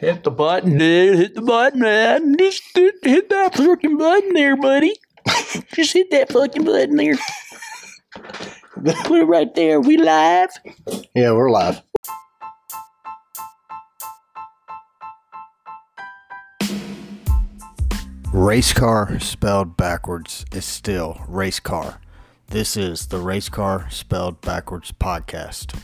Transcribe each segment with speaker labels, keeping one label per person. Speaker 1: Hit the button, dude. Hit the button, man. Just hit, hit that fucking button there, buddy. Just hit that fucking button there. Put it right there. We live.
Speaker 2: Yeah, we're live. Race car spelled backwards is still race car. This is the Race Car Spelled Backwards podcast.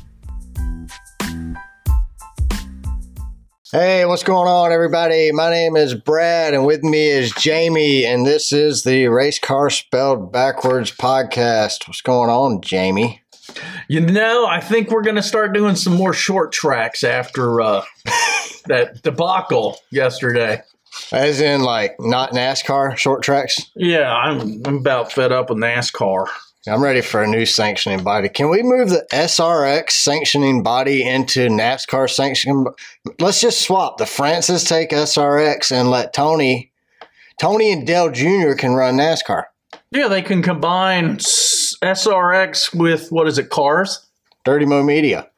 Speaker 2: Hey, what's going on, everybody? My name is Brad, and with me is Jamie, and this is the Race Car Spelled Backwards podcast. What's going on, Jamie?
Speaker 1: You know, I think we're gonna start doing some more short tracks after uh, that debacle yesterday.
Speaker 2: As in, like, not NASCAR short tracks?
Speaker 1: Yeah, I'm I'm about fed up with NASCAR.
Speaker 2: I'm ready for a new sanctioning body. Can we move the SRX sanctioning body into NASCAR sanction? Let's just swap the Francis take SRX and let Tony, Tony and Dell Jr. can run NASCAR.
Speaker 1: Yeah, they can combine s- SRX with what is it, cars?
Speaker 2: Dirty Mo Media.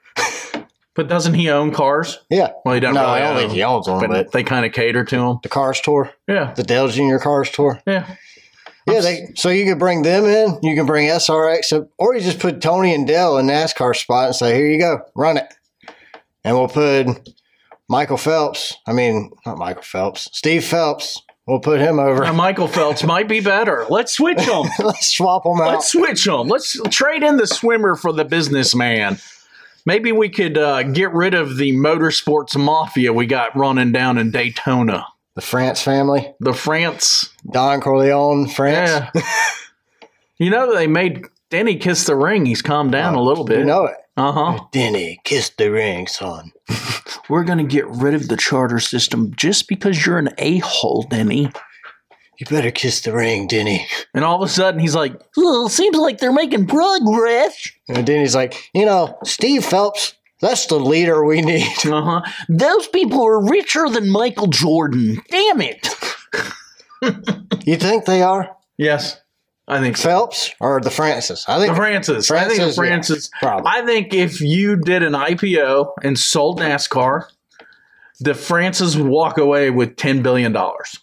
Speaker 1: But doesn't he own cars?
Speaker 2: Yeah.
Speaker 1: Well, he
Speaker 2: No,
Speaker 1: doesn't really
Speaker 2: I don't
Speaker 1: own
Speaker 2: think he owns one,
Speaker 1: but,
Speaker 2: but,
Speaker 1: they kind of cater to him.
Speaker 2: the Cars tour,
Speaker 1: Yeah,
Speaker 2: the Dell Jr. Cars tour.
Speaker 1: yeah.
Speaker 2: Yeah, they, so you could bring them in. You can bring SRX, up, or you just put Tony and Dell in NASCAR spot and say, "Here you go, run it." And we'll put Michael Phelps. I mean, not Michael Phelps. Steve Phelps. We'll put him
Speaker 1: Now,
Speaker 2: over.
Speaker 1: Michael Phelps might be better. Let's switch them.
Speaker 2: Let's swap them out.
Speaker 1: Let's switch them. Let's trade in the swimmer for the businessman. Maybe we could uh, get rid of the motorsports mafia we got running down in Daytona.
Speaker 2: the France family.
Speaker 1: The France.
Speaker 2: Don Corleone, France.
Speaker 1: Yeah. you know, they made Denny kiss the ring. He's calmed down a little bit.
Speaker 2: You know it.
Speaker 1: Uh huh.
Speaker 2: Denny, kiss the ring, son.
Speaker 1: We're going to get rid of the charter system just because you're an a hole, Denny.
Speaker 2: You better kiss the ring, Denny.
Speaker 1: And all of a sudden, he's like, "Well, it seems like they're making progress.
Speaker 2: And Denny's like, you know, Steve Phelps, that's the leader we need.
Speaker 1: Uh huh. Those people are richer than Michael Jordan. Damn it.
Speaker 2: You think they are?
Speaker 1: Yes, I think so.
Speaker 2: Phelps or the Francis? I think
Speaker 1: Francis. I think of
Speaker 2: Francis, yeah.
Speaker 1: Francis.
Speaker 2: probably.
Speaker 1: I think if you did an IPO and sold NASCAR, the Francis would walk away with ten billion dollars.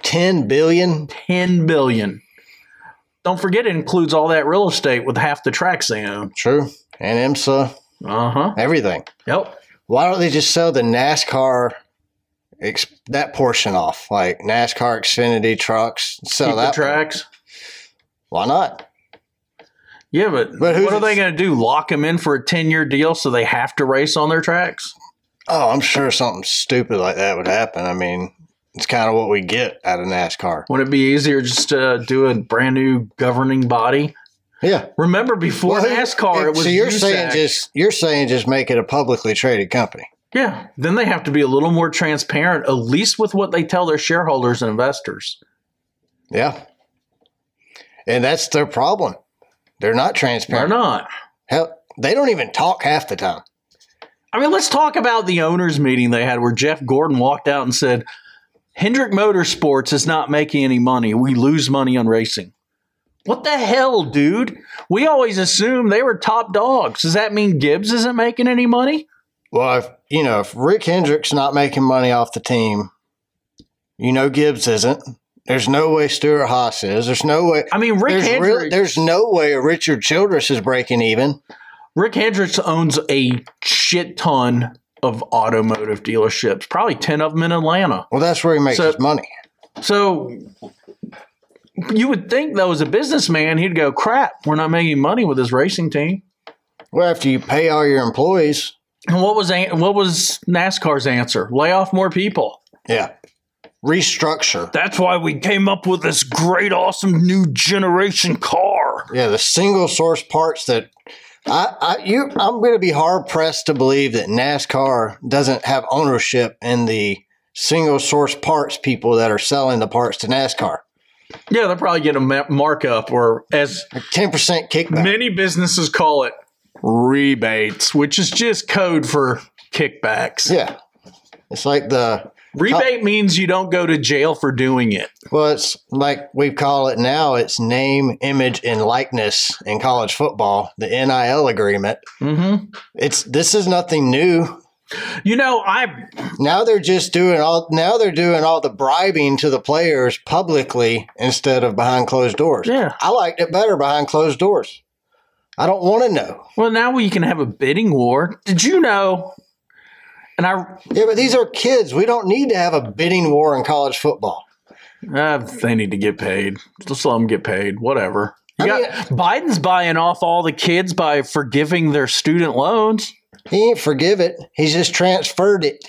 Speaker 2: 10 billion?
Speaker 1: Ten billion. Don't forget, it includes all that real estate with half the tracks they own.
Speaker 2: True. And IMSA,
Speaker 1: Uh huh.
Speaker 2: everything.
Speaker 1: Yep.
Speaker 2: Why don't they just sell the NASCAR, ex- that portion off? Like NASCAR Xfinity trucks, sell
Speaker 1: Keep the
Speaker 2: that.
Speaker 1: tracks.
Speaker 2: Why not?
Speaker 1: Yeah, but,
Speaker 2: But who's
Speaker 1: what are they
Speaker 2: it-
Speaker 1: going to do? Lock them in for a ten-year deal so they have to race on their tracks?
Speaker 2: Oh, I'm sure something stupid like that would happen. I mean, it's kind of what we get out of NASCAR.
Speaker 1: Wouldn't it be easier just to do a brand new governing body?
Speaker 2: Yeah.
Speaker 1: Remember before
Speaker 2: Well, who-
Speaker 1: NASCAR, it was
Speaker 2: so you're
Speaker 1: USAC.
Speaker 2: saying just you're saying just make it a publicly traded company.
Speaker 1: yeah. Then they have to be a little more transparent, at least with what they tell their shareholders and investors.
Speaker 2: Yeah. And that's their problem. They're not
Speaker 1: They're
Speaker 2: transparent.
Speaker 1: not.
Speaker 2: Hell, they don't even talk half the time.
Speaker 1: I mean, let's talk about the owners' meeting they had where Jeff Gordon walked out and said, "Hendrick Motorsports is not making any money. We lose money on racing." What the hell, dude? We always assume they were top dogs. Does that mean Gibbs isn't making any money?
Speaker 2: Well, if, you know, if Rick Hendrick's not making money off the team, you know Gibbs isn't. There's no way Stuart Haas is. There's no way.
Speaker 1: I mean, Rick
Speaker 2: there's, real-
Speaker 1: Hendrick.
Speaker 2: there's no way Richard Childress is breaking even.
Speaker 1: Rick Hendricks owns a shit ton of automotive dealerships, probably 10 of them in Atlanta.
Speaker 2: Well, that's where he makes
Speaker 1: So-
Speaker 2: his money.
Speaker 1: So you would think, though, as a businessman, he'd go, crap, we're not making money with this racing team.
Speaker 2: Well, after you pay all your employees,
Speaker 1: And what was an- what was NASCAR's answer? Lay off more people.
Speaker 2: yeah, restructure.
Speaker 1: That's why we came up with this great, awesome new generation car.
Speaker 2: Yeah, the single source parts that I, I you I'm going to be hard pressed to believe that NASCAR doesn't have ownership in the single source parts people that are selling the parts to NASCAR.
Speaker 1: Yeah, they'll probably get a ma- markup, or as
Speaker 2: Like 10% kickback.
Speaker 1: many businesses call it, rebates, which is just code for kickbacks.
Speaker 2: Yeah. It's like the
Speaker 1: Rebate means you don't go to jail for doing it.
Speaker 2: well, it's like we call it now, it's name, image and likeness in college football, the NIL agreement.
Speaker 1: Mm-hmm.
Speaker 2: It's this is nothing new.
Speaker 1: You know, I
Speaker 2: Now they're just doing all now they're doing all the bribing to the players publicly instead of behind closed doors.
Speaker 1: yeah.
Speaker 2: I liked it better behind closed doors. I don't want to know.
Speaker 1: Well, now we can have a bidding war. Did you know? And I,
Speaker 2: Yeah, but these are kids. We don't need to have a bidding war in college football.
Speaker 1: uh, they need to get paid. Just let them get paid. Whatever. You
Speaker 2: I
Speaker 1: got, Biden's buying off all the kids by forgiving their student loans.
Speaker 2: He ain't forgive it. He's just transferred it.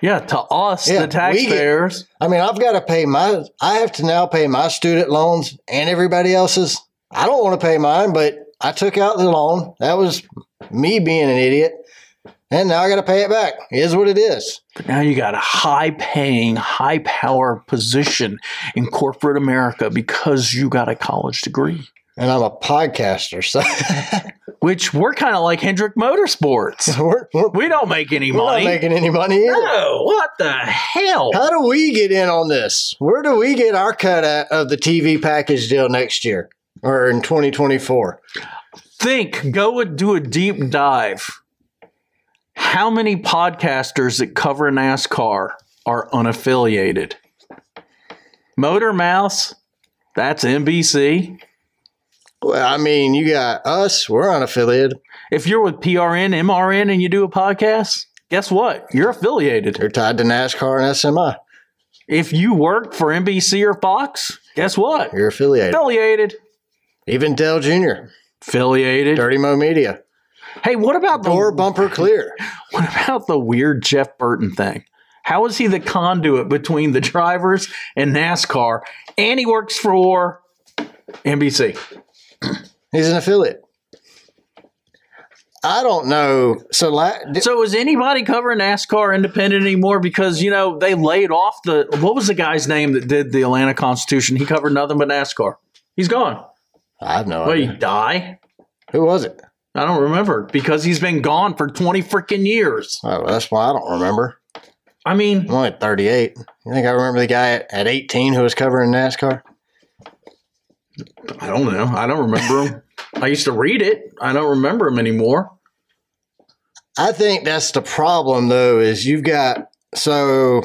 Speaker 1: Yeah, to us, the
Speaker 2: Yeah, we get-
Speaker 1: taxpayers.
Speaker 2: I mean, I've got to pay my. I have to now pay my student loans and everybody else's. I don't want to pay mine, but I took out the loan. That was me being an idiot, and now I got to pay it back. It Is what it is.
Speaker 1: But now you got a high paying, high power position in corporate America because you got a college degree,
Speaker 2: And I'm a podcaster, so
Speaker 1: which we're kind of like Hendrick Motorsports.
Speaker 2: we're, we're, we're
Speaker 1: We don't make any
Speaker 2: not
Speaker 1: money.
Speaker 2: making any money either.
Speaker 1: no, what the hell?
Speaker 2: How do we get in on this? Where do we get our cut at of the TV package deal next year or in 2024?
Speaker 1: Think, go and do a deep dive. How many podcasters that cover NASCAR are unaffiliated? Motor Mouse, that's NBC.
Speaker 2: Well, I mean, you got us. We're unaffiliated.
Speaker 1: If you're with PRN, MRN, and you do a podcast, guess what? You're affiliated.
Speaker 2: They're tied to NASCAR and SMI.
Speaker 1: If you work for NBC or Fox, guess what?
Speaker 2: You're affiliated.
Speaker 1: Affiliated.
Speaker 2: Even Dell Jr.
Speaker 1: Affiliated.
Speaker 2: Dirty Mo Media.
Speaker 1: Hey, what about the
Speaker 2: Door bumper clear.
Speaker 1: what about the weird Jeff Burton thing? How is he the conduit between the drivers and NASCAR? And he works for NBC.
Speaker 2: He's an affiliate. I don't know. So, la- di-
Speaker 1: So is anybody covering NASCAR independent anymore? Because you know they laid off the what was the guy's name that did the Atlanta Constitution? He covered nothing but NASCAR. He's gone.
Speaker 2: I have no
Speaker 1: Well,
Speaker 2: idea.
Speaker 1: he die?
Speaker 2: Who was it?
Speaker 1: I don't remember because he's been gone for twenty freaking years.
Speaker 2: Oh, that's why I don't remember.
Speaker 1: I mean,
Speaker 2: I'm only 38. You think I remember the guy at, at 18 who was covering NASCAR?
Speaker 1: I don't know. I don't remember him. I used to read it. I don't remember him anymore.
Speaker 2: I think that's the problem, though, is you've got so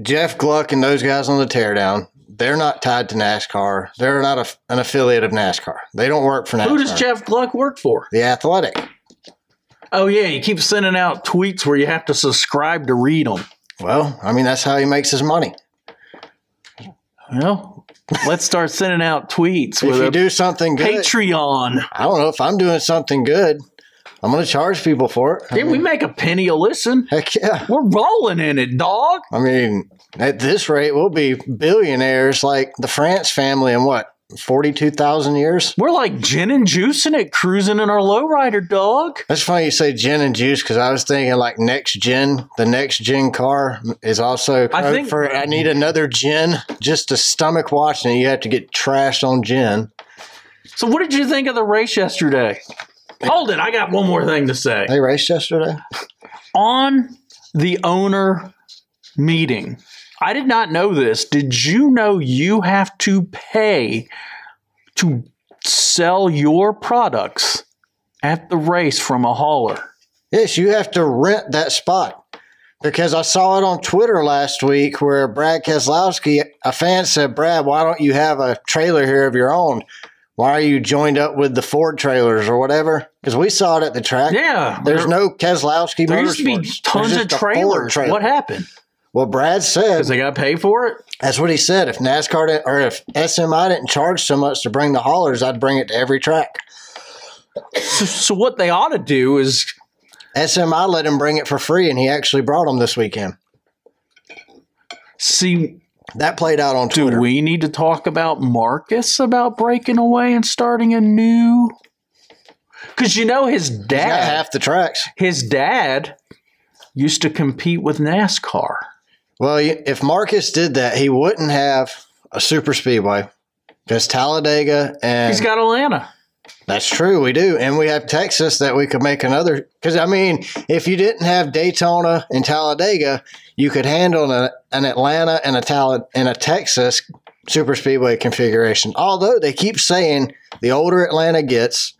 Speaker 2: Jeff Gluck and those guys on the teardown. They're not tied to NASCAR. They're not a, an affiliate of NASCAR. They don't work for NASCAR.
Speaker 1: Who does Jeff Gluck work for?
Speaker 2: The Athletic.
Speaker 1: Oh yeah, he keeps sending out tweets where you have to subscribe to read them.
Speaker 2: Well, I mean, that's how he makes his money.
Speaker 1: Well, let's start sending out tweets
Speaker 2: If
Speaker 1: with
Speaker 2: you
Speaker 1: a
Speaker 2: do something good,
Speaker 1: Patreon.
Speaker 2: I don't know if I'm doing something good. I'm going to charge people for it. I
Speaker 1: Didn't we
Speaker 2: mean,
Speaker 1: make a penny a listen?
Speaker 2: Heck yeah.
Speaker 1: We're rolling in it, dog.
Speaker 2: I mean, at this rate, we'll be billionaires like the France family in what, 42,000 years?
Speaker 1: We're like gin and juicing it, cruising in our lowrider, dog.
Speaker 2: That's funny you say gin and juice because I was thinking like next gen. The next gen car is also.
Speaker 1: I
Speaker 2: code
Speaker 1: think-
Speaker 2: for I need another gin just to stomach watching it. You have to get trashed on gin.
Speaker 1: So, what did you think of the race yesterday? Hold it, I got one more thing to say.
Speaker 2: They raced yesterday.
Speaker 1: on the owner meeting. I did not know this. Did you know you have to pay to sell your products at the race from a hauler?
Speaker 2: Yes, you have to rent that spot because I saw it on Twitter last week where Brad Keselowski, a fan said, Brad, why don't you have a trailer here of your own? Why are you joined up with the Ford trailers or whatever? Because we saw it at the track.
Speaker 1: Yeah.
Speaker 2: There's
Speaker 1: there,
Speaker 2: no Keselowski.
Speaker 1: there used to be
Speaker 2: Motorsports.
Speaker 1: tons
Speaker 2: There's
Speaker 1: of
Speaker 2: just a Ford
Speaker 1: trailers.
Speaker 2: trailer.
Speaker 1: What happened?
Speaker 2: Well, Brad
Speaker 1: Because
Speaker 2: said
Speaker 1: they got to pay for it?
Speaker 2: that's what he said. If NASCAR didn't, or if SMI didn't charge so much to bring the haulers, I'd bring it to every track.
Speaker 1: So, so what they ought to do is
Speaker 2: SMI let him bring it for free, and he actually brought them this weekend.
Speaker 1: see
Speaker 2: That played out on
Speaker 1: do
Speaker 2: Twitter.
Speaker 1: we need to talk about Marcus about breaking away and starting a new Cuz you know his
Speaker 2: He's got
Speaker 1: dad
Speaker 2: half the tracks.
Speaker 1: his dad used to compete with NASCAR.
Speaker 2: Well, you- if Marcus did that, he wouldn't have a super speedway because Talladega and
Speaker 1: He's got Atlanta.
Speaker 2: that's true. We do, and we have Texas that we could make another. Because I mean, if you didn't have Daytona and Talladega, you could handle an, an Atlanta and a Talla and a Texas super speedway configuration. Although they keep saying the older Atlanta gets,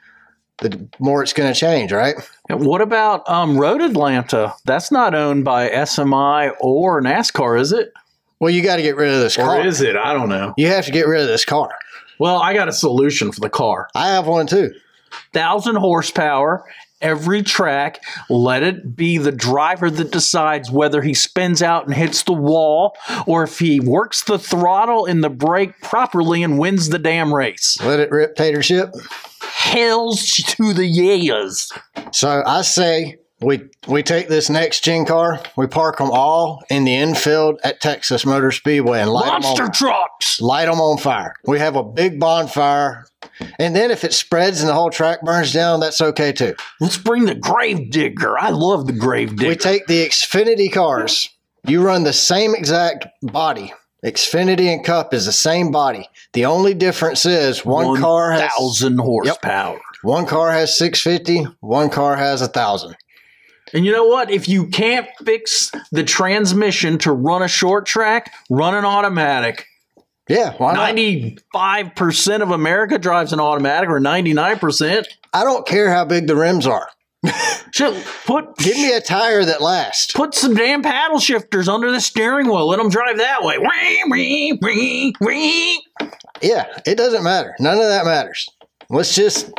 Speaker 2: the more it's going to change, right?
Speaker 1: And what about um, Road Atlanta? That's not owned by SMI or NASCAR, is it?
Speaker 2: Well, you got to get rid of this car.
Speaker 1: Or is it? I don't know.
Speaker 2: you have to get rid of this car.
Speaker 1: Well, I got a solution for the car.
Speaker 2: I have one too.
Speaker 1: thousand horsepower every track let it be the driver that decides whether he spins out and hits the wall or if he works the throttle and the brake properly and wins the damn race
Speaker 2: Let it rip, tater ship.
Speaker 1: hells to the yeahs
Speaker 2: So I say we we take this next gen car, we park them all in the infield at Texas Motor Speedway and light
Speaker 1: monster
Speaker 2: them on,
Speaker 1: trucks
Speaker 2: light 'em on fire. We have a big bonfire, and then if it spreads and the whole track burns down, that's okay too.
Speaker 1: let's bring the grave digger i love the grave digger
Speaker 2: We take the Xfinity cars. You run the same exact body. Xfinity and Cup is the same body. The only difference is one, car has
Speaker 1: thousand horsepower
Speaker 2: one car has 650, one car has a thousand.
Speaker 1: And you know what? If you can't fix the transmission to run a short track, run an automatic.
Speaker 2: Yeah, why not?
Speaker 1: 95% of America drives an automatic or 99%.
Speaker 2: I don't care how big the rims are.
Speaker 1: Shit, put
Speaker 2: Give me a tire that lasts.
Speaker 1: put some damn paddle shifters under the steering wheel. Let them drive that way. Wee, wee, wee, wee.
Speaker 2: Yeah, it doesn't matter. None of that matters. Let's just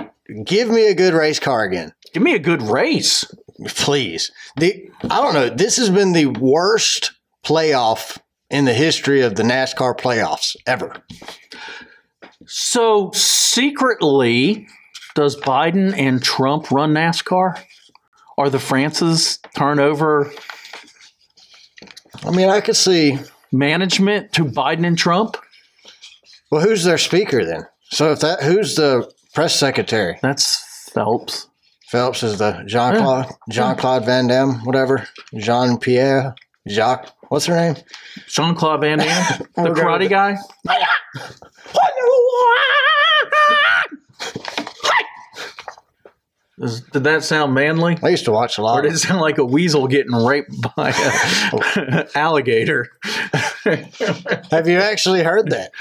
Speaker 2: give me a good race car again.
Speaker 1: Give me a good race.
Speaker 2: Please. The I don't know. This has been the worst playoff in the history of the NASCAR playoffs ever.
Speaker 1: So secretly, does Biden and Trump run NASCAR? Are the Frances turn over
Speaker 2: I mean, I could see
Speaker 1: management to Biden and Trump?
Speaker 2: well, who's their speaker then? So if that who's the press secretary?
Speaker 1: That's Phelps.
Speaker 2: Phelps is the Jean Claude Jean Claude Van Damme, whatever. Jean Pierre Jacques. What's her name?
Speaker 1: Jean Claude Van Damme, the
Speaker 2: We'll go
Speaker 1: karate
Speaker 2: with
Speaker 1: guy. Is- Did that sound manly?
Speaker 2: I used to watch a
Speaker 1: Or
Speaker 2: lot.
Speaker 1: did it sound like a weasel getting raped by an alligator?
Speaker 2: Have you actually heard that?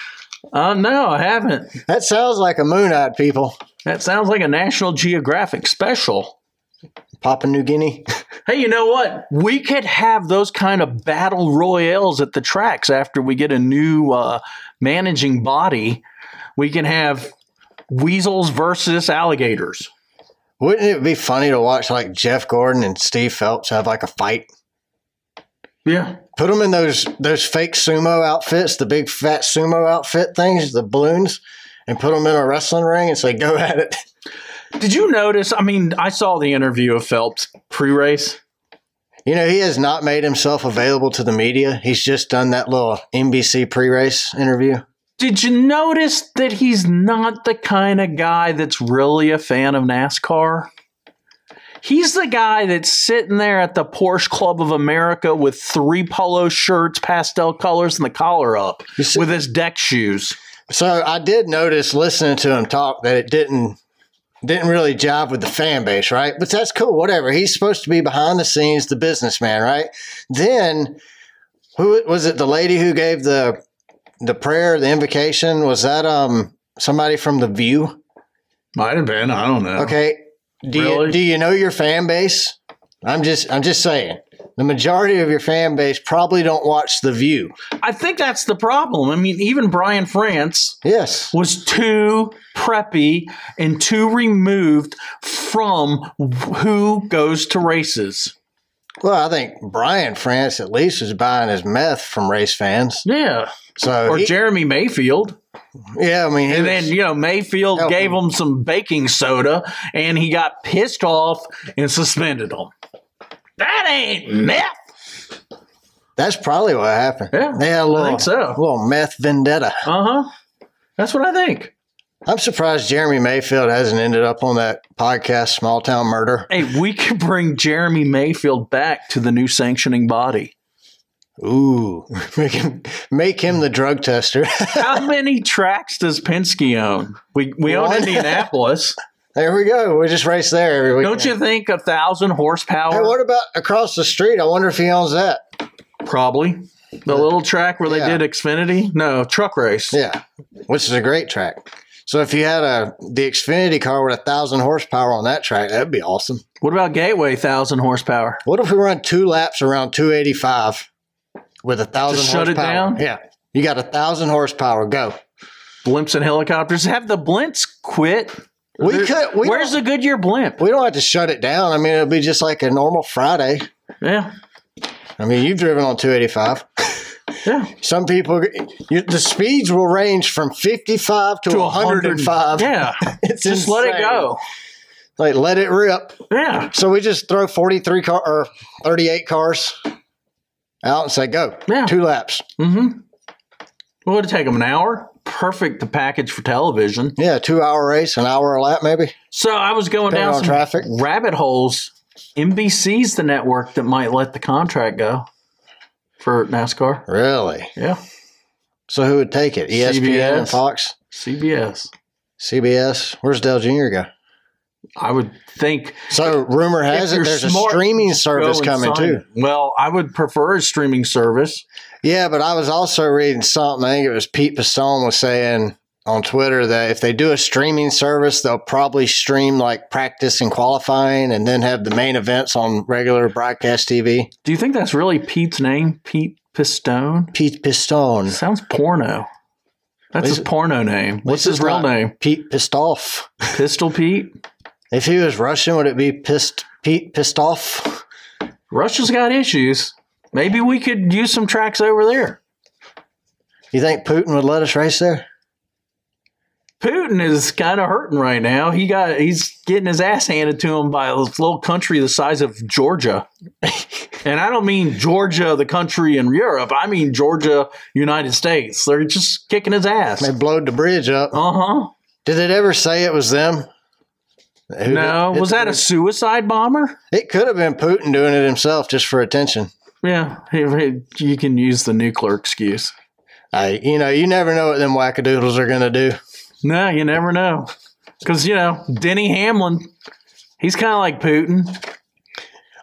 Speaker 1: Uh, no, I haven't.
Speaker 2: That sounds like a moon eyed people.
Speaker 1: That sounds like a National Geographic special.
Speaker 2: Papua New Guinea.
Speaker 1: Hey, you know what? We could have those kind of battle royales at the tracks after we get a new uh, managing body. We can have weasels versus alligators.
Speaker 2: Wouldn't it be funny to watch like Jeff Gordon and Steve Phelps have like a fight?
Speaker 1: Yeah.
Speaker 2: Put them in those those fake sumo outfits, the big fat sumo outfit things, the balloons, and put them in a wrestling ring and say, "Go at it."
Speaker 1: Did you notice? I mean, I saw the interview of Phelps pre race.
Speaker 2: You know, he has not made himself available to the media. He's just done that little NBC pre-race interview.
Speaker 1: Did you notice that he's not the kind of guy that's really a fan of NASCAR? He's the guy that's sitting there at the Porsche Club of America with three polo shirts, pastel colors, and the collar up
Speaker 2: You see-
Speaker 1: with his deck shoes.
Speaker 2: So I did notice listening to him talk that it didn't didn't really jive with the fan base, right? But that's cool, whatever. He's supposed to be behind the scenes, the businessman, right? Then who was it? The lady who gave the the prayer, the invocation was that um somebody from the View?
Speaker 1: Might have been. I don't know.
Speaker 2: Okay, do
Speaker 1: Really?
Speaker 2: you do you know your fan base? I'm just I'm just saying. The majority of your fan base probably don't watch The View.
Speaker 1: I think that's the problem. I mean, even Brian France
Speaker 2: Yes.
Speaker 1: was too preppy and too removed from who goes to races.
Speaker 2: Well, I think Brian France at least is buying his meth from race fans.
Speaker 1: Yeah.
Speaker 2: So
Speaker 1: Or
Speaker 2: he-
Speaker 1: Jeremy Mayfield.
Speaker 2: yeah, I mean, he
Speaker 1: And
Speaker 2: was-
Speaker 1: then, you know, Mayfield
Speaker 2: Help
Speaker 1: gave
Speaker 2: him.
Speaker 1: him some baking soda and he got pissed off and suspended him. That ain't
Speaker 2: Mm.
Speaker 1: meth.
Speaker 2: that's probably what happened.
Speaker 1: Yeah,
Speaker 2: they had a little,
Speaker 1: think so.
Speaker 2: a little meth vendetta.
Speaker 1: Uh huh. That's what I think.
Speaker 2: I'm surprised Jeremy Mayfield hasn't ended up on that podcast, Small Town Murder.
Speaker 1: Hey, we could bring Jeremy Mayfield back to the new sanctioning body.
Speaker 2: Ooh, make him, make him the drug tester.
Speaker 1: How many tracks does Penske own? We, we own
Speaker 2: One.
Speaker 1: Indianapolis.
Speaker 2: there we go. We just race there every week.
Speaker 1: Don't you think a thousand horsepower?
Speaker 2: Hey, what about across the street? I wonder if he owns that.
Speaker 1: Probably. The little track where
Speaker 2: Yeah.
Speaker 1: they did Xfinity? No, truck race.
Speaker 2: Yeah, which is a great track. So if you had a the Xfinity car with a thousand horsepower on that track, that'd be awesome.
Speaker 1: What about Gateway thousand horsepower?
Speaker 2: What if we run two laps around 285 with a thousand
Speaker 1: shut it
Speaker 2: horsepower?
Speaker 1: down?
Speaker 2: Yeah, you got a thousand horsepower. Go.
Speaker 1: Blimps and helicopters. Have the blimps quit?
Speaker 2: We
Speaker 1: There-
Speaker 2: could. We
Speaker 1: Where's the Goodyear blimp?
Speaker 2: We don't have to shut it down. I mean, it'll be just like a normal Friday.
Speaker 1: Yeah,
Speaker 2: I mean, you've driven on 285.
Speaker 1: yeah.
Speaker 2: Some people, you, the speeds will range from 55 to, 105.
Speaker 1: Yeah,
Speaker 2: It's
Speaker 1: just let it
Speaker 2: insane.
Speaker 1: go.
Speaker 2: Like, let it rip.
Speaker 1: Yeah,
Speaker 2: So we just throw 43 car or 38 cars out and say, go.
Speaker 1: Yeah.
Speaker 2: Two laps.
Speaker 1: mm-hmm. What would it take them an hour? Perfect, the package for television.
Speaker 2: Yeah, two hour race, an hour a lap, maybe.
Speaker 1: So I was going
Speaker 2: Depending
Speaker 1: down
Speaker 2: on
Speaker 1: some
Speaker 2: traffic.
Speaker 1: rabbit holes. NBC's the network that might let the contract go for NASCAR.
Speaker 2: Really?
Speaker 1: Yeah,
Speaker 2: So who would take it? E ESPN and
Speaker 1: CBS.
Speaker 2: Fox?
Speaker 1: CBS.
Speaker 2: CBS? Where's Dell Jr. go?
Speaker 1: I would think
Speaker 2: So rumor has it
Speaker 1: you're
Speaker 2: there's
Speaker 1: smart,
Speaker 2: a streaming
Speaker 1: go
Speaker 2: service
Speaker 1: and
Speaker 2: coming
Speaker 1: sign
Speaker 2: too.
Speaker 1: it. Well, I would prefer a streaming service.
Speaker 2: Yeah, but I was also reading something. I think it was Pete Pistone was saying on Twitter that if they do a streaming service, they'll probably stream like practice and qualifying, and then have the main events on regular broadcast TV.
Speaker 1: Do you think that's really Pete's name, Pete Pistone?
Speaker 2: Pete Pistone,
Speaker 1: Sounds porno. That's his
Speaker 2: Least-
Speaker 1: porno name. What's
Speaker 2: least
Speaker 1: his
Speaker 2: it's
Speaker 1: real
Speaker 2: not-
Speaker 1: name?
Speaker 2: Pete Pistoff.
Speaker 1: Pistol Pete.
Speaker 2: If he was Russian, would it be pissed Pete Pistoff?
Speaker 1: Russia's got issues. Maybe we could use some tracks over there.
Speaker 2: You think Putin would let us race there?
Speaker 1: Putin is kind of hurting right now. He got he's getting his ass handed to him by a little country the size of Georgia. and I don't mean Georgia the country in Europe. I mean Georgia United States. They're just kicking his ass.
Speaker 2: They blowed the bridge up.
Speaker 1: Uh-huh.
Speaker 2: Did it ever say it was them? Who
Speaker 1: No,
Speaker 2: did-
Speaker 1: was that a suicide bomber?
Speaker 2: It could have been Putin doing it himself just for attention.
Speaker 1: Yeah, you you can use the nuclear excuse.
Speaker 2: I, you know, you never know what them wackadoodles are going to do.
Speaker 1: No, you never know. Because, you know, Denny Hamlin, he's kind of like Putin.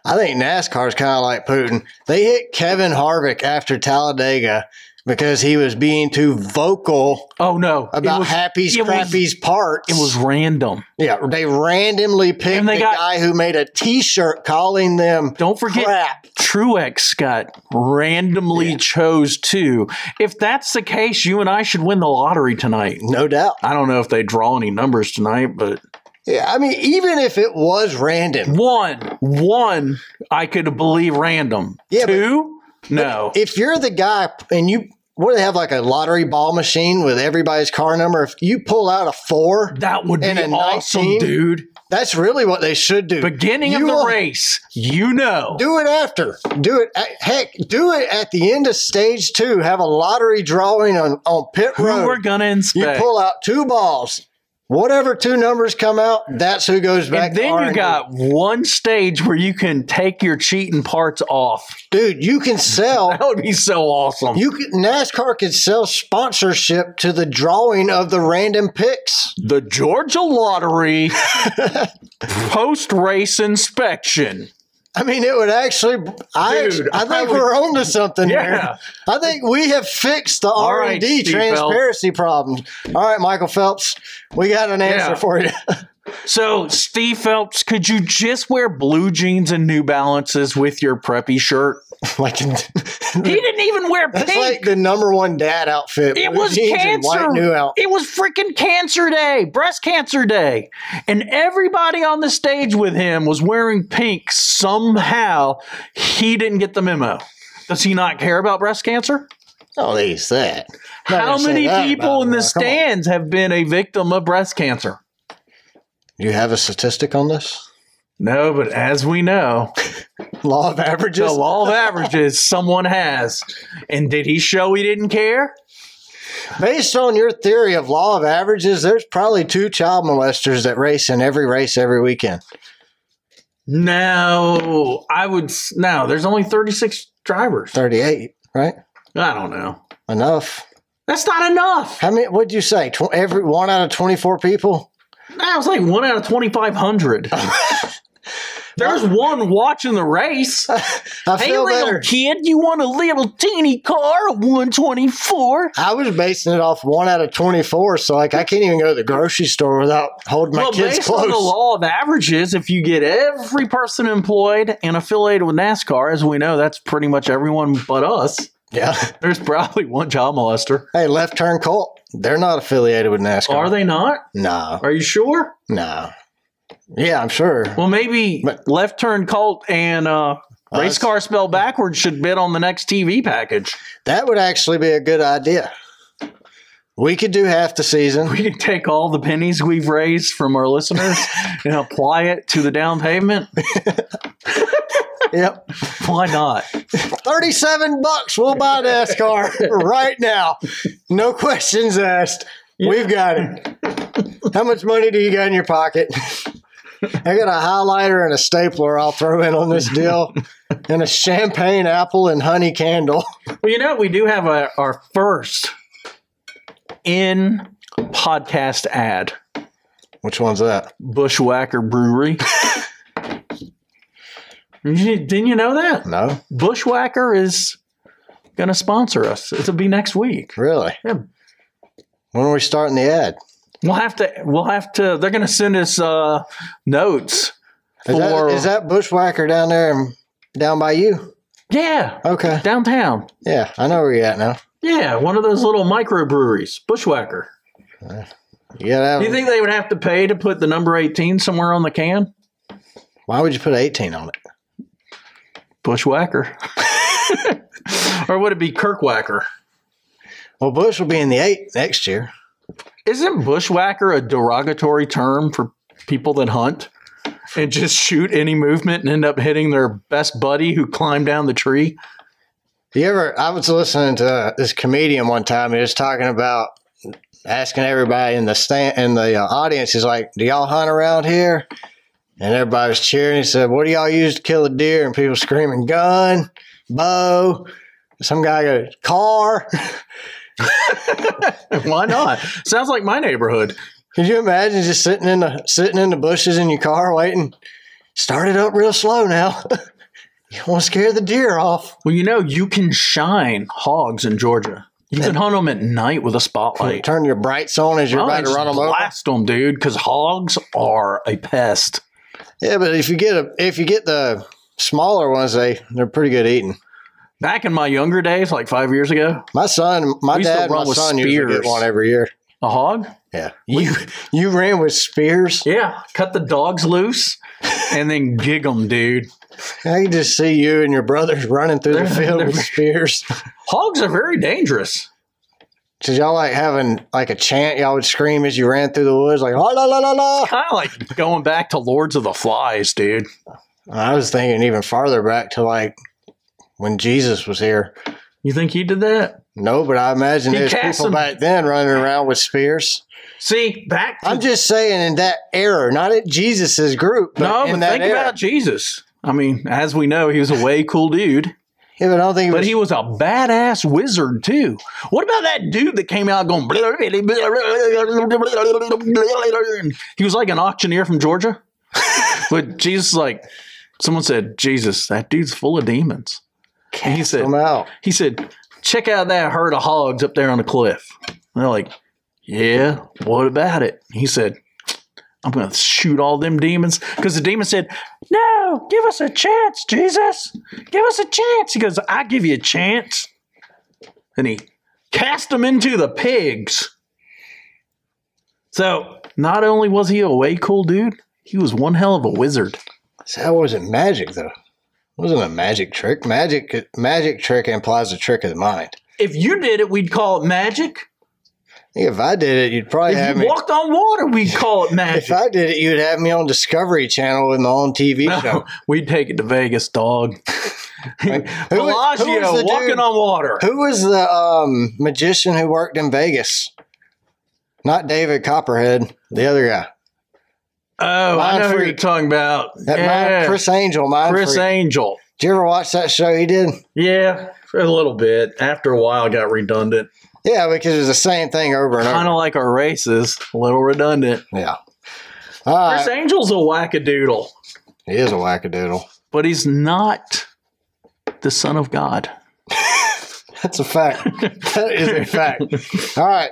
Speaker 2: I think NASCAR's kind of like Putin. They hit Kevin Harvick after Talladega because he was being too vocal
Speaker 1: Oh, no.
Speaker 2: about
Speaker 1: was-
Speaker 2: Happy's
Speaker 1: it was-
Speaker 2: Crappy's parts.
Speaker 1: It was random.
Speaker 2: yeah, they randomly picked
Speaker 1: And they
Speaker 2: the
Speaker 1: got-
Speaker 2: guy who made a T-shirt calling them
Speaker 1: Don't forget,
Speaker 2: crap.
Speaker 1: Truex got randomly chose two. If that's the case, you and I should win the lottery tonight.
Speaker 2: No doubt.
Speaker 1: I don't know if they draw any numbers tonight, but
Speaker 2: Yeah, I mean, even if it was random,
Speaker 1: one, one, I could believe random.
Speaker 2: Yeah, but-
Speaker 1: two, no.
Speaker 2: if you're the guy and you. What do they have like a lottery ball machine with everybody's car number? If you pull out a four,
Speaker 1: that would be
Speaker 2: and a
Speaker 1: awesome,
Speaker 2: 19?
Speaker 1: dude.
Speaker 2: that's really what they should do.
Speaker 1: Beginning of
Speaker 2: You
Speaker 1: the
Speaker 2: will-
Speaker 1: race, you know.
Speaker 2: Do it after. Do it. at- Heck, do it at the end of stage two. Have a lottery drawing on, on pit
Speaker 1: who
Speaker 2: road.
Speaker 1: we're gonna
Speaker 2: you
Speaker 1: inspect.
Speaker 2: pull out two balls. Whatever two numbers come out, that's who goes back.
Speaker 1: and
Speaker 2: to
Speaker 1: then you
Speaker 2: R&D.
Speaker 1: got one stage where you can take your cheating parts off.
Speaker 2: dude. You can
Speaker 1: That
Speaker 2: sell.
Speaker 1: would be so awesome.
Speaker 2: You can, NASCAR could sell sponsorship to the drawing of the random picks.
Speaker 1: the Georgia Lottery post race inspection.
Speaker 2: I mean, it would actually. I
Speaker 1: Dude,
Speaker 2: I
Speaker 1: I
Speaker 2: think
Speaker 1: would-
Speaker 2: we're onto something
Speaker 1: Yeah.
Speaker 2: here. I think we have fixed the
Speaker 1: All
Speaker 2: R
Speaker 1: right,
Speaker 2: and D
Speaker 1: Steve
Speaker 2: transparency problem. All right, Michael Phelps, we got an answer
Speaker 1: Yeah.
Speaker 2: for you.
Speaker 1: So, Steve Phelps, could you just wear blue jeans and New Balances with your preppy shirt?
Speaker 2: like
Speaker 1: He didn't even wear
Speaker 2: That's like
Speaker 1: pink.
Speaker 2: the number one dad outfit.
Speaker 1: It
Speaker 2: blue
Speaker 1: was
Speaker 2: jeans and
Speaker 1: cancer.
Speaker 2: white new out.
Speaker 1: It was freaking cancer day, breast cancer day. And everybody on the stage with him was wearing pink. Somehow he didn't get the memo. Does he not care about breast cancer?
Speaker 2: Oh, he's that. Not
Speaker 1: How
Speaker 2: gonna say
Speaker 1: many
Speaker 2: that
Speaker 1: people
Speaker 2: about
Speaker 1: in
Speaker 2: him.
Speaker 1: the
Speaker 2: Come on.
Speaker 1: stands have been a victim of breast cancer?
Speaker 2: You have a statistic on this?
Speaker 1: No, but as we know,
Speaker 2: Law of averages.
Speaker 1: the law of averages, someone has. And did he show he didn't care?
Speaker 2: Based on your theory of law of averages, there's probably two child molesters that race in every race every weekend.
Speaker 1: No, I would. s- No, there's only 36 drivers.
Speaker 2: Thirty-eight, right?
Speaker 1: I don't know.
Speaker 2: Enough.
Speaker 1: That's not enough.
Speaker 2: How many? What'd you say? Tw- every one out of twenty-four people.
Speaker 1: That was like one out of 2,500. There's one watching the race.
Speaker 2: I
Speaker 1: Hey,
Speaker 2: feel
Speaker 1: little
Speaker 2: better.
Speaker 1: kid, you want a little teeny car, a 124?
Speaker 2: I was basing it off one out of 24, so like I can't even go to the grocery store without holding my
Speaker 1: well,
Speaker 2: kids
Speaker 1: based on the
Speaker 2: close.
Speaker 1: law of averages, if you get every person employed and affiliated with NASCAR, as we know, that's pretty much everyone but us.
Speaker 2: Yeah.
Speaker 1: There's probably one child molester.
Speaker 2: Hey, Left Turn Colt. They're not affiliated with NASCAR.
Speaker 1: Are they not?
Speaker 2: No,
Speaker 1: Are you sure?
Speaker 2: no. Yeah, I'm sure.
Speaker 1: Well, maybe
Speaker 2: But-
Speaker 1: left turn cult and uh,
Speaker 2: Uh,
Speaker 1: race car spelled backwards should bid on the next TV package.
Speaker 2: That would actually be a good idea. We could do half the season.
Speaker 1: We can take all the pennies we've raised from our listeners and apply it to the down payment.
Speaker 2: Yep.
Speaker 1: Why not?
Speaker 2: 37 bucks. We'll buy NASCAR right now. No questions asked. We've got it. How much money do you got in your pocket? I got a highlighter and a stapler I'll throw in on this deal, and a champagne apple and honey candle.
Speaker 1: Well, you know, we do have a, our first in podcast ad
Speaker 2: Which one's that?
Speaker 1: Bushwhacker Brewery. You- Didn't you know that?
Speaker 2: No,
Speaker 1: Bushwhacker is going to sponsor us. It'll be next week.
Speaker 2: really.
Speaker 1: Yeah.
Speaker 2: When are we starting the ad?
Speaker 1: We'll have to. We'll have to. They're going to send us uh, notes.
Speaker 2: Is that,
Speaker 1: For-
Speaker 2: is that bushwhacker down there and down by you?
Speaker 1: Yeah,
Speaker 2: Okay.
Speaker 1: downtown.
Speaker 2: Yeah, I know where you're at now.
Speaker 1: Yeah, one of those little microbreweries, Bushwhacker.
Speaker 2: You gotta have-
Speaker 1: Do you think they would have to pay to put the number eighteen somewhere on the can?
Speaker 2: why would you put 18 on it?
Speaker 1: Bushwhacker. or would it be Kirkwhacker?
Speaker 2: Well, Bush will be in the eight next year.
Speaker 1: Isn't bushwhacker a derogatory term for people that hunt and just shoot any movement and end up hitting their best buddy who climbed down the tree?
Speaker 2: You ever? I was listening to uh, this comedian one time. He was talking about asking everybody in the stand in the uh, audience. He's like, "Do y'all hunt around here?" And everybody was cheering. He said, "What do y'all use to kill a deer?" And people screaming, "Gun, bow." Some guy goes, "Car."
Speaker 1: Why not? Sounds like my neighborhood.
Speaker 2: Could you imagine just sitting in the sitting in the bushes in your car waiting? Start it up real slow now. you want to scare the deer off.
Speaker 1: Well, you know, you can shine hogs in Georgia. You can hunt them at night with a spotlight.
Speaker 2: Turn your brights on as you're
Speaker 1: Oh,
Speaker 2: about to
Speaker 1: just
Speaker 2: run them over.
Speaker 1: blast them, dude, because hogs are a pest.
Speaker 2: Yeah, but if you get a if you get the smaller ones, they they're pretty good eating.
Speaker 1: Back in my younger days, like five years ago,
Speaker 2: My son, my
Speaker 1: We used to
Speaker 2: dad, and my
Speaker 1: run with
Speaker 2: son usually get
Speaker 1: spears.
Speaker 2: one every year.
Speaker 1: a hog,
Speaker 2: Yeah, you you ran with spears.
Speaker 1: yeah, cut the dogs loose and then gig them, dude.
Speaker 2: I can just see you and your brothers running through the field with spears.
Speaker 1: Hogs are very dangerous.
Speaker 2: Did y'all like having like a chant? Y'all would scream as you ran through the woods, like "Oh, la la la la.
Speaker 1: Kind of like going back to Lords of the Flies, dude.
Speaker 2: I was thinking even farther back to like when Jesus was here.
Speaker 1: You think he did that?
Speaker 2: No, but I imagine
Speaker 1: He
Speaker 2: there's
Speaker 1: cast
Speaker 2: people
Speaker 1: them.
Speaker 2: back then running around with spears.
Speaker 1: See, back to
Speaker 2: I'm just saying in that era, not at Jesus's group, but
Speaker 1: no,
Speaker 2: in
Speaker 1: but
Speaker 2: that
Speaker 1: think
Speaker 2: era.
Speaker 1: about Jesus. I mean, as we know, he was a way cool dude,
Speaker 2: Yeah, but I don't think. It
Speaker 1: but
Speaker 2: was,
Speaker 1: he was a badass wizard too. What about that dude that came out going? and He was like an auctioneer from Georgia, but Jesus, like someone said, Jesus, that dude's full of demons. And he said,
Speaker 2: I'm out.
Speaker 1: he said, check out that herd of hogs up there on the cliff. And they're like, yeah, what about it? He said, I'm going to shoot all them demons. Because the demon said, no, give us a chance, Jesus. Give us a chance. He goes, I give you a chance. And he cast them into the pigs. So not only was he a way cool dude, he was one hell of a wizard.
Speaker 2: So that wasn't magic though. It wasn't a magic trick. Magic magic trick implies a trick of the mind.
Speaker 1: If you did it, we'd call it magic.
Speaker 2: I think if I did it, you'd probably
Speaker 1: If
Speaker 2: have
Speaker 1: you
Speaker 2: me.
Speaker 1: walked on water, we'd call it magic.
Speaker 2: If I did it, you'd have me on Discovery Channel with my own TV
Speaker 1: No,
Speaker 2: show.
Speaker 1: we'd take it to Vegas, dog.
Speaker 2: who was- who
Speaker 1: Bellagio
Speaker 2: was the
Speaker 1: walking
Speaker 2: dude?
Speaker 1: on water.
Speaker 2: Who was the um, magician who worked in Vegas? Not David Copperhead, the other guy.
Speaker 1: Oh, I
Speaker 2: Mind
Speaker 1: know who you're
Speaker 2: freak.
Speaker 1: talking about.
Speaker 2: That
Speaker 1: yeah.
Speaker 2: mind,
Speaker 1: Chris,
Speaker 2: Chris Angel, mind freak.
Speaker 1: Angel.
Speaker 2: Did you ever watch that show he did?
Speaker 1: Yeah, for a little bit. After a while, it got redundant.
Speaker 2: Yeah, because it was the same thing over and over.
Speaker 1: Kind of like our races, a little redundant.
Speaker 2: Yeah. All right.
Speaker 1: Chris Angel's a wackadoodle.
Speaker 2: He is a wackadoodle.
Speaker 1: but he's not the son of God.
Speaker 2: That's a fact. that is a fact. All right.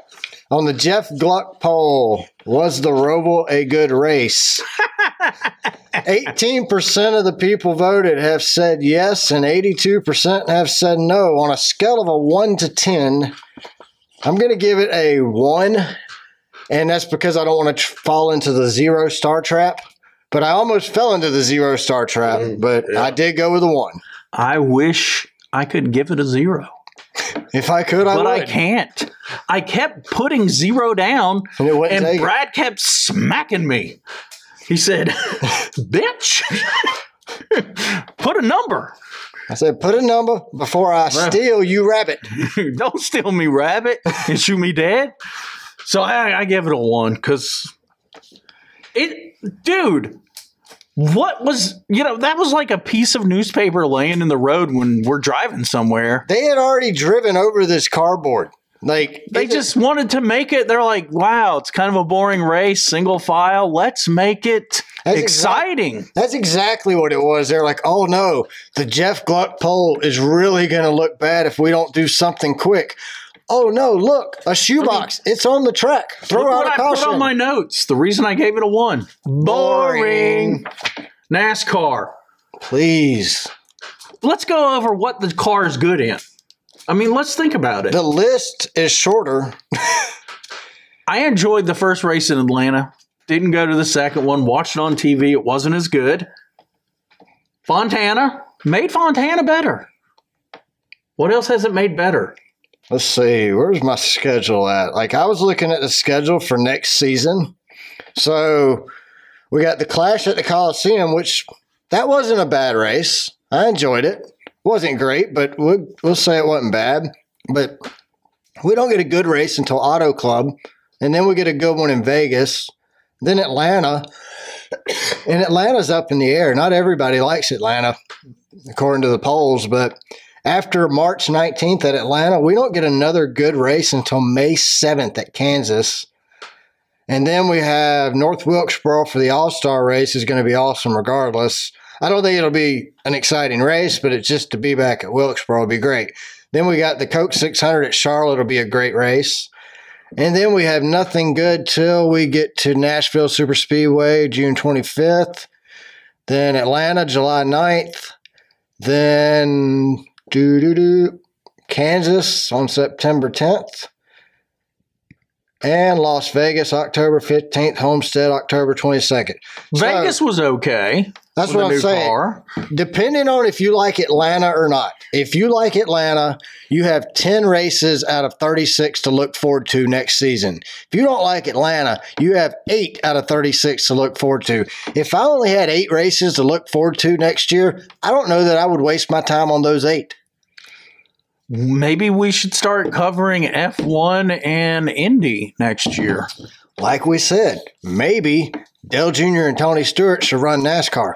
Speaker 2: On the Jeff Gluck poll, was the Roval a good race? 18% of the people voted have said yes, and 82% have said no. On a scale of a 1 to 10, I'm going to give it a 1, and that's because I don't want to tr- fall into the zero star trap. But I almost fell into the zero star trap,
Speaker 1: Mm.
Speaker 2: but I did go with a 1.
Speaker 1: I wish I could give it a zero,
Speaker 2: If I could, I
Speaker 1: but
Speaker 2: would.
Speaker 1: I can't. I kept putting zero down,
Speaker 2: And it wouldn't
Speaker 1: and
Speaker 2: take it.
Speaker 1: Brad kept smacking me. He said, Bitch, put a number.
Speaker 2: I said, put a number before I steal you rabbit.
Speaker 1: Don't steal me, rabbit, and shoot me dead. So I, I give it a one because it, dude. What was you know that was like a piece of newspaper laying in the road when we're driving somewhere.
Speaker 2: They had already driven over this cardboard. Like
Speaker 1: They
Speaker 2: even-
Speaker 1: just wanted to make it. They're like, wow, it's kind of a boring race, single file. Let's make it
Speaker 2: That's exact-
Speaker 1: exciting.
Speaker 2: That's exactly what it was. They're like, oh no, the Jeff Gluck poll is really gonna look bad if we don't do something quick. Oh no, look, a shoebox. it's on the track. Throw
Speaker 1: Look
Speaker 2: out
Speaker 1: what
Speaker 2: a
Speaker 1: I put on
Speaker 2: caution.
Speaker 1: my notes. The reason I gave it a one. Boring. NASCAR.
Speaker 2: Please.
Speaker 1: let's go over what the car is good in. I mean, let's think about it.
Speaker 2: The list is shorter.
Speaker 1: I enjoyed the first race in Atlanta. Didn't go to the second one. Watched it on TV. It wasn't as good. Fontana made Fontana better. What else has it made better?
Speaker 2: Let's see, where's my schedule at? Like I was looking at the schedule for next season. So we got the clash at the Coliseum, which that wasn't a bad race. I enjoyed it. Wasn't great, but we'll, we'll say it wasn't bad. But we don't get a good race until Auto Club, and then we get a good one in Vegas, then Atlanta. And Atlanta's up in the air. Not everybody likes Atlanta, according to the polls, but after March 19th at Atlanta, we don't get another good race until May 7th at Kansas. And then we have North Wilkesboro for the All Star race is going to be awesome regardless. I don't think it'll be an exciting race, but it's just to be back at Wilkesboro will be great. Then we got the Coke 600 at Charlotte will be a great race. And then we have nothing good till we get to Nashville Super Speedway June 25th. Then Atlanta July 9th. Then do do do Kansas on September 10th. And Las Vegas October 15th, Homestead October 22nd. So,
Speaker 1: Vegas was okay.
Speaker 2: that's
Speaker 1: with
Speaker 2: what
Speaker 1: a
Speaker 2: I'm
Speaker 1: new
Speaker 2: saying
Speaker 1: car.
Speaker 2: depending on if you like Atlanta or not. If you like Atlanta, you have 10 races out of 36 to look forward to next season. If you don't like Atlanta, you have 8 out of 36 to look forward to. If I only had 8 races to look forward to next year, I don't know that I would waste my time on those 8.
Speaker 1: Maybe we should start covering F1 and Indy next year.
Speaker 2: Like we said, maybe Dell Jr. and Tony Stewart should run NASCAR.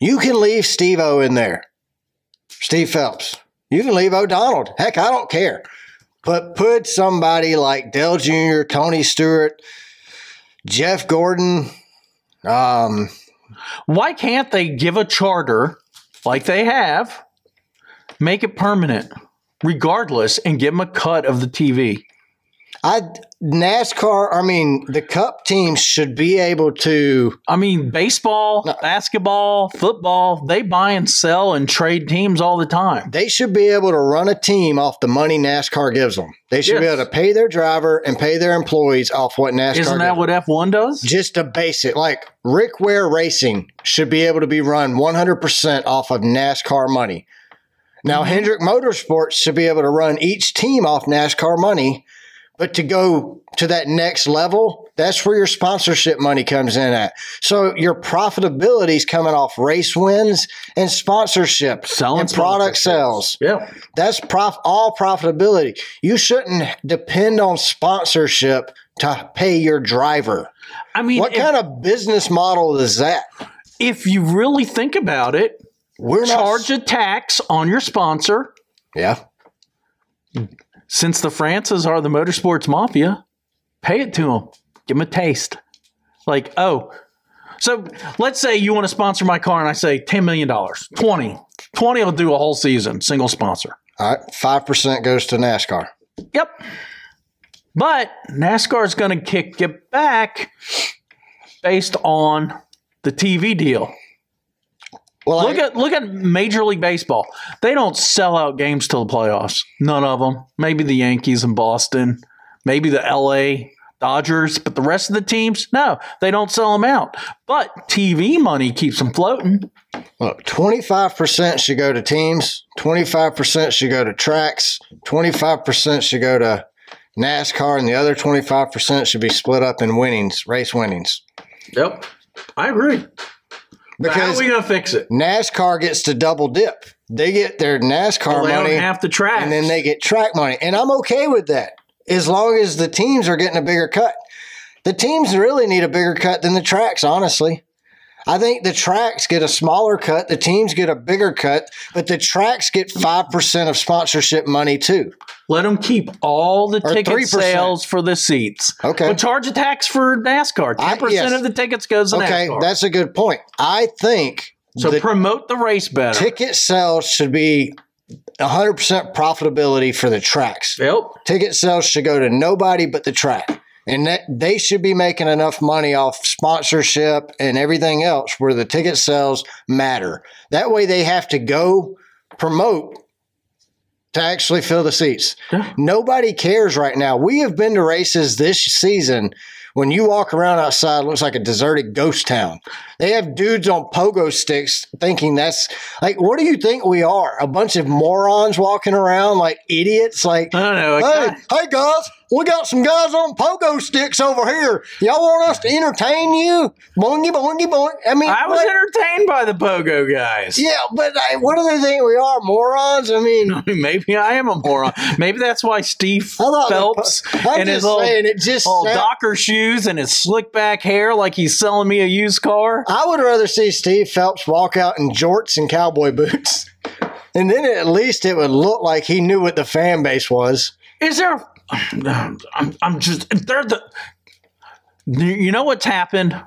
Speaker 2: You can leave Steve O in there, Steve Phelps. You can leave O'Donnell. Heck, I don't care. But put somebody like Dell Jr., Tony Stewart, Jeff Gordon. Um,
Speaker 1: Why can't they give a charter like they have, make it permanent, regardless, and give them a cut of the TV?
Speaker 2: I NASCAR. I mean, the Cup teams should be able to.
Speaker 1: I mean, baseball, basketball, football, they buy and sell and trade teams all the time.
Speaker 2: They should be able to run a team off the money NASCAR gives them. They should be
Speaker 1: Yes.
Speaker 2: able to pay their driver and pay their employees off what NASCAR.
Speaker 1: Isn't
Speaker 2: gives
Speaker 1: that what F1 does?
Speaker 2: just a basic like Rick Ware Racing should be able to be run 100% off of NASCAR money. Now
Speaker 1: Mm-hmm.
Speaker 2: Hendrick Motorsports should be able to run each team off NASCAR money, but to go to that next level, that's where your sponsorship money comes in at. So your profitability is coming off race wins and sponsorship
Speaker 1: Selling
Speaker 2: and product
Speaker 1: sponsorships.
Speaker 2: sales.
Speaker 1: Yeah.
Speaker 2: That's prof- all profitability. You shouldn't depend on sponsorship to pay your driver.
Speaker 1: I mean,
Speaker 2: What
Speaker 1: if,
Speaker 2: kind of business model is that?
Speaker 1: if you really think about it,
Speaker 2: We're
Speaker 1: charge a tax on your sponsor.
Speaker 2: Yeah,
Speaker 1: Since the Frances are the motorsports mafia, pay it to them. Give them a taste. Like, oh, So let's say you want to sponsor my car, and I say ten million dollars, twenty, twenty. I'll do a whole season, single sponsor.
Speaker 2: All right, five percent goes to NASCAR.
Speaker 1: Yep. But NASCAR's going to kick it back based on the TV deal.
Speaker 2: Well,
Speaker 1: Look at look at Major League Baseball. They don't sell out games till the playoffs. None of them. Maybe the Yankees in Boston, maybe the LA Dodgers, but the rest of the teams, no, they don't sell them out. But TV money keeps them floating.
Speaker 2: Look, 25% should go to teams, 25% should go to tracks, 25% should go to NASCAR, and the other 25% should be split up in winnings, race winnings.
Speaker 1: Yep. I agree. How
Speaker 2: Because
Speaker 1: are we going to fix it?
Speaker 2: NASCAR gets to double dip. They get their NASCAR
Speaker 1: They don't
Speaker 2: money
Speaker 1: have to track.
Speaker 2: and then they get track money. And I'm okay with that as long as the teams are getting a bigger cut. The teams really need a bigger cut than the tracks, honestly. I think the tracks get a smaller cut, the teams get a bigger cut, but the tracks get 5% of sponsorship money too.
Speaker 1: Let them keep all the
Speaker 2: Or
Speaker 1: ticket
Speaker 2: 3%.
Speaker 1: sales for the seats.
Speaker 2: Okay.
Speaker 1: But charge a tax for NASCAR.
Speaker 2: I-
Speaker 1: Ten percent
Speaker 2: yes.
Speaker 1: of the tickets goes to
Speaker 2: Okay,
Speaker 1: NASCAR.
Speaker 2: that's a good point. I think
Speaker 1: so
Speaker 2: the
Speaker 1: promote the race better.
Speaker 2: ticket sales should be 100% profitability for the tracks.
Speaker 1: yep.
Speaker 2: ticket sales should go to nobody but the track and that they should be making enough money off sponsorship and everything else where the ticket sales matter that way they have to go promote to actually fill the seats
Speaker 1: Yeah.
Speaker 2: nobody cares right now we have been to races this season when you walk around outside it looks like a deserted ghost town they have dudes on pogo sticks thinking that's like what do you think we are a bunch of morons walking around like idiots like
Speaker 1: I don't know.
Speaker 2: Hey,
Speaker 1: I-
Speaker 2: hey guys, we got some guys on pogo sticks over here. Y'all want us to entertain you? Boingy, boingy, boing. I mean,
Speaker 1: I was
Speaker 2: what-
Speaker 1: entertained by the pogo guys.
Speaker 2: yeah, but I, what do they think we are, morons? I mean, I
Speaker 1: Maybe I am a moron. Maybe that's why Steve
Speaker 2: thought the po-
Speaker 1: Phelps
Speaker 2: I'm
Speaker 1: and his
Speaker 2: just
Speaker 1: old,
Speaker 2: saying, it just.
Speaker 1: old
Speaker 2: sound-
Speaker 1: Docker shoes and his slick back hair, like he's selling me a used car.
Speaker 2: I would rather see Steve Phelps walk out in jorts and cowboy boots, and then at least it would look like he knew what the fan base was.
Speaker 1: Is there? I'm, I'm just. They're the. You know what's happened?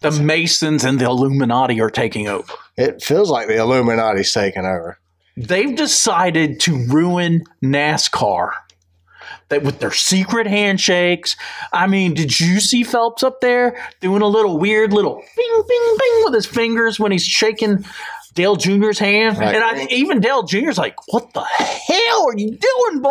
Speaker 1: The Masons and the Illuminati are taking over.
Speaker 2: It feels like the Illuminati's taking over.
Speaker 1: They've decided to ruin NASCAR. That with their secret handshakes. I mean, did you see Phelps up there doing a little weird little bing, bing, bing with his fingers when he's shaking Dale Jr.'s hand?
Speaker 2: Right.
Speaker 1: And I, even Dale Jr.'s like, "What the hell are you doing, boy?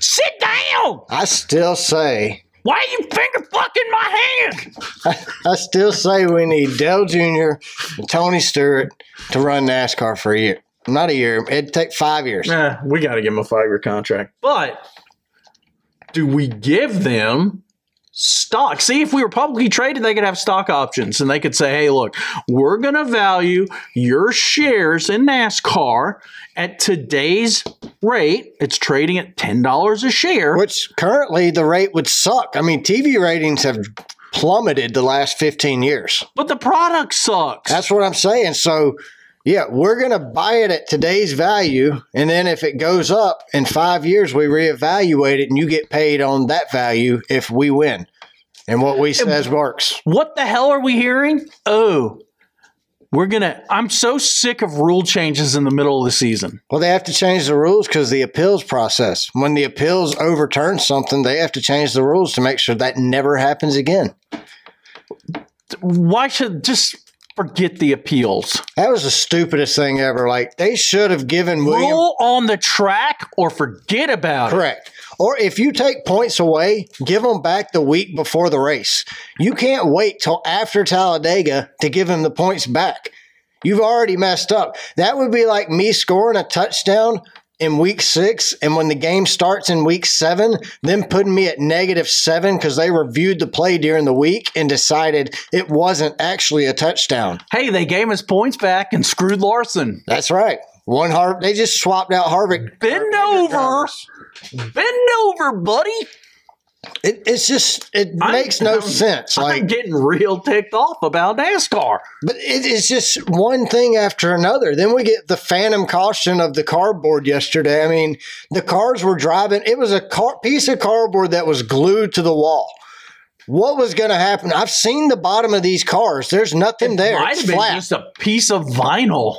Speaker 1: Sit down!
Speaker 2: I still say
Speaker 1: Why are you finger fucking my hand?"
Speaker 2: I still say we need Dell Jr. and Tony Stewart to run NASCAR for a year. Not a year. It'd take five years.
Speaker 1: Nah, we got to give them a five year contract. But do we give them stock? See, if we were publicly traded, they could have stock options and they could say, hey, look, we're going to value your shares in NASCAR at today's rate. It's trading at $10 a share.
Speaker 2: Which currently the rate would suck. I mean, TV ratings have plummeted the last 15 years.
Speaker 1: But the product sucks.
Speaker 2: That's what I'm saying. So, yeah, we're going to buy it at today's value. And then if it goes up in five years, we reevaluate it and you get paid on that value if we win. And what we says works.
Speaker 1: what the hell are we hearing? Oh, we're going to. I'm so sick of rule changes in the middle of the season.
Speaker 2: Well, they have to change the rules because the appeals process. When the appeals overturn something, they have to change the rules to make sure that never happens again.
Speaker 1: Why should just forget the appeals?
Speaker 2: That was the stupidest thing ever. Like they should have given William
Speaker 1: rule on the track or forget about it.
Speaker 2: correct. Or if you take points away, give them back the week before the race. You can't wait till after Talladega to give him the points back. You've already messed up. That would be like me scoring a touchdown in week six, and when the game starts in week seven, them putting me at negative seven because they reviewed the play during the week and decided it wasn't actually a touchdown.
Speaker 1: Hey, they gave us points back and screwed Larson.
Speaker 2: That's right. One Harv, they just swapped out Harvick.
Speaker 1: Bend over. Bend over, buddy.
Speaker 2: It, it's just it
Speaker 1: I'm-
Speaker 2: makes no sense. Like
Speaker 1: I'm getting real ticked off about NASCAR.
Speaker 2: But it is just one thing after another. Then we get the phantom caution of the cardboard yesterday. I mean, the cars were driving. It was a car, piece of cardboard that was glued to the wall. what was going to happen? I've seen the bottom of these cars. There's nothing there.
Speaker 1: Might
Speaker 2: It's
Speaker 1: have been
Speaker 2: flat.
Speaker 1: just a piece of vinyl.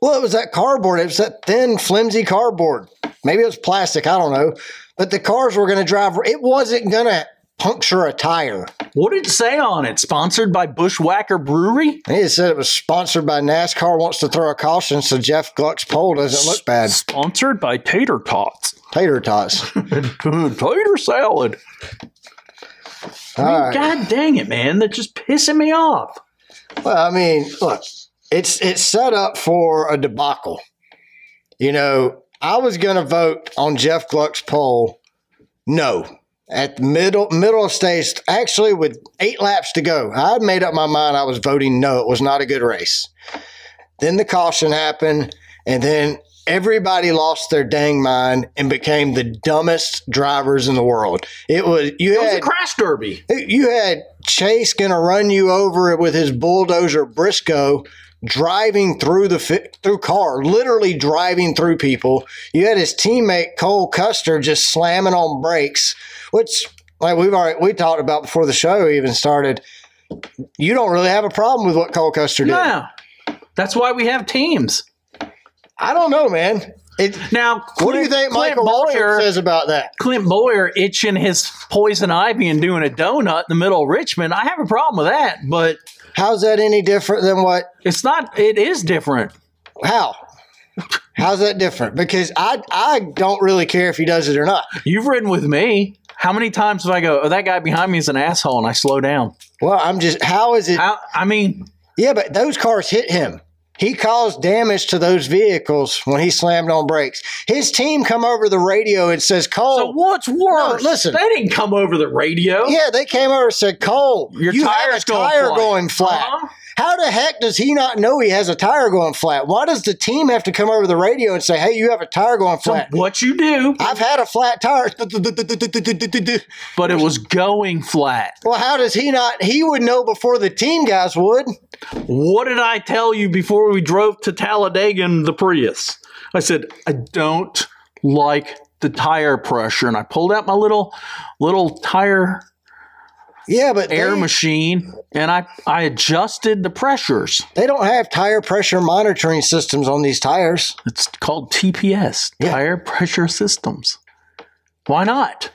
Speaker 2: Well, it was that cardboard. It was that thin, flimsy cardboard. Maybe it was plastic. I don't know. But the cars were going to drive. It wasn't going to puncture a tire.
Speaker 1: What did it say on it? Sponsored by Bushwhacker Brewery?
Speaker 2: He said it was sponsored by NASCAR. Wants to throw a caution so Jeff Gluck's pole doesn't look bad.
Speaker 1: Sponsored by Tater Tots.
Speaker 2: Tater tots.
Speaker 1: Tater salad.
Speaker 2: All right.
Speaker 1: God dang it, man. That's just pissing me off.
Speaker 2: Well, I mean, look, it's it's set up for a debacle. You know, I was going to vote on Jeff Gluck's poll, no, at the middle middle of stage. Actually, with eight laps to go, I had made up my mind. I was voting no. It was not a good race. Then the caution happened, and then everybody lost their dang mind and became the dumbest drivers in the world. It was you
Speaker 1: It was a
Speaker 2: had
Speaker 1: crash derby.
Speaker 2: you had Chase going to run you over with his bulldozer Briscoe driving through the fi- through car, literally driving through people. You had his teammate Cole Custer just slamming on brakes, which like we've already we talked about before the show even started. You don't really have a problem with what Cole Custer did.
Speaker 1: Yeah. That's why we have teams.
Speaker 2: I don't know, man. It,
Speaker 1: Now,
Speaker 2: what do you
Speaker 1: Clint-
Speaker 2: think
Speaker 1: Clint
Speaker 2: Michael Walker
Speaker 1: Boyer-
Speaker 2: says about that?
Speaker 1: Clint Boyer itching his poison ivy and doing a donut in the middle of Richmond. I have a problem with that, but
Speaker 2: How's that any different than what
Speaker 1: it's not. It is different.
Speaker 2: How? How's that different? Because I I don't really care if he does it or not.
Speaker 1: You've ridden with me. How many times have I go? Oh, that guy behind me is an asshole, and I slow down.
Speaker 2: Well, I'm just how is it?
Speaker 1: I, I mean,
Speaker 2: Yeah, but those cars hit him. He caused damage to those vehicles when he slammed on brakes. His team come over the radio and says,
Speaker 1: so
Speaker 2: "Cole,
Speaker 1: what's worse?
Speaker 2: Oh, listen.
Speaker 1: they didn't come over the radio.
Speaker 2: yeah, they came over and said, Cole,
Speaker 1: Your
Speaker 2: you have
Speaker 1: tire's
Speaker 2: a
Speaker 1: going
Speaker 2: tire
Speaker 1: flat."
Speaker 2: going flat.
Speaker 1: Uh-huh.
Speaker 2: How the heck does he not know he has a tire going flat? Why does the team have to come over the radio and say, hey, you have a tire going
Speaker 1: So
Speaker 2: flat?
Speaker 1: what you do?
Speaker 2: I've had a flat tire.
Speaker 1: But it was going flat.
Speaker 2: Well, how does he not? He would know before the team guys would.
Speaker 1: What did I tell you before we drove to Talladega in the Prius? I said, I don't like the tire pressure. And I pulled out my little little tire
Speaker 2: Yeah, but
Speaker 1: air
Speaker 2: they,
Speaker 1: machine and I, I adjusted the pressures.
Speaker 2: they don't have tire pressure monitoring systems on these tires.
Speaker 1: It's called TPS,
Speaker 2: Yeah.
Speaker 1: tire pressure systems. Why not?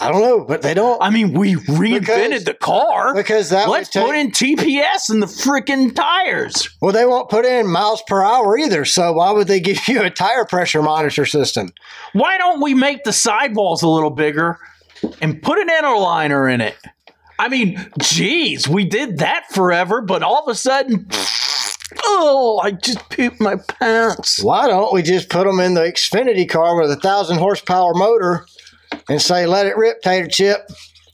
Speaker 2: I don't know, but they don't
Speaker 1: I mean, we reinvented
Speaker 2: Because-
Speaker 1: the car.
Speaker 2: because that
Speaker 1: Let's
Speaker 2: would take,
Speaker 1: put in TPS in the freaking tires.
Speaker 2: well, they won't put in miles per hour either. So why would they give you a tire pressure monitor system?
Speaker 1: Why don't we make the sidewalls a little bigger and put an interliner in it? I mean, geez, we did that forever, but all of a sudden, oh, I just pooped my pants.
Speaker 2: Why don't we just put them in the Xfinity car with a thousand horsepower motor and say, "Let it rip, Tater Chip.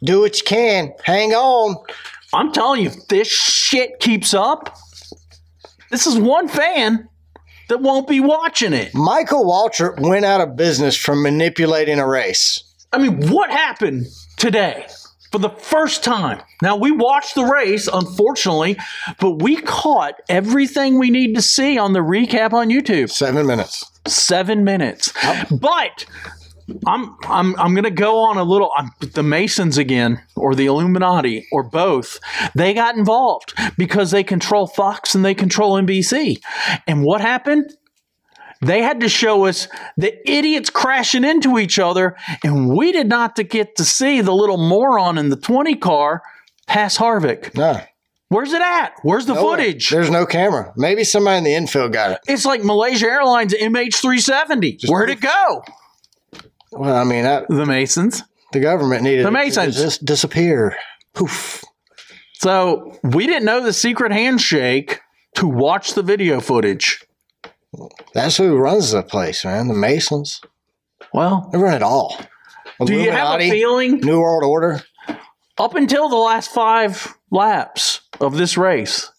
Speaker 2: Do what you can. Hang on."
Speaker 1: I'm telling you, if this shit keeps up, this is one fan that won't be watching it.
Speaker 2: Michael Waltrip went out of business from manipulating a race.
Speaker 1: I mean, what happened today for the first time? Now, we watched the race, unfortunately, but we caught everything we need to see on the recap on YouTube.
Speaker 2: Seven minutes.
Speaker 1: Seven minutes. But. I'm I'm I'm gonna go on a little. I'm, the Masons again, or the Illuminati, or both. They got involved because they control Fox and they control NBC. And what happened? They had to show us the idiots crashing into each other, and we did not to get to see the little moron in the 20 car pass Harvick.
Speaker 2: No.
Speaker 1: Where's it at? Where's the
Speaker 2: nowhere.
Speaker 1: Oh, footage?
Speaker 2: There's no camera. Maybe somebody in the infield got it.
Speaker 1: It's like Malaysia Airlines MH370. Where'd it go?
Speaker 2: Well, I mean, that,
Speaker 1: The Masons.
Speaker 2: the government needed
Speaker 1: The
Speaker 2: it to
Speaker 1: Masons.
Speaker 2: just disappear. Poof.
Speaker 1: So we didn't know the secret handshake to watch the video footage.
Speaker 2: That's who runs the place, man. The Masons.
Speaker 1: Well,
Speaker 2: They run it all.
Speaker 1: do you have a
Speaker 2: Illuminati,
Speaker 1: feeling?
Speaker 2: New World Order.
Speaker 1: Up until the last five laps of this race,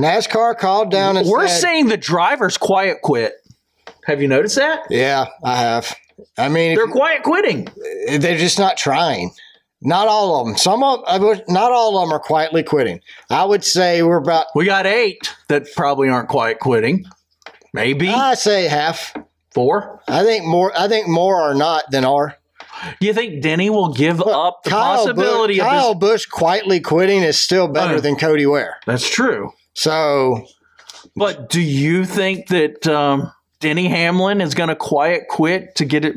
Speaker 2: NASCAR called down and
Speaker 1: we're
Speaker 2: said,
Speaker 1: seeing the drivers quiet quit. Have you noticed that?
Speaker 2: Yeah, I have. I mean, if
Speaker 1: They're quiet quitting.
Speaker 2: they're just not trying. Not all of them. Some of I would- not all of them are quietly quitting. I would say we're about.
Speaker 1: We got eight that probably aren't quiet quitting. Maybe
Speaker 2: I say half.
Speaker 1: four.
Speaker 2: I think more. I think more are not than are.
Speaker 1: You think Denny will give up the
Speaker 2: Kyle Bu-
Speaker 1: possibility of
Speaker 2: Kyle
Speaker 1: his?
Speaker 2: Bush quietly quitting is still better
Speaker 1: Oh.
Speaker 2: than Cody Ware.
Speaker 1: That's true.
Speaker 2: So
Speaker 1: But do you think that um, Denny Hamlin is going to quiet quit to get it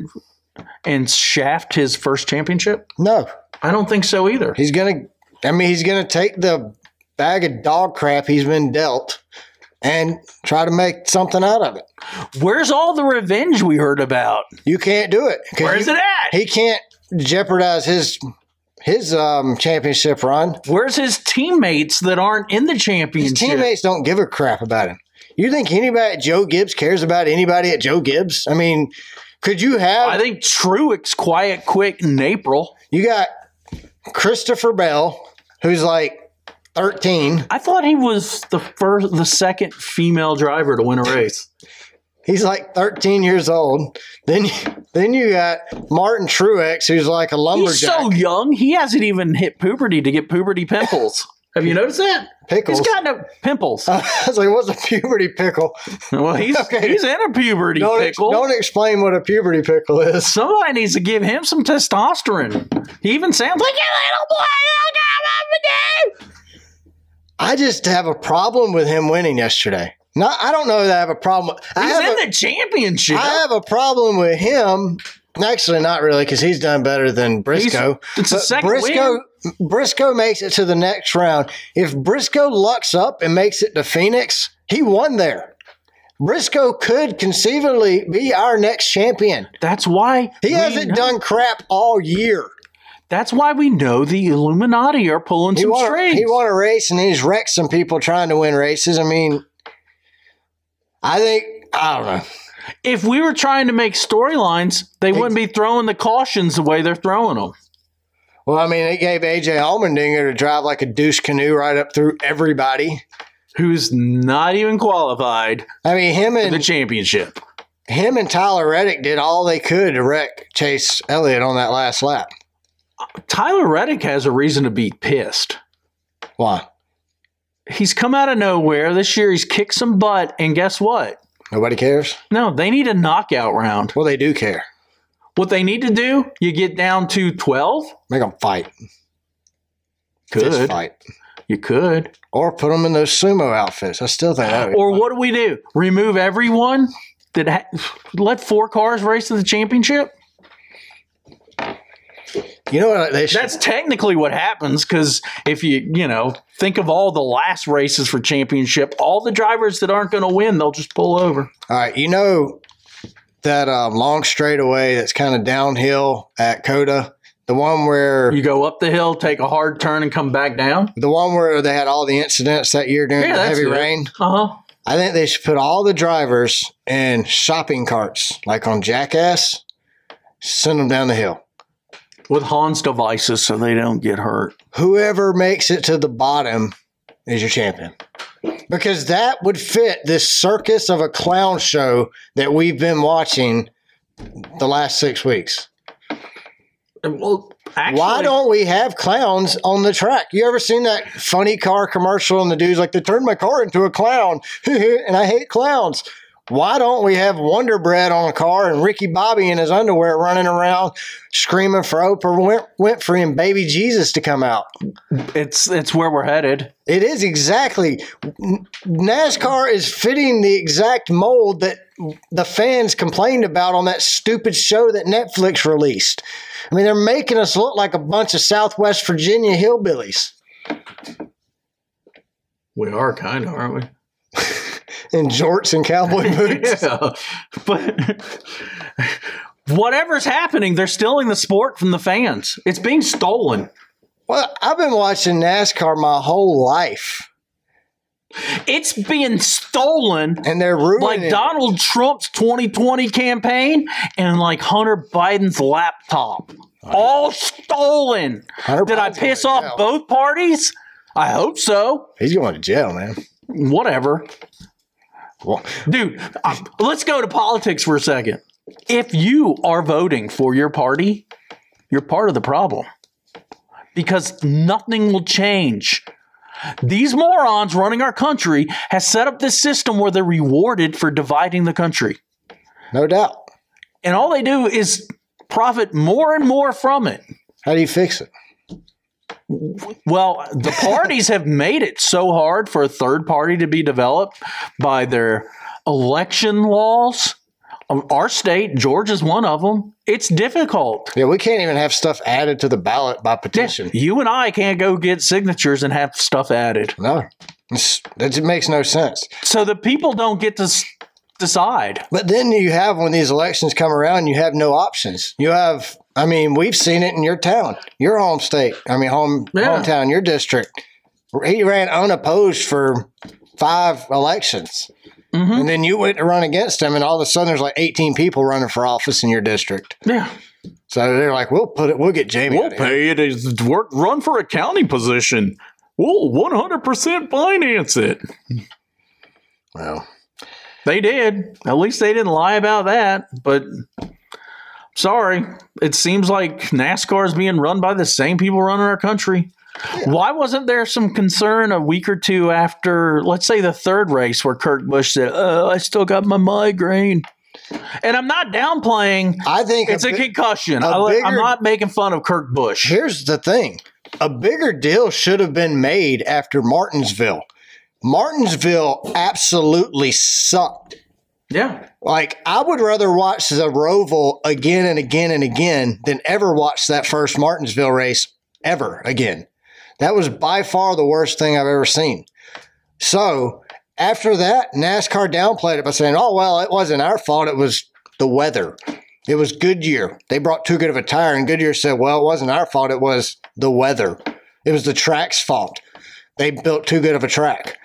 Speaker 1: and shaft his first championship?
Speaker 2: no,
Speaker 1: I don't think so either.
Speaker 2: he's gonna. I mean, he's gonna take the bag of dog crap he's been dealt and try to make something out of it.
Speaker 1: Where's all the revenge we heard about?
Speaker 2: You can't do it. 'cause
Speaker 1: Where
Speaker 2: you-
Speaker 1: is it at?
Speaker 2: He can't jeopardize his his um, championship run.
Speaker 1: Where's his teammates that aren't in the
Speaker 2: His
Speaker 1: championship?
Speaker 2: teammates don't give a crap about him. You think anybody at Joe Gibbs cares about anybody at Joe Gibbs? I mean, could you have
Speaker 1: I think Truex quiet quit in April.
Speaker 2: You got Christopher Bell, who's like 13.
Speaker 1: I thought he was the first, the second female driver to win a race.
Speaker 2: He's like 13 years old. Then, then you got Martin Truex, who's like a
Speaker 1: He's
Speaker 2: lumberjack.
Speaker 1: so young; he hasn't even hit puberty to get puberty pimples. Have you noticed that?
Speaker 2: pickles.
Speaker 1: He's got no pimples.
Speaker 2: I was like, what's a puberty pickle?
Speaker 1: well, he's
Speaker 2: okay.
Speaker 1: he's in a puberty
Speaker 2: Don't, ex-
Speaker 1: pickle.
Speaker 2: don't explain what a puberty pickle is.
Speaker 1: Somebody needs to give him some testosterone. He even sounds like a little boy.
Speaker 2: I just have a problem with him winning yesterday. No, I don't know that I have a problem. I
Speaker 1: He's
Speaker 2: have a-
Speaker 1: in the championship.
Speaker 2: I have a problem with him. Actually, not really, because he's done better than Briscoe.
Speaker 1: it's his
Speaker 2: But
Speaker 1: second
Speaker 2: Briscoe, Briscoe makes it to the next round. If Briscoe lucks up and makes it to Phoenix, he won there. Briscoe could conceivably be our next champion.
Speaker 1: That's why
Speaker 2: He
Speaker 1: we
Speaker 2: hasn't
Speaker 1: know-
Speaker 2: done crap all year.
Speaker 1: That's why we know the Illuminati are pulling
Speaker 2: He
Speaker 1: some
Speaker 2: won, a,
Speaker 1: strings.
Speaker 2: he won a race and he's wrecked some people trying to win races. I mean, I think, I don't know.
Speaker 1: if we were trying to make storylines, they wouldn't be throwing the cautions the way they're throwing them.
Speaker 2: Well, I mean, it gave AJ Allmendinger to drive like a douche canoe right up through everybody.
Speaker 1: Who's not even qualified
Speaker 2: I mean, him
Speaker 1: for the
Speaker 2: and
Speaker 1: championship?
Speaker 2: him and Tyler Reddick did all they could to wreck Chase Elliott on that last lap.
Speaker 1: Tyler Reddick has a reason to be pissed.
Speaker 2: Why?
Speaker 1: He's come out of nowhere this year. He's kicked some butt, and guess what?
Speaker 2: Nobody cares.
Speaker 1: No, they need a knockout round.
Speaker 2: Well, they do care.
Speaker 1: What they need to do, you get down to twelve.
Speaker 2: Make them fight. Fist
Speaker 1: Could
Speaker 2: fight.
Speaker 1: you could?
Speaker 2: Or put them in those sumo outfits. I still think that. would be
Speaker 1: Or
Speaker 2: fun.
Speaker 1: what do we do? Remove everyone that ha- let four cars race to the championship?
Speaker 2: You know what? They should,
Speaker 1: That's technically what happens because if you you know think of all the last races for championship, all the drivers that aren't going to win, they'll just pull over.
Speaker 2: all right. You know that um, long straightaway that's kind of downhill at Coda, the one where
Speaker 1: You go up the hill, take a hard turn, and come back down.
Speaker 2: the one where they had all the incidents that year during
Speaker 1: Yeah,
Speaker 2: the
Speaker 1: that's
Speaker 2: heavy
Speaker 1: it.
Speaker 2: rain.
Speaker 1: Uh huh.
Speaker 2: I think they should put all the drivers in shopping carts, like on Jackass, send them down the hill.
Speaker 1: With Hans devices, so they don't get hurt.
Speaker 2: Whoever makes it to the bottom is your champion. Because that would fit this circus of a clown show that we've been watching the last six weeks.
Speaker 1: Well, actually,
Speaker 2: Why don't we have clowns on the track? You ever seen that funny car commercial and the dude's like, they turned my car into a clown and I hate clowns. Why don't we have Wonder Bread on a car and Ricky Bobby in his underwear running around screaming for Oprah Win- Winfrey and baby Jesus to come out?
Speaker 1: It's it's where we're headed.
Speaker 2: It is exactly. N- NASCAR is fitting the exact mold that the fans complained about on that stupid show that Netflix released. I mean, they're making us look like a bunch of Southwest Virginia hillbillies.
Speaker 1: We are kind of, aren't we?
Speaker 2: In jorts and cowboy boots.
Speaker 1: yeah, but whatever's happening, they're stealing the sport from the fans. It's being stolen.
Speaker 2: Well, I've been watching NASCAR my whole life,
Speaker 1: It's being stolen
Speaker 2: and they're ruining.
Speaker 1: like
Speaker 2: it.
Speaker 1: Donald Trump's 2020 campaign and like Hunter Biden's laptop. All stolen.
Speaker 2: Hunter
Speaker 1: Did I
Speaker 2: Biden's going
Speaker 1: piss
Speaker 2: to
Speaker 1: off
Speaker 2: jail.
Speaker 1: both parties? I hope so.
Speaker 2: He's going to jail, man.
Speaker 1: Whatever.
Speaker 2: Well,
Speaker 1: Dude, uh, let's go to politics for a second. If you are voting for your party, you're part of the problem because nothing will change. These morons running our country has set up this system where they're rewarded for dividing the country.
Speaker 2: no doubt.
Speaker 1: and all they do is profit more and more from it.
Speaker 2: How do you fix it?
Speaker 1: Well, the parties have made it so hard for a third party to be developed by their election laws. Um, Our state, Georgia's one of them. It's difficult.
Speaker 2: Yeah, we can't even have stuff added to the ballot by petition.
Speaker 1: You and I can't go get signatures and have stuff added.
Speaker 2: No, it's, that just makes no sense.
Speaker 1: So the people don't get to s- decide.
Speaker 2: But then you have when these elections come around, you have no options. You have, I mean, we've seen it in your town, your home state. I mean, home
Speaker 1: Yeah.
Speaker 2: hometown, your district. He ran unopposed for five elections,
Speaker 1: hmm
Speaker 2: and then you went to run against him, and all of a sudden there's like 18 people running for office in your district.
Speaker 1: Yeah.
Speaker 2: So they're like, "We'll put it. We'll get Jamie."
Speaker 1: We'll
Speaker 2: out of here.
Speaker 1: pay it as work run for a county position. We'll 100% finance it.
Speaker 2: Well,
Speaker 1: They did. At least they didn't lie about that. But sorry, it seems like NASCAR is being run by the same people running our country. Why wasn't there some concern a week or two after, let's say, the third race where Kurt Busch said, "Oh, I still got my migraine," and I'm not downplaying.
Speaker 2: I think
Speaker 1: It's a
Speaker 2: bi-
Speaker 1: concussion.
Speaker 2: a
Speaker 1: I, I'm
Speaker 2: bigger-
Speaker 1: not making fun of Kirk Bush.
Speaker 2: Here's the thing a bigger deal should have been made after Martinsville. Martinsville absolutely sucked.
Speaker 1: Yeah,
Speaker 2: Like, I would rather watch the Roval again and again and again than ever watch that first Martinsville race ever again. That was by far the worst thing I've ever seen. So, after that, NASCAR downplayed it by saying, oh, well, it wasn't our fault. It was the weather. It was Goodyear. They brought too good of a tire, and Goodyear said, well, it wasn't our fault. It was the weather. It was the track's fault. They built too good of a track.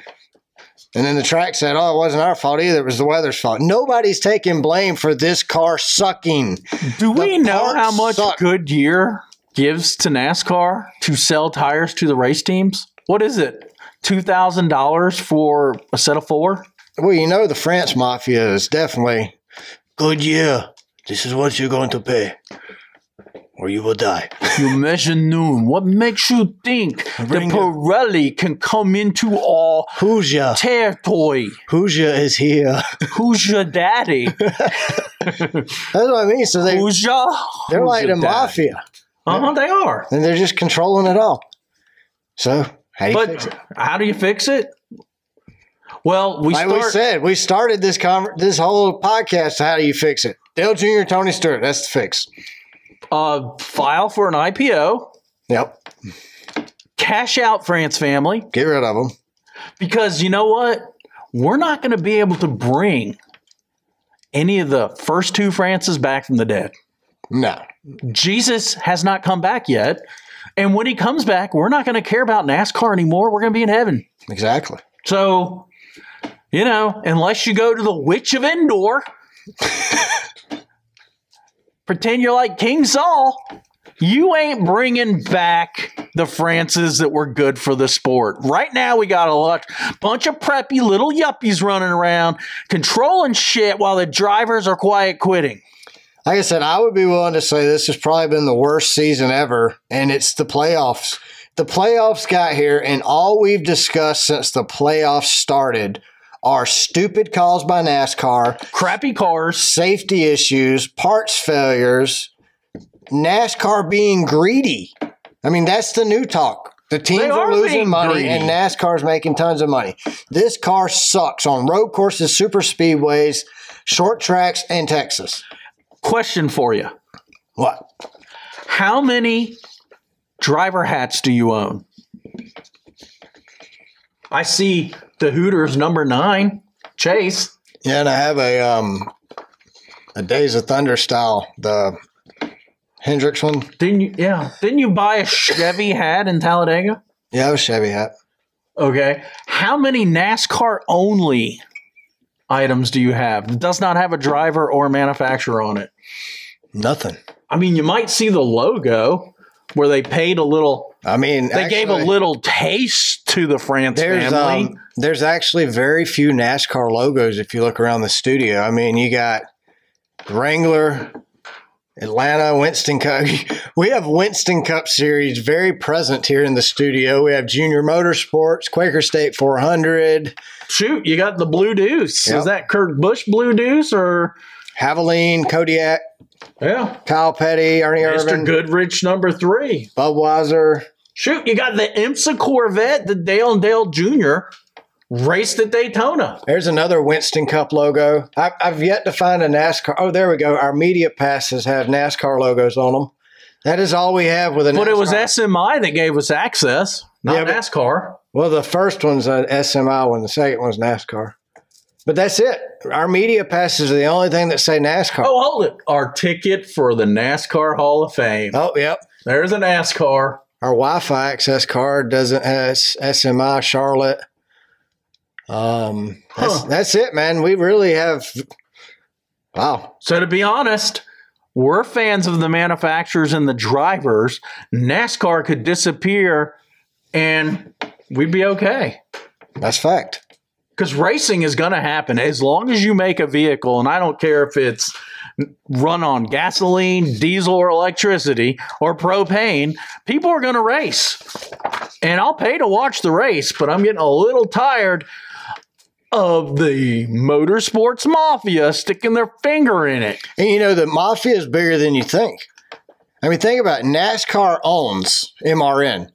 Speaker 2: And then the track said, oh, it wasn't our fault either. It was the weather's fault. Nobody's taking blame for this car sucking.
Speaker 1: Do
Speaker 2: The
Speaker 1: we know
Speaker 2: parts
Speaker 1: how much
Speaker 2: suck.
Speaker 1: Goodyear gives to NASCAR to sell tires to the race teams? What is it? Two thousand dollars for a set of four?
Speaker 2: Well, you know, the France mafia is definitely Goodyear. This is what you're going to pay, or you will die.
Speaker 1: You measure noon. What makes you think the
Speaker 2: Bring it.
Speaker 1: Pirelli can come into our
Speaker 2: Who's ya?
Speaker 1: territory?
Speaker 2: Who's ya is here.
Speaker 1: Who's your daddy?
Speaker 2: That's what I mean. So they,
Speaker 1: Who's your?
Speaker 2: they're
Speaker 1: who's
Speaker 2: like the
Speaker 1: your daddy?
Speaker 2: mafia,
Speaker 1: Uh-huh, they are.
Speaker 2: and they're just controlling it all. So, how do you fix it?
Speaker 1: But how do you fix it? Well, we
Speaker 2: Like
Speaker 1: start.
Speaker 2: we said, we started this conver- this whole podcast. How do you fix it? Dale Jr., Tony Stewart. That's the fix.
Speaker 1: uh, file for an IPO.
Speaker 2: Yep.
Speaker 1: Cash out France family.
Speaker 2: Get rid of them.
Speaker 1: Because you know what? We're not going to be able to bring any of the first two Francis back from the dead.
Speaker 2: No.
Speaker 1: Jesus has not come back yet. And when he comes back, we're not going to care about NASCAR anymore. We're going to be in heaven.
Speaker 2: Exactly.
Speaker 1: So, you know, unless you go to the Witch of Endor, pretend you're like King Saul, you ain't bringing back the Frances that were good for the sport. Right now, we got a lot, bunch of preppy little yuppies running around controlling shit while the drivers are quiet quitting.
Speaker 2: Like I said, I would be willing to say this has probably been the worst season ever, and it's the playoffs. The playoffs got here, and all we've discussed since the playoffs started are stupid calls by NASCAR,
Speaker 1: Crappy cars.
Speaker 2: safety issues, parts failures, NASCAR being greedy. I mean, that's the new talk. The teams
Speaker 1: They
Speaker 2: are
Speaker 1: are
Speaker 2: losing
Speaker 1: being
Speaker 2: money,
Speaker 1: greedy.
Speaker 2: and NASCAR's making tons of money. This car sucks on road courses, super speedways, short tracks, and Texas.
Speaker 1: Question for you
Speaker 2: What?
Speaker 1: How many driver hats do you own? I see the Hooters number nine, Chase.
Speaker 2: Yeah, and I have a um a Days of Thunder style, the Hendrix one.
Speaker 1: Didn't you? Yeah. Didn't you buy a Chevy hat in Talladega?
Speaker 2: Yeah, it was Chevy hat.
Speaker 1: Okay. How many NASCAR only items do you have that does not have a driver or manufacturer on it?
Speaker 2: Nothing.
Speaker 1: I mean, you might see the logo where they paid a little.
Speaker 2: I mean,
Speaker 1: They gave a
Speaker 2: actually,
Speaker 1: little taste to the France
Speaker 2: There's
Speaker 1: family.
Speaker 2: um, there's actually very few NASCAR logos if you look around the studio. I mean, you got Wrangler, Atlanta, Winston Cup. We have Winston Cup series very present here in the studio. We have Junior Motorsports, Quaker State 400,
Speaker 1: Shoot, you got the Blue Deuce.
Speaker 2: Yep.
Speaker 1: Is that Kirk Bush Blue Deuce or
Speaker 2: Haviline, Kodiak.
Speaker 1: Yeah.
Speaker 2: Kyle Petty, Ernie
Speaker 1: Mr.
Speaker 2: Irvin,
Speaker 1: Goodrich number three.
Speaker 2: Budweiser.
Speaker 1: Shoot, you got the IMSA Corvette that Dale and Dale Jr. raced at Daytona.
Speaker 2: There's another Winston Cup logo. I, I've yet to find a NASCAR. Oh, there we go. Our media passes have NASCAR logos on them. That is all we have with a NASCAR.
Speaker 1: But it was SMI that gave us access,
Speaker 2: Yeah,
Speaker 1: not
Speaker 2: but-
Speaker 1: NASCAR.
Speaker 2: Well, the first one's an SMI one. The second one's NASCAR. But that's it. Our media passes are the only thing that say NASCAR. Oh,
Speaker 1: Oh, hold it. Our ticket for the NASCAR Hall of Fame.
Speaker 2: Oh, yep.
Speaker 1: There's a NASCAR.
Speaker 2: Our Wi-Fi access card doesn't have S- SMI Charlotte. Um, that's,
Speaker 1: Huh.
Speaker 2: that's it, man. We really have. Wow.
Speaker 1: So to be honest, we're fans of the manufacturers and the drivers. NASCAR could disappear and we'd be okay.
Speaker 2: That's fact.
Speaker 1: Because racing is going to happen as long as you make a vehicle, and I don't care if it's run on gasoline, diesel, or electricity, or propane, people are going to race. And I'll pay to watch the race, but I'm getting a little tired of the motorsports mafia sticking their finger in it.
Speaker 2: And you know, the mafia is bigger than you think. I mean, think about it. NASCAR owns MRN.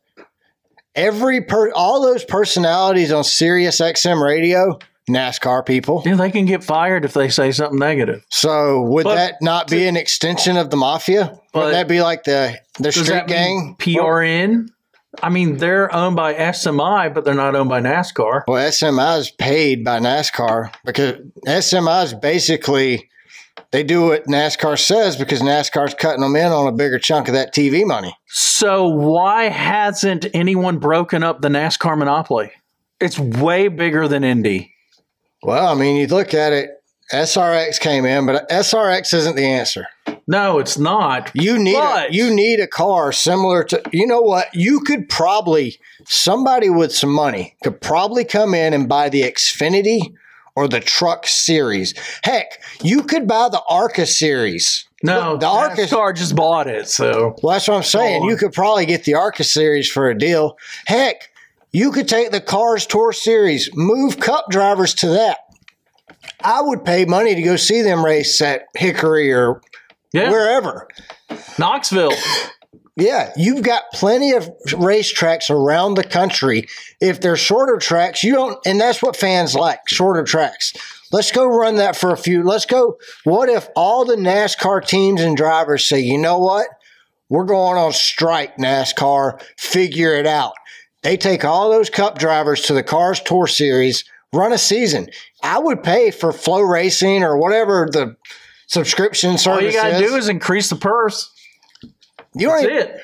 Speaker 2: Every per all those personalities on Sirius XM radio, NASCAR people.
Speaker 1: Yeah, they can get fired if they say something negative.
Speaker 2: So would
Speaker 1: But-
Speaker 2: that not be an extension of the mafia?
Speaker 1: But-
Speaker 2: would that be like the the
Speaker 1: Does
Speaker 2: street
Speaker 1: that
Speaker 2: gang?
Speaker 1: mean PRN? I mean, they're owned by SMI, but they're not owned by NASCAR.
Speaker 2: Well, SMI is paid by NASCAR because SMI is basically they do what NASCAR says because NASCAR's cutting them in on a bigger chunk of that TV money.
Speaker 1: So why hasn't anyone broken up the NASCAR monopoly? It's way bigger than Indy.
Speaker 2: Well, I mean, you look at it. SRX came in, but SRX isn't the answer.
Speaker 1: No, it's not.
Speaker 2: You need a,
Speaker 1: But-
Speaker 2: you need a car similar to you know what you could probably somebody with some money could probably come in and buy the Xfinity or the truck series. Heck, you could buy the Arca series.
Speaker 1: No,
Speaker 2: The
Speaker 1: the
Speaker 2: Arcus-
Speaker 1: NASCAR just bought it. So
Speaker 2: Well, that's what I'm saying.
Speaker 1: on.
Speaker 2: You could probably get the Arca series for a deal. Heck, you could take the Cars Tour series, move cup drivers to that. I would pay money to go see them race at Hickory or
Speaker 1: yeah,
Speaker 2: wherever.
Speaker 1: Knoxville.
Speaker 2: Yeah, you've got plenty of racetracks around the country. If they're shorter tracks, you don't, and that's what fans like shorter tracks. Let's go run that for a few. Let's go. What if all the NASCAR teams and drivers say, you know what? We're going on strike, NASCAR. Figure it out. They take all those cup drivers to the Cars Tour Series, run a season. I would pay for Flow Racing or whatever the subscription
Speaker 1: All you
Speaker 2: service
Speaker 1: gotta
Speaker 2: is.
Speaker 1: do is increase the purse.
Speaker 2: you don't
Speaker 1: That's
Speaker 2: even-
Speaker 1: it.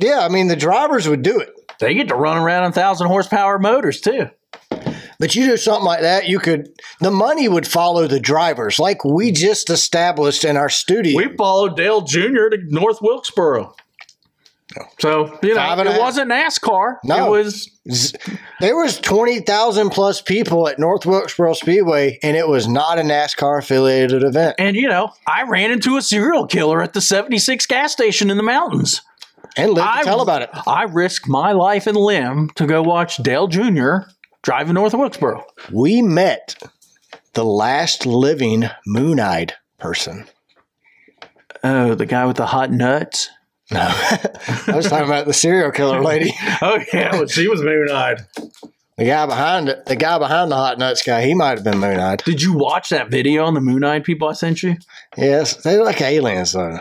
Speaker 2: Yeah, I mean, the drivers would do it.
Speaker 1: They get to run around on thousand horsepower motors too.
Speaker 2: But you do something like that, you could the money would follow the drivers, like we just established in our studio.
Speaker 1: We followed Dale Jr. to North Wilkesboro. So you know,
Speaker 2: Oh. Five and a
Speaker 1: it
Speaker 2: half.
Speaker 1: wasn't NASCAR.
Speaker 2: No.
Speaker 1: It was
Speaker 2: Z- there was twenty thousand plus people at North Wilkesboro Speedway, and it was not a NASCAR affiliated event.
Speaker 1: and you know, I ran into a serial killer at the 76 gas station in the mountains.
Speaker 2: And live to
Speaker 1: I-
Speaker 2: tell about it.
Speaker 1: I risked my life and limb to go watch Dale Jr. driving North Wilkesboro.
Speaker 2: We met the last living moon-eyed person.
Speaker 1: Oh, the guy with the hot nuts.
Speaker 2: No, I was talking about the serial killer lady,
Speaker 1: Oh yeah, well, she was moon eyed.
Speaker 2: the guy behind it, the guy behind the hot nuts guy. He might have been moon-eyed.
Speaker 1: Did you watch that video on the moon eyed people I sent you?
Speaker 2: Yes, they look like aliens though.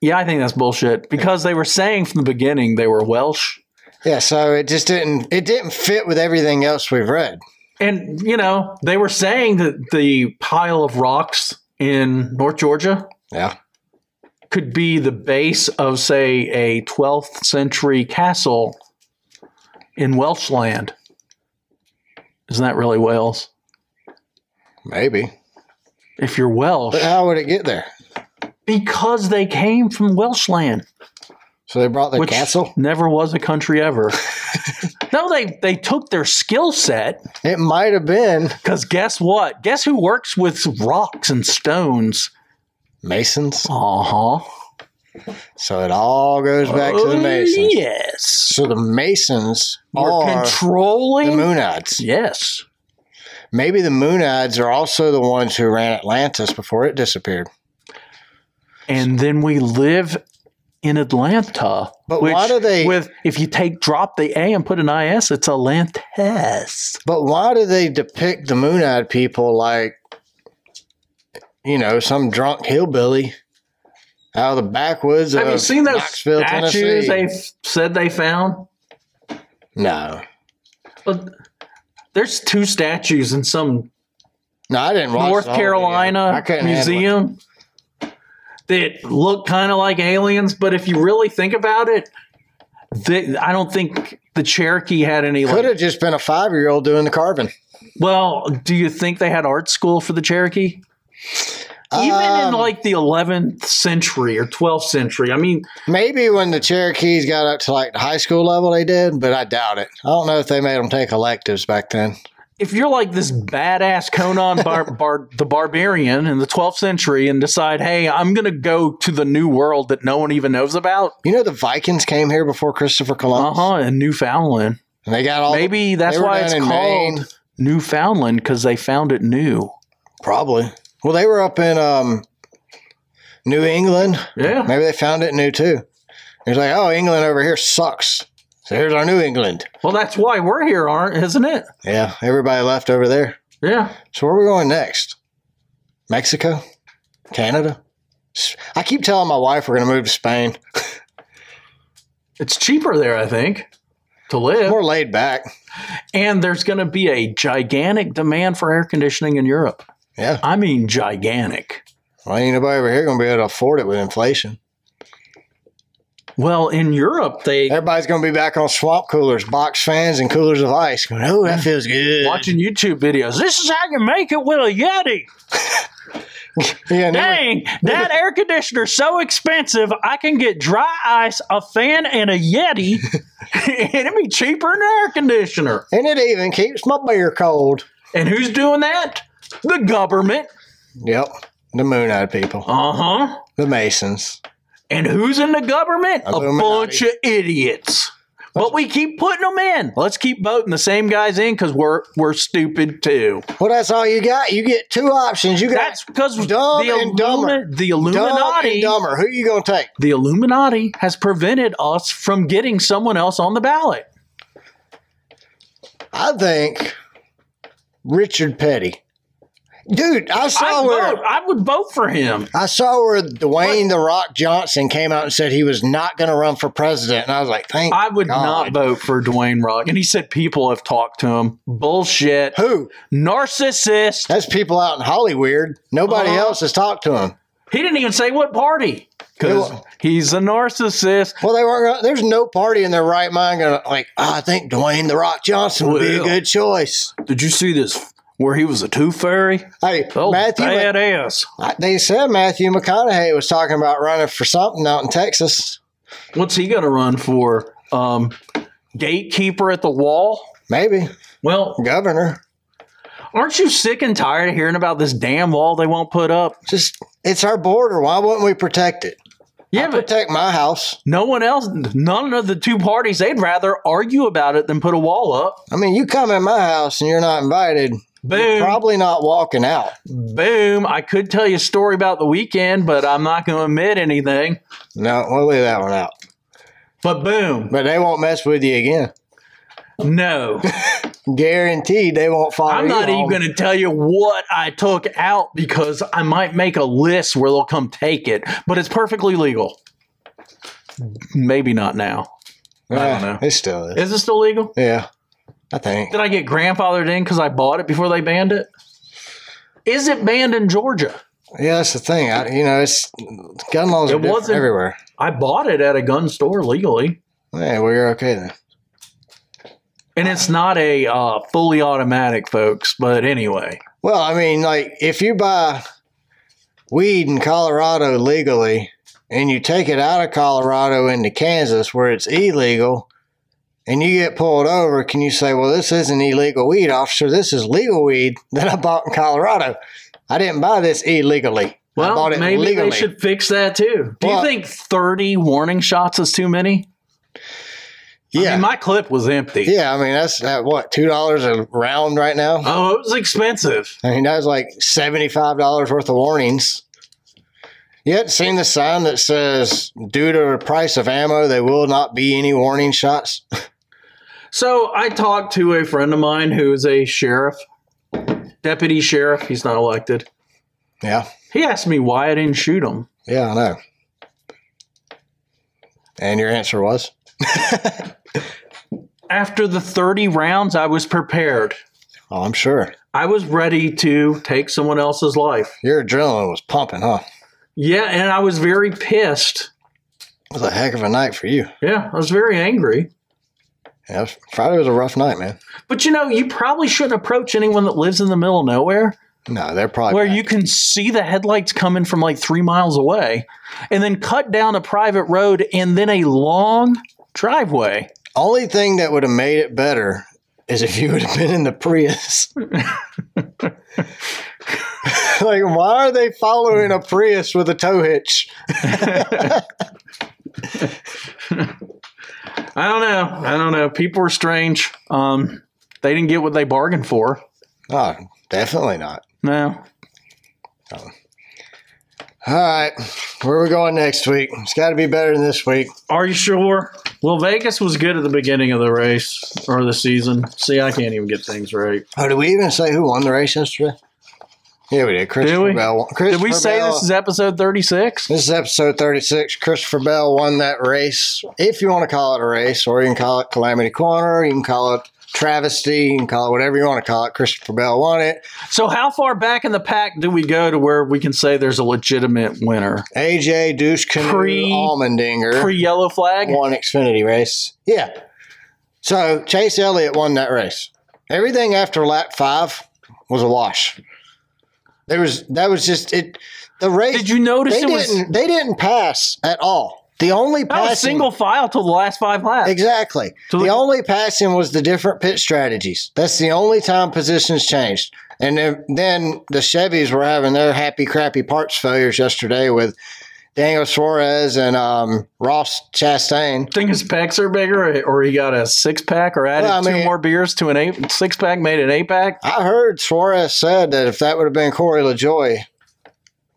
Speaker 1: Yeah, I think that's bullshit because they were saying from the beginning they were Welsh.
Speaker 2: Yeah, so it just didn't it didn't fit with everything else we've read.
Speaker 1: And you know, they were saying that the pile of rocks in North Georgia
Speaker 2: Yeah.
Speaker 1: could be the base of, say, a 12th century castle in Welshland. Isn't that really Wales?
Speaker 2: Maybe.
Speaker 1: If you're Welsh,
Speaker 2: But uh, how would it get there?
Speaker 1: because they came from Welshland,
Speaker 2: So they brought their
Speaker 1: which
Speaker 2: castle?
Speaker 1: never was a country ever. no, they they took their skill set
Speaker 2: It might have been
Speaker 1: because guess what? Guess who works with rocks and stones?
Speaker 2: Masons.
Speaker 1: Uh huh.
Speaker 2: So it all goes back to the Masons.
Speaker 1: Oh, Yes.
Speaker 2: So the Masons
Speaker 1: We're
Speaker 2: are the
Speaker 1: controlling.
Speaker 2: Moonides.
Speaker 1: yes.
Speaker 2: Maybe the Moonides are also the ones who ran Atlantis before it disappeared.
Speaker 1: and then we live in Atlanta.
Speaker 2: But why do they-
Speaker 1: With if you take drop the A and put an IS, it's Atlantis.
Speaker 2: But why do they depict the moon eyed people like, you know, some drunk hillbilly out of the backwoods
Speaker 1: Have
Speaker 2: of
Speaker 1: you seen those
Speaker 2: Knoxville,
Speaker 1: statues they
Speaker 2: Tennessee?
Speaker 1: f- said they found?
Speaker 2: No.
Speaker 1: Well, there's two statues in some
Speaker 2: No, I didn't watch
Speaker 1: North
Speaker 2: the whole video. I
Speaker 1: Carolina
Speaker 2: couldn't handle it.
Speaker 1: museum that look kind of like aliens, but if you really think about it, they, I don't think the Cherokee had any.
Speaker 2: Could
Speaker 1: Like,
Speaker 2: have just been a five year old doing the carving.
Speaker 1: well, do you think they had art school for the Cherokee? Even in
Speaker 2: Um,
Speaker 1: like the 11th century or 12th century, I mean,
Speaker 2: Maybe when the Cherokees got up to like the high school level, they did, but I doubt it. I don't know if they made them take electives back then.
Speaker 1: if you're like this badass Conan bar- bar- the Barbarian in the 12th century and decide, hey, I'm going to go to the new world that no one even knows about,
Speaker 2: You know, the Vikings came here before Christopher
Speaker 1: uh
Speaker 2: Columbus,
Speaker 1: huh, in Newfoundland,
Speaker 2: and they got all
Speaker 1: maybe that's
Speaker 2: were
Speaker 1: why
Speaker 2: down
Speaker 1: it's
Speaker 2: in
Speaker 1: called
Speaker 2: Maine.
Speaker 1: Newfoundland because they found it new.
Speaker 2: Probably. Well, they were up in um, New England.
Speaker 1: Yeah.
Speaker 2: Maybe they found it new too. It's like, oh, England over here sucks. So here's our New England.
Speaker 1: Well, that's why we're here, aren't? Isn't it?
Speaker 2: Yeah, everybody left over there.
Speaker 1: Yeah.
Speaker 2: So where are we going next? Mexico, Canada. S- I keep telling my wife we're going to move to Spain.
Speaker 1: It's cheaper there, I think, to live.
Speaker 2: More laid back.
Speaker 1: And there's going to be a gigantic demand for air conditioning in Europe.
Speaker 2: Yeah.
Speaker 1: I mean, gigantic.
Speaker 2: Well, ain't nobody over here going to be able to afford it with inflation.
Speaker 1: Well, in Europe, they
Speaker 2: Everybody's going to be back on swamp coolers, box fans, and coolers of ice. Going, oh, that feels good.
Speaker 1: watching YouTube videos. This is how you make it with a Yeti.
Speaker 2: Yeah, and then
Speaker 1: Dang, that air conditioner's so expensive. I can get dry ice, a fan, and a Yeti, and it'd be cheaper than an air conditioner.
Speaker 2: we- and it even keeps my beer cold.
Speaker 1: And who's doing that? The government.
Speaker 2: Yep. The moon eyed people,
Speaker 1: Uh huh.
Speaker 2: the Masons.
Speaker 1: And who's in the government?
Speaker 2: Illuminati.
Speaker 1: A bunch of idiots. But we keep putting them in. Let's keep voting the same guys in because we're we're stupid too.
Speaker 2: Well, that's all you got. You get two options. You got
Speaker 1: That's because the,
Speaker 2: Dumb and dumber.
Speaker 1: Illumi- the
Speaker 2: dumb
Speaker 1: Illuminati
Speaker 2: and dumber. Who you going to take?
Speaker 1: the Illuminati has prevented us from getting someone else on the ballot.
Speaker 2: I think Richard Petty. Dude, I saw
Speaker 1: I,
Speaker 2: where
Speaker 1: vote, I would vote for him.
Speaker 2: I saw where Dwayne the Rock Johnson came out and said he was not going to run for president, and I was like, "Thank
Speaker 1: I would not
Speaker 2: God.
Speaker 1: vote for Dwayne Rock. And he said people have talked to him. Bullshit.
Speaker 2: who?
Speaker 1: Narcissist.
Speaker 2: That's people out in Hollywood. Nobody
Speaker 1: Uh-huh.
Speaker 2: else has talked to him.
Speaker 1: He didn't even say what party. Because
Speaker 2: It wa-
Speaker 1: he's a narcissist.
Speaker 2: Well, they weren't. Gonna, there's no party in their right mind going to like. "Oh, I think Dwayne the Rock Johnson would be a
Speaker 1: Well.
Speaker 2: good choice.
Speaker 1: Did you see this where he was a tooth fairy?
Speaker 2: Hey,
Speaker 1: Oh,
Speaker 2: Matthew,
Speaker 1: bad ass.
Speaker 2: I- they said Matthew McConaughey was talking about running for something out in Texas.
Speaker 1: What's he going to run for? Um, gatekeeper at the wall?
Speaker 2: Maybe
Speaker 1: Well,
Speaker 2: governor.
Speaker 1: aren't you sick and tired of hearing about this damn wall they won't put up?
Speaker 2: Just it's our border. Why wouldn't we protect it?
Speaker 1: Yeah, but
Speaker 2: Protect my house.
Speaker 1: no one else, none of the two parties, they'd rather argue about it than put a wall up.
Speaker 2: I mean, you come in my house and you're not invited.
Speaker 1: Boom,
Speaker 2: Probably not walking out.
Speaker 1: boom. I could tell you a story about the weekend, but I'm not going to admit anything.
Speaker 2: No, we'll leave that one out.
Speaker 1: But boom,
Speaker 2: But they won't mess with you again.
Speaker 1: no.
Speaker 2: Guaranteed, they won't follow
Speaker 1: I'm
Speaker 2: you.
Speaker 1: not even
Speaker 2: home.
Speaker 1: going to tell you what I took out because I might make a list where they'll come take it, but it's perfectly legal. Maybe not now. I don't
Speaker 2: Yeah,
Speaker 1: know.
Speaker 2: It still is.
Speaker 1: Is it still legal?
Speaker 2: Yeah, I think.
Speaker 1: Did I get grandfathered in because I bought it before they banned it? Is it banned in Georgia?
Speaker 2: Yeah, that's the thing. I, you know, it's gun laws
Speaker 1: It
Speaker 2: are different
Speaker 1: wasn't-
Speaker 2: everywhere.
Speaker 1: I bought it at a gun store legally,
Speaker 2: Yeah, well, you're okay then.
Speaker 1: and it's not a uh, fully automatic, folks. But anyway,
Speaker 2: Well, I mean, like if you buy weed in Colorado legally and you take it out of Colorado into Kansas where it's illegal and you get pulled over, can you say, "Well, this isn't illegal weed, officer. This is legal weed that I bought in Colorado. I didn't buy this illegally. I
Speaker 1: well,
Speaker 2: bought it
Speaker 1: maybe
Speaker 2: legally."
Speaker 1: they should fix that too. Do
Speaker 2: Well-
Speaker 1: you think 30 warning shots is too many? I
Speaker 2: yeah.
Speaker 1: mean, my clip was empty.
Speaker 2: yeah, I mean that's at what two dollars a round right now.
Speaker 1: Oh, it was expensive.
Speaker 2: I mean, that was like seventy-five dollars worth of warnings. You hadn't seen the sign that says, due to the price of ammo, there will not be any warning shots?
Speaker 1: So I talked to a friend of mine who is a sheriff, deputy sheriff. He's not elected.
Speaker 2: Yeah.
Speaker 1: He asked me why I didn't shoot him.
Speaker 2: Yeah, I know. And your answer was?
Speaker 1: After the 30 rounds, I was prepared.
Speaker 2: Oh, I'm sure.
Speaker 1: I was ready to take someone else's life.
Speaker 2: Your adrenaline was pumping, huh?
Speaker 1: Yeah, and I was very pissed.
Speaker 2: It was a heck of a night for you.
Speaker 1: Yeah, I was very angry.
Speaker 2: Yeah, Friday was a rough night, man.
Speaker 1: But you know, you probably shouldn't approach anyone that lives in the middle of nowhere
Speaker 2: No, they're probably.
Speaker 1: where
Speaker 2: back.
Speaker 1: you can see the headlights coming from like three miles away and then cut down a private road and then a long driveway.
Speaker 2: Only thing that would have made it better is if you would have been in the Prius. like, why are they following a Prius with a tow hitch?
Speaker 1: I don't know. I don't know. People are strange. Um, they didn't get what they bargained for.
Speaker 2: Oh, definitely not.
Speaker 1: No.
Speaker 2: All right, where are we going next week? It's got to be better than this week.
Speaker 1: Are you sure? Well, Vegas was good at the beginning of the race or the season. See, I can't even get things right.
Speaker 2: Oh, did we even say who won the race yesterday? Yeah, we did. Christopher
Speaker 1: we?
Speaker 2: Bell. Won.
Speaker 1: Did we
Speaker 2: Christopher
Speaker 1: say
Speaker 2: Bell-
Speaker 1: this is episode 36?
Speaker 2: This is episode 36. Christopher Bell won that race. If you want to call it a race, or you can call it Calamity Corner, you can call it Travesty, you can call it whatever you want to call it. Christopher Bell won it.
Speaker 1: So, how far back in the pack do we go to where we can say there's a legitimate winner?
Speaker 2: AJ Douche Canoe
Speaker 1: Pre-
Speaker 2: Almendinger
Speaker 1: Pre yellow flag?
Speaker 2: won Xfinity race. Yeah. So Chase Elliott won that race. Everything after lap five was a wash. There was that was just it. The race
Speaker 1: Did you notice
Speaker 2: they
Speaker 1: it
Speaker 2: didn't
Speaker 1: was
Speaker 2: they didn't pass at all. The only
Speaker 1: not a
Speaker 2: passing
Speaker 1: single file till the last five laps?
Speaker 2: Exactly.
Speaker 1: So
Speaker 2: the
Speaker 1: the-
Speaker 2: only passing was the different pit strategies. That's the only time positions changed. And then, then the Chevys were having their happy crappy parts failures yesterday with Daniel Suarez and um, Ross Chastain.
Speaker 1: Think his packs are bigger, or he got a six pack, or added
Speaker 2: Well, I mean-
Speaker 1: two more beers to an eight six pack, made an eight pack.
Speaker 2: I heard Suarez said that if that would have been Corey LaJoy,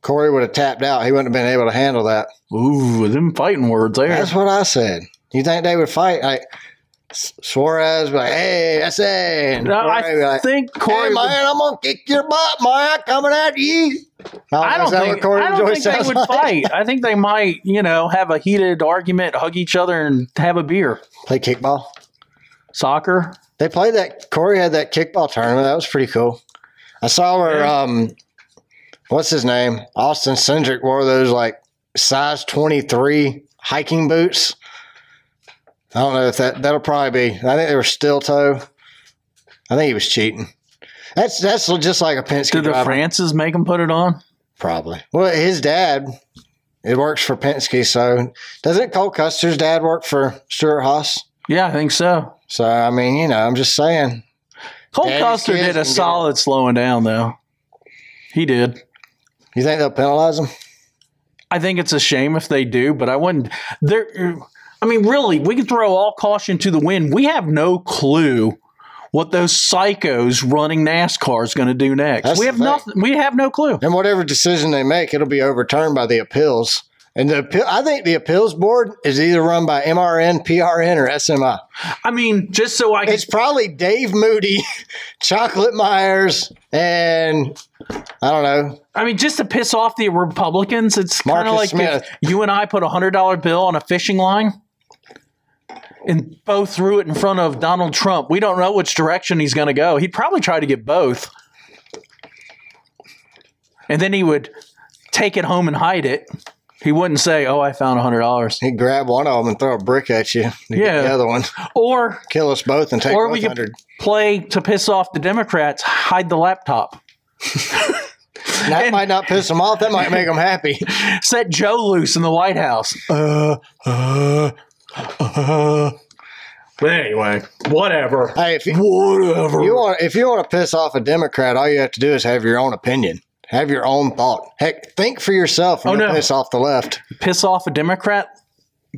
Speaker 2: Corey would have tapped out. He wouldn't have been able to handle that.
Speaker 1: Ooh, them fighting words there.
Speaker 2: That's what I said. You think they would fight? Like S- Suarez, be like, hey, that's it. And
Speaker 1: No,
Speaker 2: Corey be
Speaker 1: I
Speaker 2: like,
Speaker 1: think Corey.
Speaker 2: hey
Speaker 1: would-
Speaker 2: man, I'm gonna kick your butt, man. I'm coming at you.
Speaker 1: I don't think, I don't think they would fight. I think they might, you know, have a heated argument, hug each other, and have a beer.
Speaker 2: Play kickball.
Speaker 1: Soccer.
Speaker 2: They played that. Corey had that kickball tournament. That was pretty cool. I saw where
Speaker 1: Yeah.
Speaker 2: um, what's his name? Austin Cindric wore those like size twenty three hiking boots. I don't know if that that'll probably be. I think they were steel toe. I think he was cheating. That's that's just like a Penske
Speaker 1: Did the
Speaker 2: driver.
Speaker 1: Frances make them put it on?
Speaker 2: Probably. Well, his dad, it works for Penske. So doesn't Cole Custer's dad work for Stuart Haas?
Speaker 1: Yeah, I think so.
Speaker 2: So I mean, you know, I'm just saying.
Speaker 1: Cole
Speaker 2: Daddy's
Speaker 1: Custer
Speaker 2: kids
Speaker 1: did
Speaker 2: can
Speaker 1: a
Speaker 2: get it.
Speaker 1: solid slowing down, though. He did.
Speaker 2: You think they'll penalize him?
Speaker 1: I think it's a shame if they do, but I wouldn't. There, I mean, really, we can throw all caution to the wind. We have no clue what those psychos running NASCAR is going to do next.
Speaker 2: That's
Speaker 1: we
Speaker 2: the
Speaker 1: have
Speaker 2: thing.
Speaker 1: nothing. We have no clue.
Speaker 2: And whatever decision they make, it'll be overturned by the appeals. And the appeal, I think the appeals board is either run by MRN, PRN, or SMI.
Speaker 1: I mean, just so I can
Speaker 2: It's probably Dave Moody, Chocolate Myers, and I don't know.
Speaker 1: I mean, just to piss off the Republicans, it's kind of
Speaker 2: Marcus
Speaker 1: like
Speaker 2: Smith.
Speaker 1: if you and I put a hundred dollar bill on a fishing line and both threw it in front of Donald Trump. We don't know which direction he's going to go. He'd probably try to get both, and then he would take it home and hide it. He wouldn't say, "Oh, I found a hundred dollars,"
Speaker 2: He'd grab one of them and throw a brick at you.
Speaker 1: Yeah.
Speaker 2: yeah. The other one.
Speaker 1: or
Speaker 2: Kill us both and take
Speaker 1: Or
Speaker 2: or
Speaker 1: we
Speaker 2: both
Speaker 1: could-
Speaker 2: hundred.
Speaker 1: play to piss off the Democrats. Hide the laptop.
Speaker 2: That might not piss them off. That might make them happy.
Speaker 1: Set Joe loose in the White House.
Speaker 2: Uh, uh, uh.
Speaker 1: But anyway, whatever.
Speaker 2: Hey, if you,
Speaker 1: Whatever.
Speaker 2: you want, if you want to piss off a Democrat, all you have to do is have your own opinion, have your own thought. Heck, think for yourself. And
Speaker 1: Oh,
Speaker 2: you'll
Speaker 1: no.
Speaker 2: piss off the left.
Speaker 1: piss off a Democrat,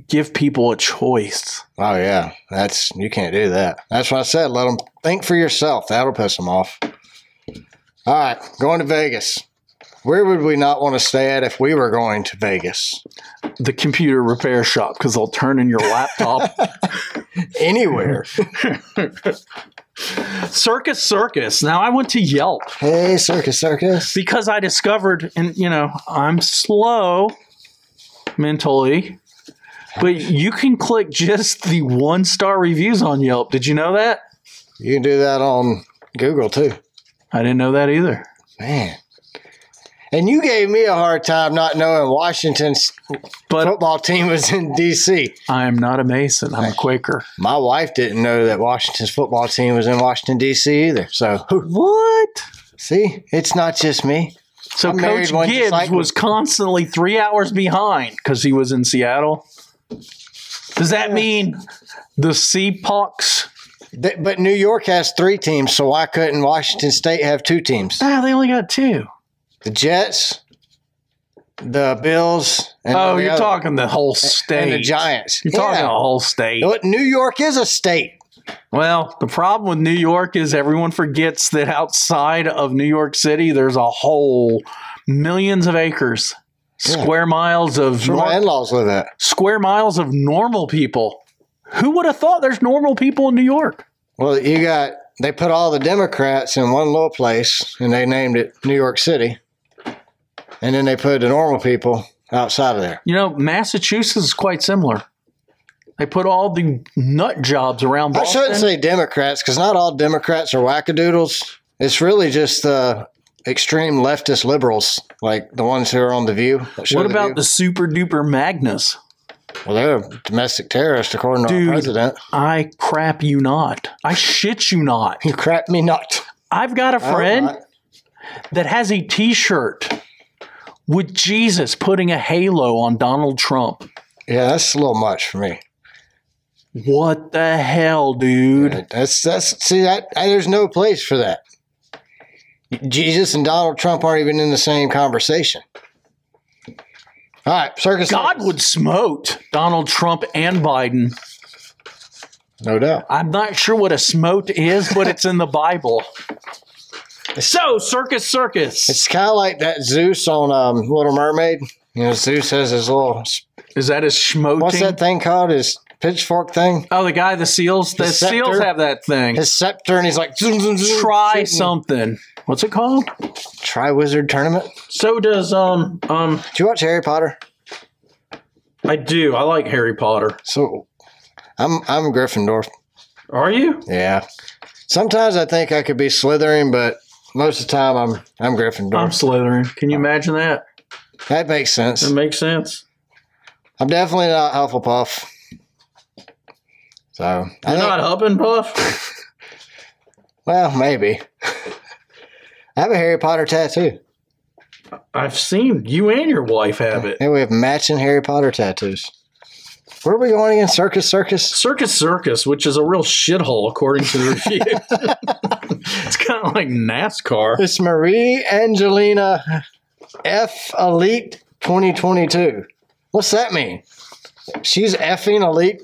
Speaker 1: give people a choice.
Speaker 2: Oh yeah, that's you can't do that. That's what I said. Let them think for yourself. That'll piss them off. All right, going to Vegas. Where would we not want to stay at if we were going to Vegas?
Speaker 1: The computer repair shop because they'll turn in your laptop.
Speaker 2: Anywhere.
Speaker 1: circus, circus. Now I went to Yelp
Speaker 2: hey, circus, circus.
Speaker 1: because I discovered, and you know, I'm slow mentally, but you can click just the one star reviews on Yelp. Did you know that?
Speaker 2: You can do that on Google too.
Speaker 1: I didn't know that either.
Speaker 2: Man. And you gave me a hard time not knowing Washington's
Speaker 1: But
Speaker 2: football team was in D.C.
Speaker 1: I am not a Mason. I'm a Quaker.
Speaker 2: My wife didn't know that Washington's football team was in Washington, D.C. either. So,
Speaker 1: What?
Speaker 2: see, it's not just me.
Speaker 1: So
Speaker 2: I'm married
Speaker 1: Coach
Speaker 2: one just
Speaker 1: Gibbs
Speaker 2: like me.
Speaker 1: was constantly three hours behind because he was in Seattle. Does that mean the Seahawks?
Speaker 2: Th- But New York has three teams, so why couldn't Washington State have two teams?
Speaker 1: Ah, they only got two.
Speaker 2: The Jets, the Bills, and
Speaker 1: Oh,
Speaker 2: the
Speaker 1: you're
Speaker 2: other-
Speaker 1: talking the whole state.
Speaker 2: and the Giants.
Speaker 1: You're talking the
Speaker 2: Yeah.
Speaker 1: whole state.
Speaker 2: Look, New York is a state.
Speaker 1: Well, the problem with New York is everyone forgets that outside of New York City, there's a whole millions of acres,
Speaker 2: Yeah.
Speaker 1: square miles of
Speaker 2: That's where my
Speaker 1: nor-
Speaker 2: in-laws live at.
Speaker 1: square miles of normal people. Who would have thought there's normal people in New York?
Speaker 2: Well, you got they put all the Democrats in one little place, and they named it New York City, and then they put the normal people outside of there.
Speaker 1: You know, Massachusetts is quite similar. They put all the nut jobs around
Speaker 2: I
Speaker 1: Boston.
Speaker 2: shouldn't say Democrats because not all Democrats are wackadoodles. It's really just the extreme leftist liberals, like the ones who are on the View. that show
Speaker 1: what about
Speaker 2: View.
Speaker 1: the super duper Magnus?
Speaker 2: Well, they're domestic terrorists, according to
Speaker 1: Dude.
Speaker 2: our president.
Speaker 1: I crap you not. I shit you not.
Speaker 2: You crap me not,
Speaker 1: I've got a friend.
Speaker 2: I'm not.
Speaker 1: that has a T-shirt with Jesus putting a halo on Donald Trump.
Speaker 2: Yeah, that's a little much for me.
Speaker 1: What the hell, dude?
Speaker 2: That's that's see that I, there's no place for that. Jesus and Donald Trump aren't even in the same conversation. All right, circus.
Speaker 1: God would smote Donald Trump and Biden.
Speaker 2: no doubt.
Speaker 1: I'm not sure what a smote is, but it's in the Bible. So, circus, circus.
Speaker 2: It's kind of like that Zeus on um, Little Mermaid. You know, Zeus has his little
Speaker 1: Is that a schmoting?
Speaker 2: what's that thing called? His pitchfork thing,
Speaker 1: Oh, the guy, the seals. The,
Speaker 2: His scepter?
Speaker 1: seals have that thing.
Speaker 2: his scepter, and he's like zoom, zoom, zoom,
Speaker 1: Try
Speaker 2: shooting.
Speaker 1: something. What's it called?
Speaker 2: Try wizard tournament.
Speaker 1: So does um um.
Speaker 2: Did you watch Harry Potter?
Speaker 1: I do. I like Harry Potter.
Speaker 2: So, I'm I'm Gryffindor.
Speaker 1: Are you?
Speaker 2: Yeah. Sometimes I think I could be Slytherin, but most of the time I'm I'm
Speaker 1: I'm
Speaker 2: Gryffindor.
Speaker 1: Slytherin. Can you imagine that?
Speaker 2: that makes sense.
Speaker 1: That makes sense.
Speaker 2: I'm definitely not Hufflepuff. So I
Speaker 1: You're
Speaker 2: think-
Speaker 1: not Hup and Puff?
Speaker 2: well, maybe. I have a Harry Potter tattoo.
Speaker 1: I've seen you and your wife have it.
Speaker 2: And we have matching Harry Potter tattoos. Where are we going again? Circus Circus?
Speaker 1: Circus Circus, which is a real shithole according to the review. it's kind of like NASCAR.
Speaker 2: It's Marie Angelina F Elite 2022. What's that mean? She's effing elite.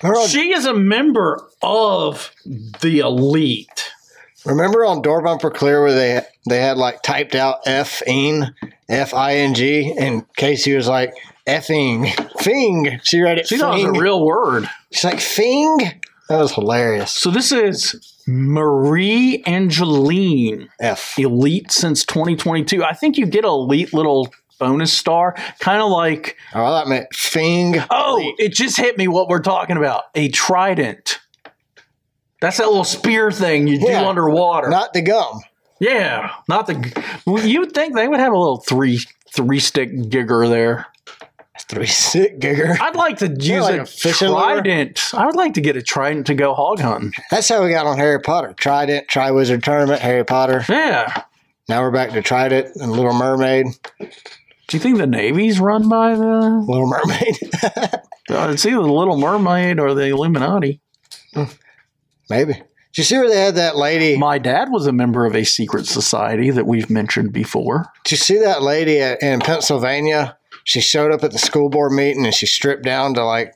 Speaker 2: Her on-
Speaker 1: She is a member of the elite.
Speaker 2: Remember on Door Bumper Clear where they they had like typed out effing, F I N G, and Casey was like effing, fing. She read it.
Speaker 1: She knows a
Speaker 2: fing.
Speaker 1: real word.
Speaker 2: She's like fing. That was hilarious.
Speaker 1: So this is Marie Angeline,
Speaker 2: F. Oh,
Speaker 1: elite since 2022. I think you get a elite little bonus star, kind of like
Speaker 2: Oh, that meant fing.
Speaker 1: Oh, it just hit me what we're talking about. A trident. That's that little spear thing you
Speaker 2: Yeah.
Speaker 1: do underwater.
Speaker 2: Not the gum.
Speaker 1: yeah, not the. Well, you would think they would have a little three three stick digger there.
Speaker 2: Three sick gigger.
Speaker 1: I'd like to use
Speaker 2: like
Speaker 1: a,
Speaker 2: a fishing lure?
Speaker 1: trident. I would like to get a trident to go hog hunting.
Speaker 2: That's how we got on Harry Potter. Trident, Tri Wizard Tournament, Harry Potter.
Speaker 1: Yeah.
Speaker 2: Now we're back to Trident and Little Mermaid.
Speaker 1: Do you think the Navy's run by the?
Speaker 2: Little Mermaid.
Speaker 1: Uh, it's either the Little Mermaid or the Illuminati.
Speaker 2: Maybe. Did you see where they had that lady?
Speaker 1: My dad was a member of a secret society that we've mentioned before.
Speaker 2: Did you see that lady at, in Pennsylvania? She showed up at the school board meeting and she stripped down to like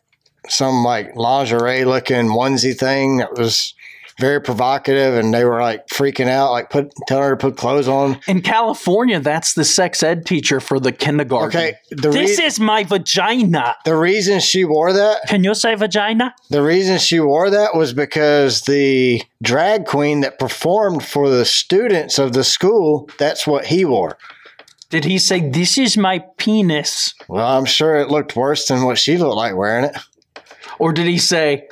Speaker 2: some like lingerie looking onesie thing that was very provocative, and they were like freaking out, like put telling her to put clothes on.
Speaker 1: In California, that's the sex ed teacher for the kindergarten.
Speaker 2: Okay, the
Speaker 3: This
Speaker 2: re-
Speaker 3: is my vagina.
Speaker 2: the reason she wore that
Speaker 3: Can you say vagina?
Speaker 2: The reason she wore that was because the drag queen that performed for the students of the school, that's what he wore.
Speaker 3: Did he say, This is my penis?
Speaker 2: Well, I'm sure it looked worse than what she looked like wearing it.
Speaker 1: Or did he say,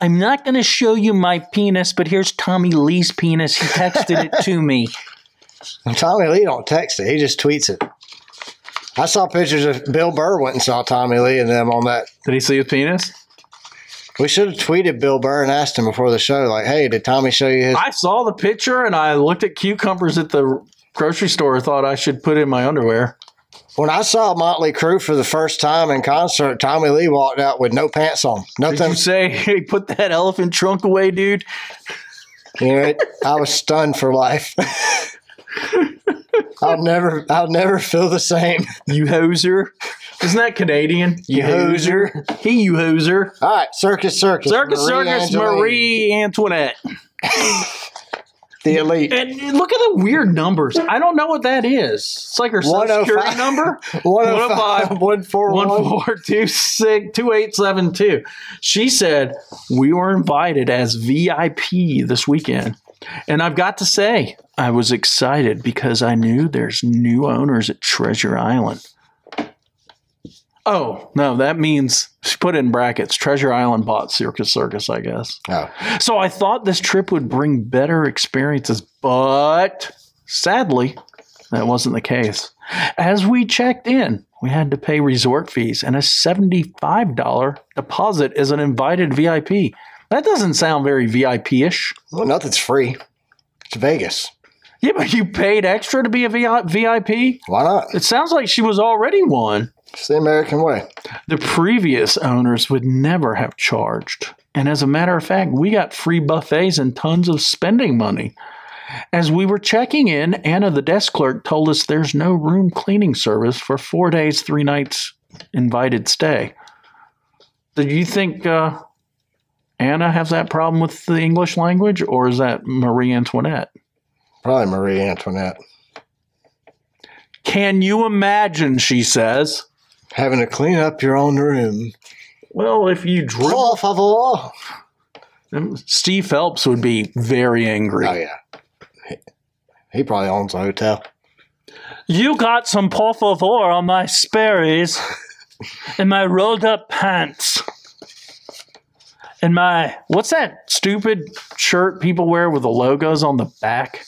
Speaker 3: I'm not going to show you my penis, but here's Tommy Lee's penis. He texted it to me.
Speaker 2: Tommy Lee don't text it, he just tweets it. I saw pictures of Bill Burr went and saw Tommy Lee and them on that.
Speaker 1: Did he see his penis?
Speaker 2: We should have tweeted Bill Burr and asked him before the show, like, hey, did Tommy show you his
Speaker 1: I saw the picture and I looked at cucumbers at the grocery store. Thought I should put in my underwear.
Speaker 2: when I saw Motley Crue for the first time in concert, Tommy Lee walked out with no pants on.
Speaker 1: Did
Speaker 2: Nothing
Speaker 1: you say, "Hey, put that elephant trunk away, dude"?
Speaker 2: You know, it, I was stunned for life. I'll never, I'll never feel the same.
Speaker 1: You hoser. Isn't that Canadian?
Speaker 2: You hoser.
Speaker 1: He you hoser.
Speaker 2: All right, circus, circus,
Speaker 1: Circus,
Speaker 2: Marie
Speaker 1: circus,
Speaker 2: Angeline,
Speaker 1: Marie Antoinette.
Speaker 2: the elite,
Speaker 1: And look at the weird numbers. I don't know what that is. It's like her social
Speaker 2: 105.
Speaker 1: security number.
Speaker 2: 105, 141.
Speaker 1: oh One four two six two eight seven two. She said we were invited as VIP this weekend, and I've got to say I was excited because I knew there's new owners at Treasure Island. Oh no, that means she put in brackets. Treasure Island bought Circus Circus, I guess.
Speaker 2: Oh,
Speaker 1: So I thought this trip would bring better experiences, but sadly, that wasn't the case. As we checked in, we had to pay resort fees and a $75 deposit as an invited VIP. That doesn't sound very VIP ish.
Speaker 2: well, nothing's free. It's Vegas.
Speaker 1: Yeah, but you paid extra to be a VI VIP?
Speaker 2: Why not?
Speaker 1: It sounds like she was already one.
Speaker 2: It's the American way.
Speaker 1: The previous owners would never have charged. And as a matter of fact, we got free buffets and tons of spending money. As we were checking in, Anna, the desk clerk, told us there's no room cleaning service for four days, three nights invited stay. Do you think uh, Anna has that problem with the English language, or is that Marie Antoinette?
Speaker 2: Probably Marie Antoinette
Speaker 1: Can you imagine? She says.
Speaker 2: having to clean up your own room.
Speaker 1: Well, if you dribble,
Speaker 2: Por favor.
Speaker 1: Steve Phelps would be very angry.
Speaker 2: Oh yeah, He- he probably owns a hotel.
Speaker 3: You got some por favor on my Sperry's and my rolled up pants. And my,
Speaker 1: What's that stupid shirt people wear with the logos on the back?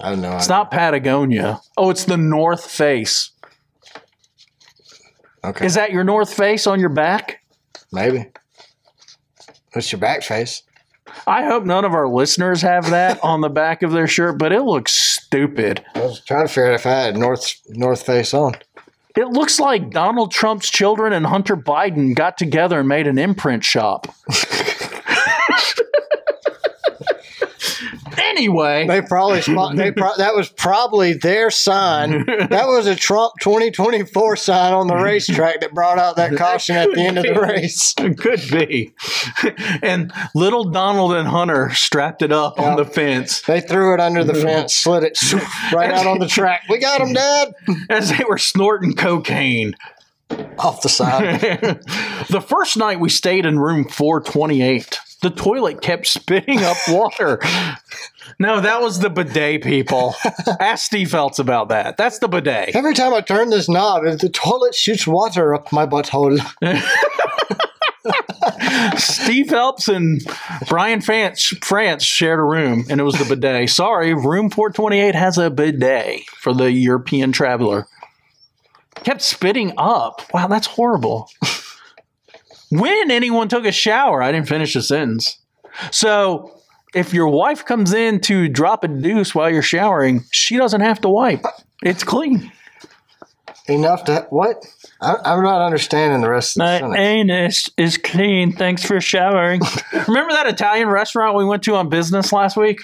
Speaker 2: I don't know.
Speaker 1: It's not Patagonia. Oh, it's the North Face.
Speaker 2: okay.
Speaker 1: Is that your North Face on your back?
Speaker 2: Maybe. What's your back face?
Speaker 1: I hope none of our listeners have that on the back of their shirt, but it looks stupid.
Speaker 2: I was trying to figure out if I had North North Face on.
Speaker 1: It looks like Donald Trump's children and Hunter Biden got together and made an imprint shop. anyway,
Speaker 2: They probably spot, they pro- that was probably their sign. That was a Trump 2024 sign on the racetrack that brought out that caution at the end of the race.
Speaker 1: It could be. and little Donald and Hunter strapped it up on the
Speaker 2: Yeah.
Speaker 1: fence
Speaker 2: They threw it under
Speaker 1: Mm-hmm.
Speaker 2: the fence, slid it right out on the track. We got him, Dad.
Speaker 1: as they were snorting cocaine.
Speaker 2: Off the side.
Speaker 1: the first night we stayed in room 428, the toilet kept spitting up water. No, that was the bidet, people. Ask Steve Feltz about that. That's the bidet.
Speaker 2: Every time I turn this knob, the toilet shoots water up my butthole.
Speaker 1: Steve Phelps and Brian France, France shared a room, and it was the bidet. Sorry, room 428 has a bidet for the European traveler. Kept spitting up. Wow, that's horrible. when anyone took a shower, I didn't finish the sentence. So if your wife comes in to drop a deuce while you're showering, she doesn't have to wipe. It's clean.
Speaker 2: Enough to what? I, I'm not understanding the rest of the
Speaker 3: my
Speaker 2: sentence.
Speaker 3: anus is clean. Thanks for showering.
Speaker 1: Remember that Italian restaurant we went to on business last week?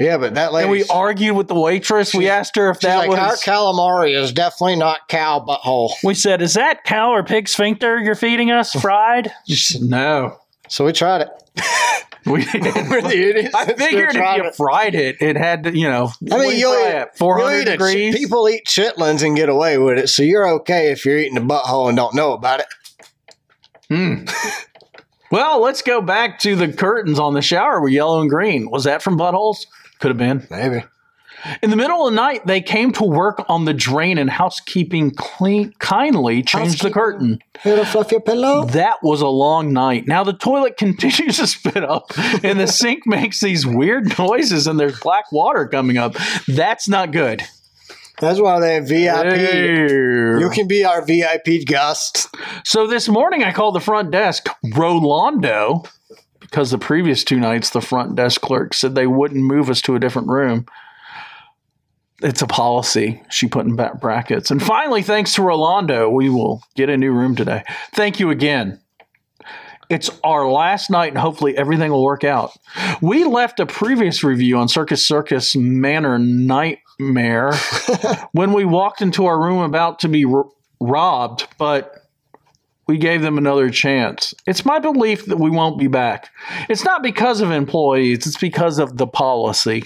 Speaker 2: Yeah, but that lady.
Speaker 1: And we argued with the waitress. We asked her if
Speaker 2: She's
Speaker 1: that
Speaker 2: like,
Speaker 1: was.
Speaker 2: our calamari is definitely not cow butthole.
Speaker 3: we said, Is that cow or pig sphincter you're feeding us fried?
Speaker 1: no.
Speaker 2: So we tried it.
Speaker 1: We
Speaker 2: We're the idiots.
Speaker 1: I figured if you
Speaker 2: it.
Speaker 1: fried it, it had to, you know.
Speaker 2: I mean,
Speaker 1: we
Speaker 2: you'll
Speaker 1: fry
Speaker 2: eat-
Speaker 1: it 400
Speaker 2: you'll eat a chi-
Speaker 1: degrees.
Speaker 2: people eat chitlins and get away with it, so you're okay if you're eating a butthole and don't know about it.
Speaker 1: Hmm. Well, let's go back to the curtains on the shower were yellow and green. Was that from buttholes? Could have been.
Speaker 2: Maybe.
Speaker 1: In the middle of the night, they came to work on the drain and housekeeping clean, kindly changed the
Speaker 2: Housekeeping.
Speaker 1: curtain.
Speaker 2: It'll fluff your pillow.
Speaker 1: That was a long night. Now the toilet continues to spit up, and the sink makes these weird noises, and there's black water coming up. That's not good.
Speaker 2: That's why they have VIP.
Speaker 1: Ew.
Speaker 2: You can be our VIP guest.
Speaker 1: So this morning I called the front desk, Rolando, because the previous two nights the front desk clerk said they wouldn't move us to a different room. It's a policy, she put in back brackets. And finally, thanks to Rolando, we will get a new room today. Thank you again. It's our last night, and hopefully everything will work out. We left a previous review on Circus Circus Manor Nightmare when we walked into our room about to be r- robbed, but we gave them another chance. It's my belief that we won't be back. It's not because of employees, it's because of the policy.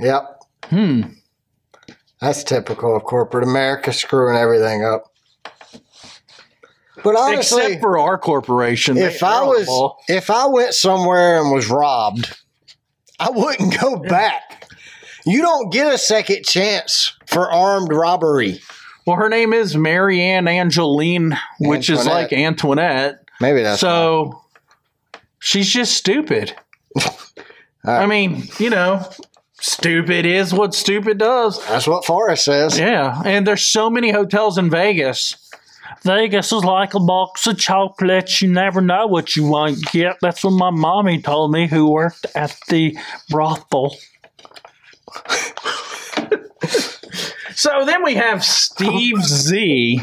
Speaker 2: Yep.
Speaker 1: Hmm.
Speaker 2: That's typical of corporate America screwing everything up. But honestly,
Speaker 1: Except for our corporation.
Speaker 2: if
Speaker 1: They-
Speaker 2: I
Speaker 1: they're
Speaker 2: was
Speaker 1: awful.
Speaker 2: if I went somewhere and was robbed, I wouldn't go back. You don't get a second chance for armed robbery.
Speaker 1: Well, her name is Marianne Angeline, which is
Speaker 2: Antoinette.
Speaker 1: like Antoinette.
Speaker 2: Maybe that's
Speaker 1: so she's just stupid. I mean, you know, stupid is what stupid does.
Speaker 2: that's what Forrest says.
Speaker 1: Yeah. And there's so many hotels in Vegas.
Speaker 3: Vegas is like a box of chocolates. You never know what you won't get. That's what my mommy told me, who worked at the brothel.
Speaker 1: So then we have Steve Z.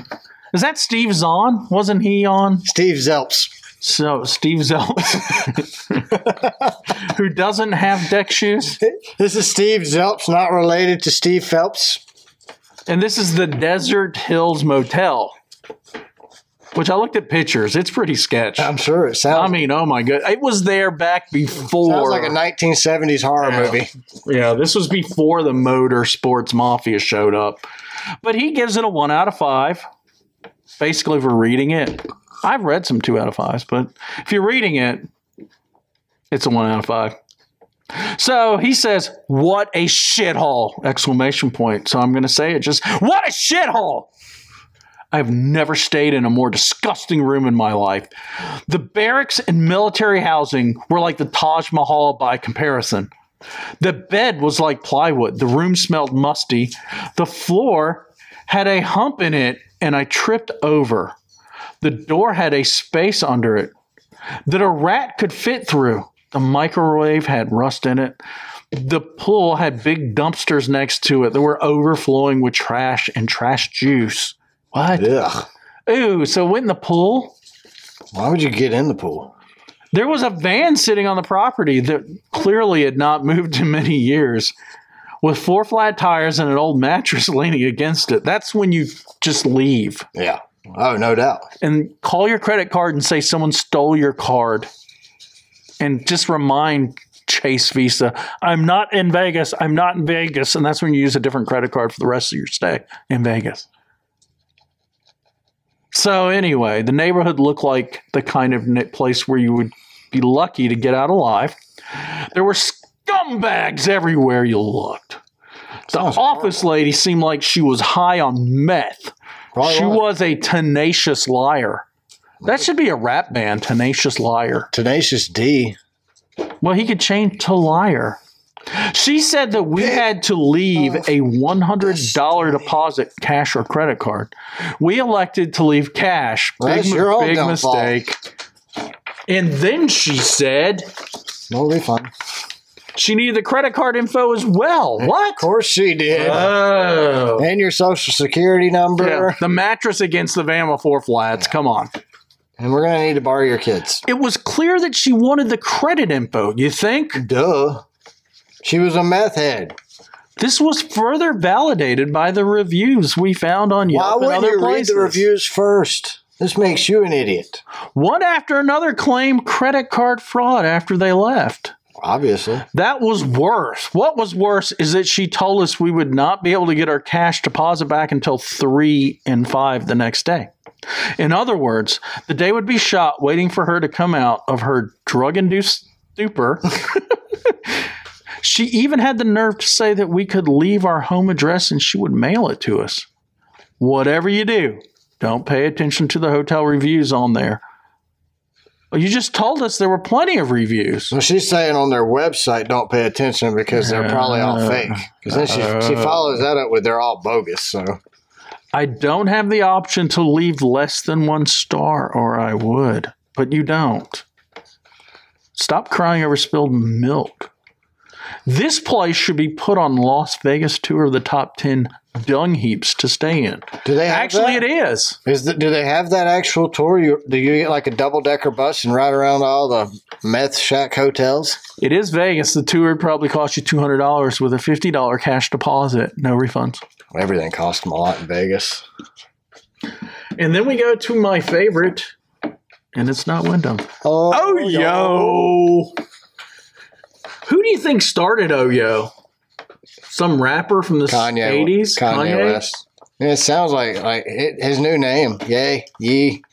Speaker 1: Is that Steve Zahn? Wasn't he on?
Speaker 2: Steve Zelps.
Speaker 1: So Steve Zelps, who doesn't have deck shoes,
Speaker 2: This is Steve Zelps, not related to Steve Phelps.
Speaker 1: and this is the Desert Hills Motel, which I looked at pictures. It's pretty sketch.
Speaker 2: I'm sure it
Speaker 1: I
Speaker 2: sounds,
Speaker 1: mean, oh my god, it was there back before.
Speaker 2: sounds like a 1970s horror
Speaker 1: Yeah.
Speaker 2: movie.
Speaker 1: Yeah, this was before the Motor Sports Mafia showed up. But he gives it a one out of five, basically for reading it. I've read some two out of fives, but if you're reading it, it's a one out of five. So he says, "What a shithole!" Exclamation point. So I'm going to say it just, "What a shithole!" I've never stayed in a more disgusting room in my life. The barracks and military housing were like the Taj Mahal by comparison. The bed was like plywood. The room smelled musty. The floor had a hump in it, and I tripped over. The door had a space under it that a rat could fit through. The microwave had rust in it. The pool had big dumpsters next to it that were overflowing with trash and trash juice. What?
Speaker 2: Ugh.
Speaker 1: Ooh, so went in the pool?
Speaker 2: Why would you get in the pool?
Speaker 1: There was a van sitting on the property that clearly had not moved in many years with four flat tires and an old mattress leaning against it. That's when you just leave
Speaker 2: Yeah. Oh, no doubt.
Speaker 1: and call your credit card and say someone stole your card and just remind Chase Visa, I'm not in Vegas. I'm not in Vegas. And that's when you use a different credit card for the rest of your stay in Vegas. So, anyway, the neighborhood looked like the kind of ni- place where you would be lucky to get out alive. There were scumbags everywhere you looked. The office lady seemed like she was high on meth.
Speaker 2: Probably
Speaker 1: She
Speaker 2: was.
Speaker 1: was a tenacious liar. That should be a rap band, Tenacious Liar.
Speaker 2: Tenacious D.
Speaker 1: Well, he could change to liar. She said that we had to
Speaker 2: Oh.
Speaker 1: leave a $100 deposit, cash or credit card. We elected to leave cash.
Speaker 2: Well,
Speaker 1: big
Speaker 2: that's
Speaker 1: mi-
Speaker 2: your own
Speaker 1: big
Speaker 2: downfall.
Speaker 1: mistake. And then she said
Speaker 2: No refund.
Speaker 1: she needed the credit card info as well. What?
Speaker 2: Of course she did.
Speaker 1: Oh.
Speaker 2: and your social security number.
Speaker 1: Yeah, the mattress against the van with four flats. Come on.
Speaker 2: And we're going to need to borrow your kids.
Speaker 1: It was clear that she wanted the credit info, you think?
Speaker 2: Duh. She was a meth head.
Speaker 1: This was further validated by the reviews we found on Yelp
Speaker 2: Why
Speaker 1: and
Speaker 2: wouldn't
Speaker 1: other
Speaker 2: you
Speaker 1: places.
Speaker 2: read the reviews first? This makes you an idiot.
Speaker 1: One after another claimed credit card fraud after they left.
Speaker 2: Obviously.
Speaker 1: That was worse. What was worse is that she told us we would not be able to get our cash deposit back until 3 and 5 the next day. In other words, the day would be shot waiting for her to come out of her drug induced stupor. she even had the nerve to say that we could leave our home address and she would mail it to us. Whatever you do, don't pay attention to the hotel reviews on there. Well, You just told us there were plenty of reviews.
Speaker 2: So she's saying on their website, don't pay attention because they're probably all
Speaker 1: Uh,
Speaker 2: fake. Because then she, she follows that up with they're all bogus. So
Speaker 1: I don't have the option to leave less than one star, or I would, but you don't. Stop crying over spilled milk. This place should be put on Las Vegas tour of the top 10 dung heaps to stay in.
Speaker 2: do they have
Speaker 1: Actually,
Speaker 2: that?
Speaker 1: it is.
Speaker 2: Is the, do they have that actual tour? You, do you get like a double decker bus and ride around all the meth shack hotels?
Speaker 1: It is Vegas. The tour would probably cost you $200 with a $50 cash deposit, no refunds.
Speaker 2: Everything costs them a lot in Vegas.
Speaker 1: And then we go to my favorite, and it's not Wyndham.
Speaker 2: Oh,
Speaker 1: Oh yo. Who do you think started Oh yo? Some rapper from the
Speaker 2: Kanye,
Speaker 1: 80s?
Speaker 2: Kanye, West. Yeah, it sounds like like it, his new name. Yay, ye.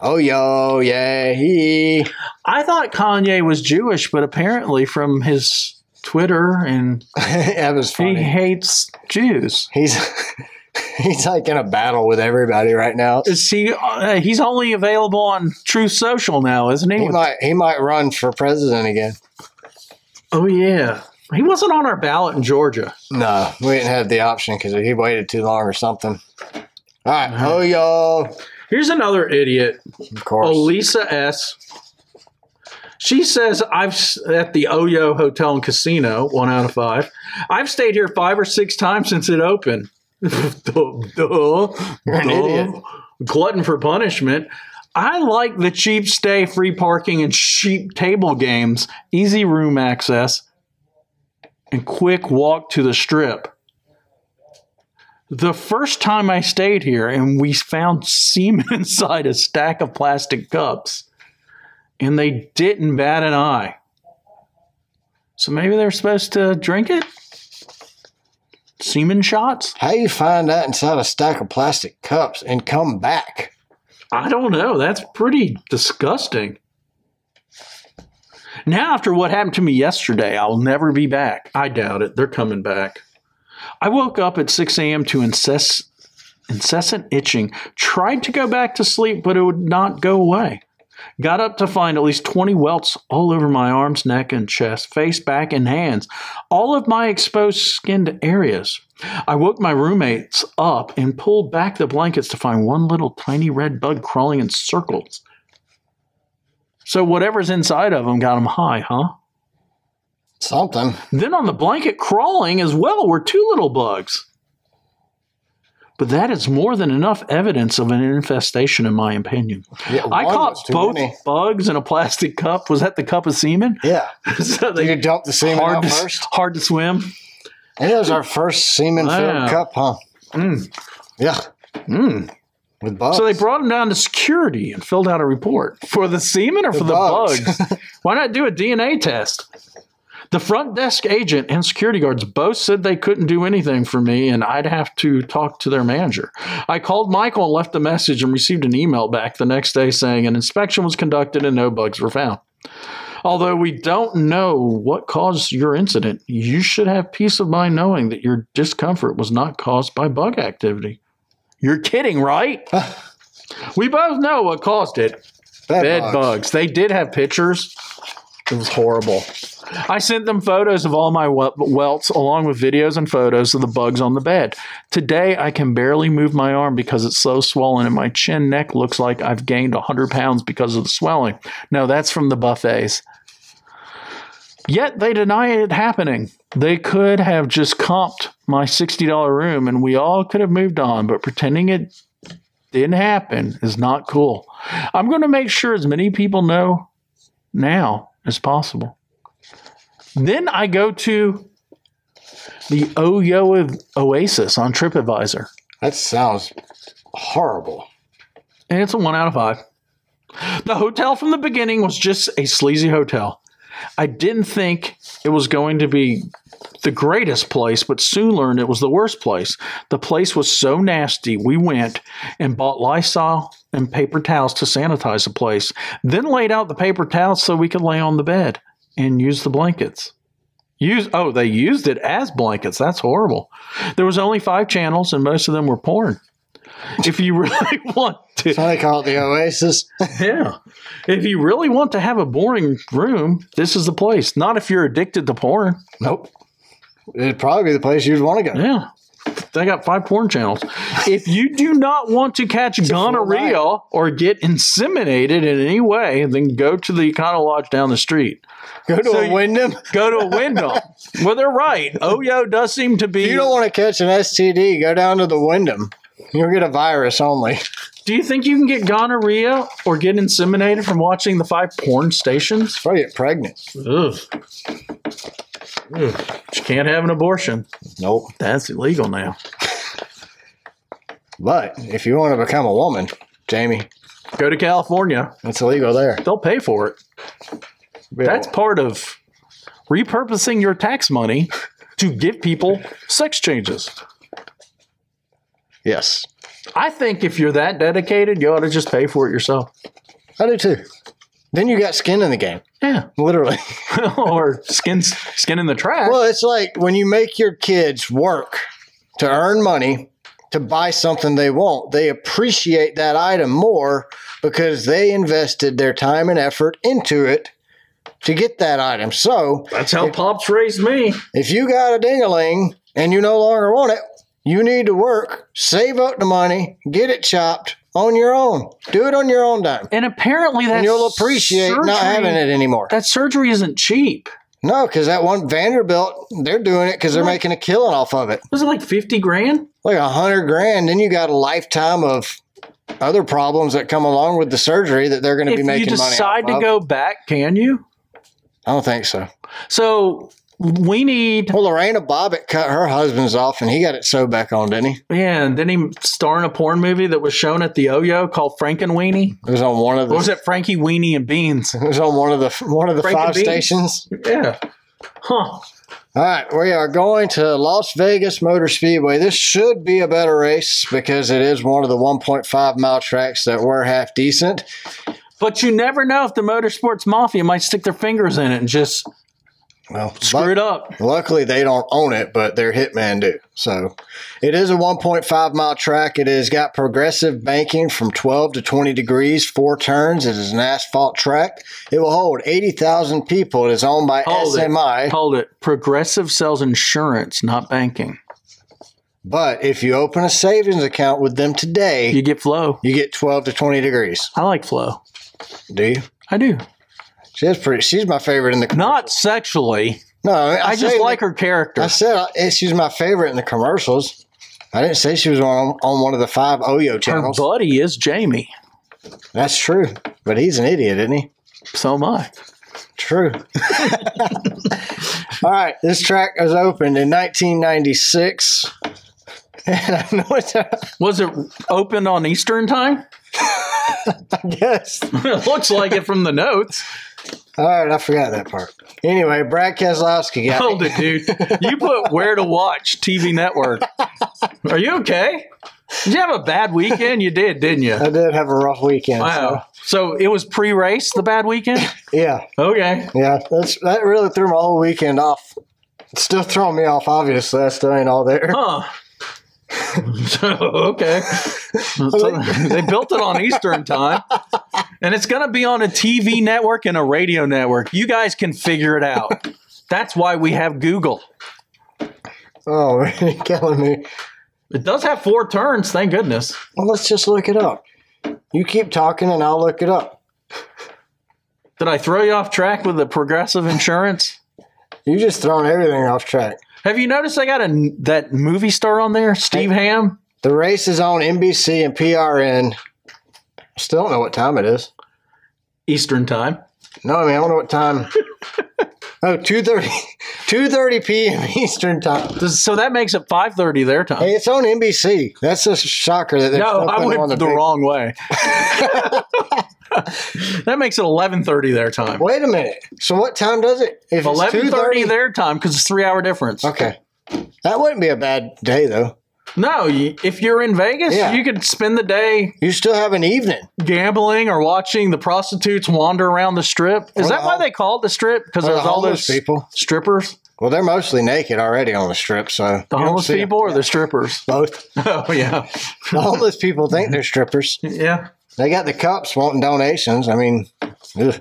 Speaker 2: Oh yo, yay, he.
Speaker 1: I thought Kanye was Jewish, but apparently from his Twitter and
Speaker 2: that was
Speaker 1: he
Speaker 2: funny.
Speaker 1: hates Jews.
Speaker 2: He's he's like in a battle with everybody right now.
Speaker 1: Is he uh, he's only available on True Social now, isn't he?
Speaker 2: He might he might run for president again.
Speaker 1: oh yeah. He wasn't on our ballot in Georgia.
Speaker 2: No, we didn't have the option because he waited too long or something. All right. Oh, yo.
Speaker 1: Here's another idiot
Speaker 2: Of course.
Speaker 1: Elisa S. She says, I've s- at the Oyo Hotel and Casino, one out of five. I've stayed here five or six times since it opened. duh, duh,
Speaker 2: You're an
Speaker 1: duh.
Speaker 2: idiot.
Speaker 1: Glutton for punishment. I like the cheap stay, free parking, and cheap table games, easy room access, and quick walk to the strip. The first time I stayed here, and we found semen inside a stack of plastic cups, and they didn't bat an eye. So maybe they're supposed to drink it? Semen shots?
Speaker 2: How you find that inside a stack of plastic cups and come back?
Speaker 1: I don't know. That's pretty disgusting. Now, after what happened to me yesterday, I'll never be back. I doubt it. They're coming back. I woke up at 6 a.m. to incess- incessant itching, tried to go back to sleep, but it would not go away. Got up to find at least 20 welts all over my arms, neck, and chest, face, back, and hands, all of my exposed skinned areas. I woke my roommates up and pulled back the blankets to find one little tiny red bug crawling in circles. So whatever's inside of them got them high, huh?
Speaker 2: Something.
Speaker 1: Then on the blanket crawling as well were two little bugs. But that is more than enough evidence of an infestation, in my opinion.
Speaker 2: Yeah,
Speaker 1: I
Speaker 2: one
Speaker 1: caught
Speaker 2: was too
Speaker 1: both
Speaker 2: many.
Speaker 1: bugs in a plastic cup. Was that the cup of semen?
Speaker 2: Yeah.
Speaker 1: so
Speaker 2: Did
Speaker 1: they
Speaker 2: you dump the semen
Speaker 1: hard
Speaker 2: out
Speaker 1: to,
Speaker 2: first?
Speaker 1: hard to swim.
Speaker 2: And it was our first semen filled
Speaker 1: Wow.
Speaker 2: cup, huh?
Speaker 1: Mm.
Speaker 2: Yeah.
Speaker 1: Mm.
Speaker 2: With Hmm. bugs.
Speaker 1: So they brought him down to security and filled out a report for the semen or for the
Speaker 2: bugs.
Speaker 1: bugs. Why not do a DNA test? The front desk agent and security guards both said they couldn't do anything for me and I'd have to talk to their manager. I called Michael and left a message and received an email back the next day saying an inspection was conducted and no bugs were found. Although we don't know what caused your incident, you should have peace of mind knowing that your discomfort was not caused by bug activity. You're kidding, right? we both know what caused it bed bugs. They did have pictures. It was horrible. I sent them photos of all my wel- welts along with videos and photos of the bugs on the bed. Today, I can barely move my arm because it's so swollen, and my chin neck looks like I've gained 100 pounds because of the swelling. No, that's from the buffets. Yet they deny it happening. They could have just comped my $60 room and we all could have moved on, but pretending it didn't happen is not cool. I'm going to make sure as many people know now as possible. Then I go to the Oyo of Oasis on TripAdvisor.
Speaker 2: That sounds horrible.
Speaker 1: And it's a one out of five. The hotel from the beginning was just a sleazy hotel. I didn't think it was going to be the greatest place, but soon learned it was the worst place. The place was so nasty, we went and bought Lysol and paper towels to sanitize the place, then laid out the paper towels so we could lay on the bed and use the blankets. Use oh, they used it as blankets. That's horrible. There was only five channels and most of them were porn. If you really want to
Speaker 2: So they call it the Oasis.
Speaker 1: yeah. If you really want to have a boring room, this is the place. Not if you're addicted to porn.
Speaker 2: Nope. It'd probably be the place you'd want to go.
Speaker 1: Yeah. They got five porn channels. If you do not want to catch gonorrhea or get inseminated in any way, then go to the Econo Lodge down the street.
Speaker 2: Go to
Speaker 1: So
Speaker 2: a
Speaker 1: you-
Speaker 2: Wyndham.
Speaker 1: Go to a Wyndham. well, they're right. Oyo does seem to be.
Speaker 2: You don't want to catch an STD. Go down to the Wyndham. You'll get a virus only.
Speaker 1: do you think you can get gonorrhea or get inseminated from watching the five porn stations?
Speaker 2: Probably get pregnant.
Speaker 1: Ugh. Ugh. You can't have an abortion.
Speaker 2: Nope.
Speaker 1: That's illegal now.
Speaker 2: But if you want to become a woman, Jamie,
Speaker 1: Go to California.
Speaker 2: it's illegal there.
Speaker 1: They'll pay for it. That's part of repurposing your tax money to give people sex changes.
Speaker 2: yes.
Speaker 1: I think if you're that dedicated, you ought to just pay for it yourself.
Speaker 2: I do too. Then you got skin in the game,
Speaker 1: Yeah.
Speaker 2: literally.
Speaker 1: or skin skin in the trash.
Speaker 2: Well, it's like when you make your kids work to earn money to buy something they want, they appreciate that item more because they invested their time and effort into it to get that item. So
Speaker 1: That's how pops raised me.
Speaker 2: if you got a ding-a-ling and you no longer want it, you need to work, save up the money, get it chopped on your own. Do it on your own dime.
Speaker 1: And apparently that
Speaker 2: And you'll appreciate not having it anymore.
Speaker 1: That surgery isn't cheap.
Speaker 2: No, because that one Vanderbilt, they're doing it because they're making a killing off of it.
Speaker 1: Was it like 50 grand?
Speaker 2: like a hundred grand, then you got a lifetime of other problems that come along with the surgery that they're going to be
Speaker 1: If you
Speaker 2: making
Speaker 1: decide to
Speaker 2: money. off of.
Speaker 1: go back, can you?
Speaker 2: I don't think so.
Speaker 1: So we need
Speaker 2: Well, Lorena Bobbitt cut her husband's off, and he got it sewed back on, didn't he?
Speaker 1: Yeah, and then he starred in a porn movie that was shown at the Oyo called Frankenweenie.
Speaker 2: It was on one of the.
Speaker 1: Or was it Frankie Weenie and Beans?
Speaker 2: It was on one of the one of the
Speaker 1: Frank and
Speaker 2: five
Speaker 1: Beans?
Speaker 2: stations.
Speaker 1: Yeah. Huh.
Speaker 2: All right, we are going to Las Vegas Motor Speedway. This should be a better race because it is one of the 1.5 mile tracks that were half decent.
Speaker 1: But you never know if the motorsports mafia might stick their fingers in it and just
Speaker 2: Well,
Speaker 1: screw it up.
Speaker 2: Luckily, they don't own it, but their hitman do. So it is a 1.5 mile track. It has got progressive banking from 12 to 20 degrees, four turns. It is an asphalt track. It will hold 80,000 people. It is owned by
Speaker 1: Hold it.
Speaker 2: SMI.
Speaker 1: Hold it. Progressive sells insurance, not banking.
Speaker 2: But if you open a savings account with them today,
Speaker 1: You
Speaker 2: you,
Speaker 1: get flow.
Speaker 2: get 12 to 20 degrees.
Speaker 1: I like flow.
Speaker 2: Do you?
Speaker 1: I do.
Speaker 2: She's pretty. She's my favorite in the.
Speaker 1: Not sexually.
Speaker 2: No, I, mean,
Speaker 1: I,
Speaker 2: say
Speaker 1: just like her
Speaker 2: I
Speaker 1: character.
Speaker 2: said I, she's my favorite in the commercials. I didn't say she was on on one of the five Oyo
Speaker 1: Her
Speaker 2: channels.
Speaker 1: buddy is Jamie.
Speaker 2: That's true. But he's an idiot, isn't he?
Speaker 1: So am I.
Speaker 2: True. All right, this track was opened in 1996. And I know it's, I
Speaker 1: Was it open on Eastern time?
Speaker 2: guess.
Speaker 1: it looks like it from the notes.
Speaker 2: All right, I forgot that part. Anyway, Brad Keselowski got
Speaker 1: Hold it, dude. You put where to watch TV network. Are you okay? Did you have a bad weekend? You did, didn't you?
Speaker 2: I did have a rough weekend.
Speaker 1: Wow. So it was pre race, the bad weekend?
Speaker 2: So, yeah,
Speaker 1: Okay.
Speaker 2: yeah. That's that really threw my whole weekend off. It's still throwing me off, obviously. That still ain't all there.
Speaker 1: Huh. So, okay. So they built it on Eastern time. And it's going to be on a TV network and a radio network. You guys can figure it out. That's why we have Google.
Speaker 2: Oh, man, you're killing me.
Speaker 1: It does have four turns, thank goodness.
Speaker 2: Well, let's just look it up. You keep talking and I'll look it up.
Speaker 1: Did I throw you off track with the progressive insurance?
Speaker 2: You just throwing everything off track.
Speaker 1: Have you noticed I got a that movie star on there, Steve Ham?
Speaker 2: The race is on NBC and PRN. Still don't know what time it is.
Speaker 1: Eastern time.
Speaker 2: No, I mean I don't know what time. Oh, 2.30, 2.30 p.m. Eastern time.
Speaker 1: This- So that makes it 5:30 their time.
Speaker 2: Hey, it's on NBC. That's a shocker that they're
Speaker 1: no,
Speaker 2: still
Speaker 1: I
Speaker 2: putting
Speaker 1: went
Speaker 2: on the,
Speaker 1: the,
Speaker 2: big-
Speaker 1: wrong way. that makes it 11:30 their time.
Speaker 2: Wait a minute. So what time does it? If
Speaker 1: 11:30 their time because it's three hour difference.
Speaker 2: Okay. That wouldn't be a bad day, though.
Speaker 1: No, you, if you're in Vegas,
Speaker 2: Yeah.
Speaker 1: you could spend the day
Speaker 2: You still have an evening.
Speaker 1: gambling or watching the prostitutes wander around the strip. Is
Speaker 2: Or
Speaker 1: that
Speaker 2: the
Speaker 1: why
Speaker 2: hom-
Speaker 1: they called the strip? Because
Speaker 2: Or the
Speaker 1: there's all those
Speaker 2: homeless people.
Speaker 1: strippers,
Speaker 2: Well, they're mostly naked already on the strip, so
Speaker 1: the
Speaker 2: you don't
Speaker 1: homeless
Speaker 2: see 'em.
Speaker 1: people or the strippers.
Speaker 2: both.
Speaker 1: Oh yeah,
Speaker 2: The homeless people think they're strippers.
Speaker 1: yeah.
Speaker 2: They got the cups wanting donations. I mean, ugh.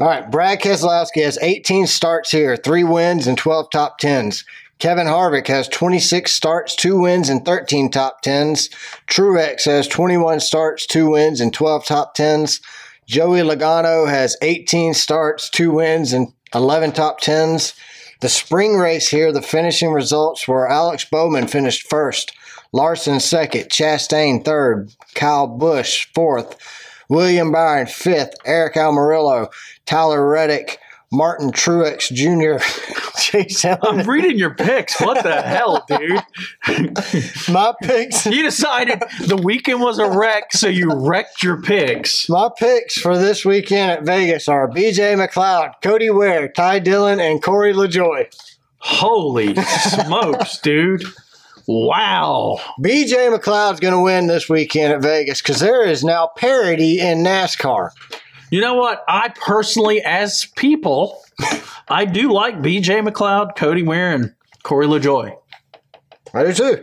Speaker 2: all right. Brad Keselowski has 18 starts here, three wins and 12 top tens. Kevin Harvick has 26 starts, two wins, and 13 top tens. Truex has 21 starts, two wins, and 12 top tens. Joey Logano has 18 starts, two wins, and 11 top tens. The spring race here, the finishing results were Alex Bowman finished first, Larson second, Chastain third, Kyle Busch fourth, William Byron fifth, Eric Almarillo, Tyler Reddick, Martin Truex Jr., Chase Elliott.
Speaker 1: I'm reading your picks. What the hell, dude?
Speaker 2: My picks,
Speaker 1: You decided the weekend was a wreck, so you wrecked your picks.
Speaker 2: my picks for this weekend at Vegas are B.J. McLeod, Cody Ware, Ty Dillon, and Corey LaJoy.
Speaker 1: Holy smokes, dude. Wow.
Speaker 2: B.J. McLeod's going to win this weekend at Vegas because there is now parity in NASCAR.
Speaker 1: You know what? I personally, as people, I do like BJ McLeod, Cody Ware, and Corey LaJoy.
Speaker 2: I do too.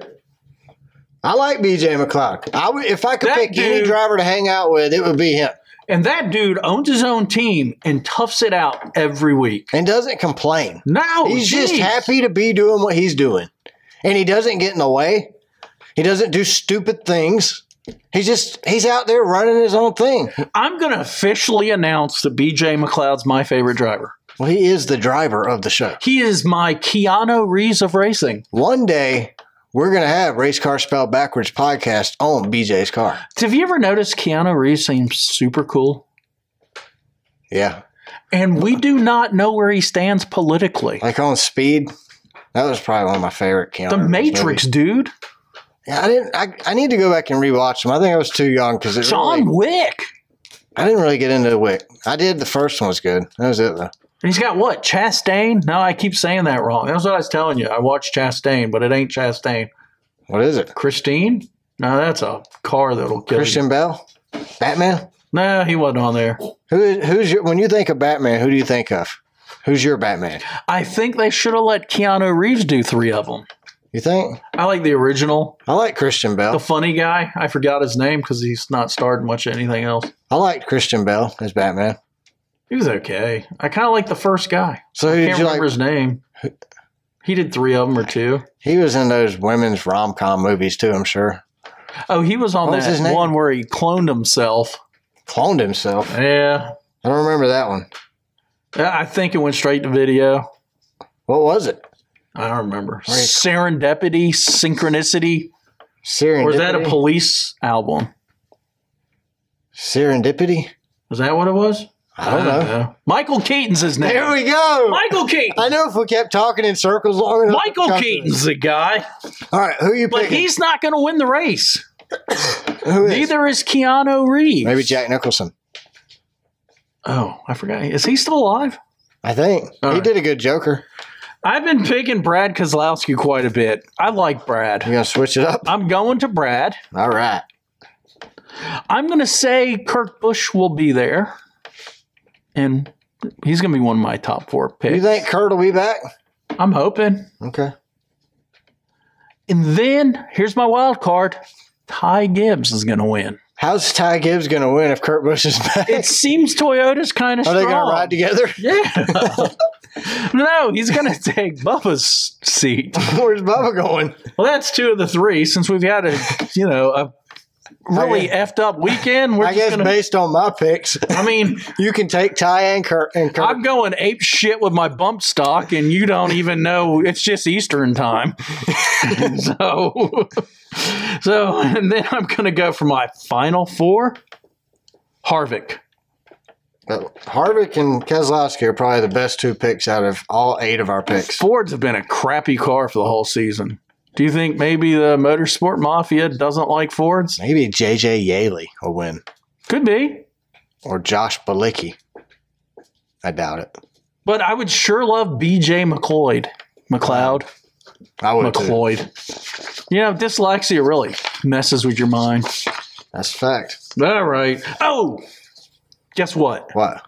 Speaker 2: I like BJ McLeod. I would, if I could
Speaker 1: That
Speaker 2: pick any
Speaker 1: dude-
Speaker 2: driver to hang out with, it would be him.
Speaker 1: And that dude owns his own team and toughs it out every week.
Speaker 2: And doesn't complain.
Speaker 1: No,
Speaker 2: he's just
Speaker 1: Oh, geez.
Speaker 2: happy to be doing what he's doing. And he doesn't get in the way. He doesn't do stupid things. He's just he's out there running his own thing.
Speaker 1: I'm going to officially announce that BJ McLeod's my favorite driver.
Speaker 2: Well, he is the driver of the show.
Speaker 1: He is my Keanu Reeves of racing.
Speaker 2: One day we're gonna have race car spelled backwards podcast on BJ's car.
Speaker 1: Have you ever noticed Keanu Reeves seems super cool?
Speaker 2: Yeah,
Speaker 1: And we do not know where he stands politically.
Speaker 2: like on Speed. That was probably one of my favorite. Keanu
Speaker 1: The
Speaker 2: Reeves movies.
Speaker 1: Matrix, dude.
Speaker 2: Yeah, I didn't. I, I need to go back and rewatch them. I think I was too young because it.
Speaker 1: John
Speaker 2: Really,
Speaker 1: Wick.
Speaker 2: I didn't really get into the Wick. I did the first one was good. That was it though.
Speaker 1: And he's got what? Chastain? No, I keep saying that wrong. That's what I was telling you. I watched Chastain, but it ain't Chastain.
Speaker 2: What is it?
Speaker 1: Christine? No, that's a car that'll kill
Speaker 2: Christian
Speaker 1: you.
Speaker 2: Bell, Batman.
Speaker 1: No, he wasn't on there.
Speaker 2: Who is who's your when you think of Batman? Who do you think of? Who's your Batman?
Speaker 1: I think they should have let Keanu Reeves do three of them.
Speaker 2: You think?
Speaker 1: I like the original,
Speaker 2: I like Christian
Speaker 1: the
Speaker 2: Bell.
Speaker 1: funny guy. I forgot his name because he's not starred in much of anything else.
Speaker 2: I liked Christian Bell as Batman.
Speaker 1: He was okay. I kind of like the first guy.
Speaker 2: So who
Speaker 1: I
Speaker 2: did
Speaker 1: can't
Speaker 2: you
Speaker 1: remember
Speaker 2: like?
Speaker 1: his name. He did three of them or two.
Speaker 2: He was in those women's rom com movies too. I'm sure.
Speaker 1: Oh, he was on
Speaker 2: What was
Speaker 1: that
Speaker 2: his name?
Speaker 1: one where he cloned himself.
Speaker 2: Cloned himself.
Speaker 1: Yeah.
Speaker 2: I don't remember that one.
Speaker 1: I I think it went straight to video.
Speaker 2: What was it?
Speaker 1: I don't remember.
Speaker 2: Where he-
Speaker 1: Serendipity, Synchronicity,
Speaker 2: Serendipity.
Speaker 1: or is that a police album?
Speaker 2: Serendipity?
Speaker 1: Is that what it was?
Speaker 2: I don't know.
Speaker 1: Michael Keaton's his name.
Speaker 2: There we go.
Speaker 1: Uh, Michael Keaton.
Speaker 2: I know if we kept talking in circles long enough.
Speaker 1: Michael Keaton's the guy,
Speaker 2: All right, who you
Speaker 1: but
Speaker 2: picking?
Speaker 1: he's not going to win the race.
Speaker 2: Who is?
Speaker 1: Neither is Keanu Reeves.
Speaker 2: Maybe Jack Nicholson.
Speaker 1: Oh, I forgot. Is he still alive?
Speaker 2: I think
Speaker 1: All
Speaker 2: he
Speaker 1: right.
Speaker 2: did a good Joker.
Speaker 1: I've been picking Brad Kozlowski quite a bit. I like Brad.
Speaker 2: We're gonna switch it up.
Speaker 1: I'm going to Brad.
Speaker 2: All right,
Speaker 1: I'm going to say Kurt Busch will be there, and he's going to be one of my top four
Speaker 2: you
Speaker 1: picks.
Speaker 2: think Kurt will be back?
Speaker 1: I'm hoping.
Speaker 2: Okay,
Speaker 1: And then here's my wild card: Ty Gibbs is going to win.
Speaker 2: how's Ty Gibbs gonna win if Kurt Busch is back?
Speaker 1: It seems Toyota's kind of
Speaker 2: Are
Speaker 1: strong.
Speaker 2: Oh, they gonna ride together?
Speaker 1: yeah. no, he's going to take Bubba's seat.
Speaker 2: Where's Bubba going?
Speaker 1: Well, that's two of the three. Since we've had a you know a really effed up weekend, we're
Speaker 2: I
Speaker 1: just
Speaker 2: guess
Speaker 1: going to.
Speaker 2: based on my picks,
Speaker 1: I mean,
Speaker 2: you can take Ty and Kurt. And Kurt,
Speaker 1: I'm going ape shit with my bump stock, and you don't even know it's just Eastern time. so, so, and then I'm going to go for my final four. Harvick.
Speaker 2: But Harvick and Keselowski are probably the best two picks out of all eight of our picks.
Speaker 1: Fords have been a crappy car for the whole season. Do you think maybe the motorsport mafia doesn't like Fords?
Speaker 2: Maybe JJ Yaley will win
Speaker 1: Could be.
Speaker 2: or Josh Balicki. I doubt it.
Speaker 1: But I would sure love BJ McLeod. McLeod.
Speaker 2: I would too.
Speaker 1: McLeod. You know, dyslexia really messes with your mind.
Speaker 2: That's a fact.
Speaker 1: All right. Oh, guess what?
Speaker 2: What?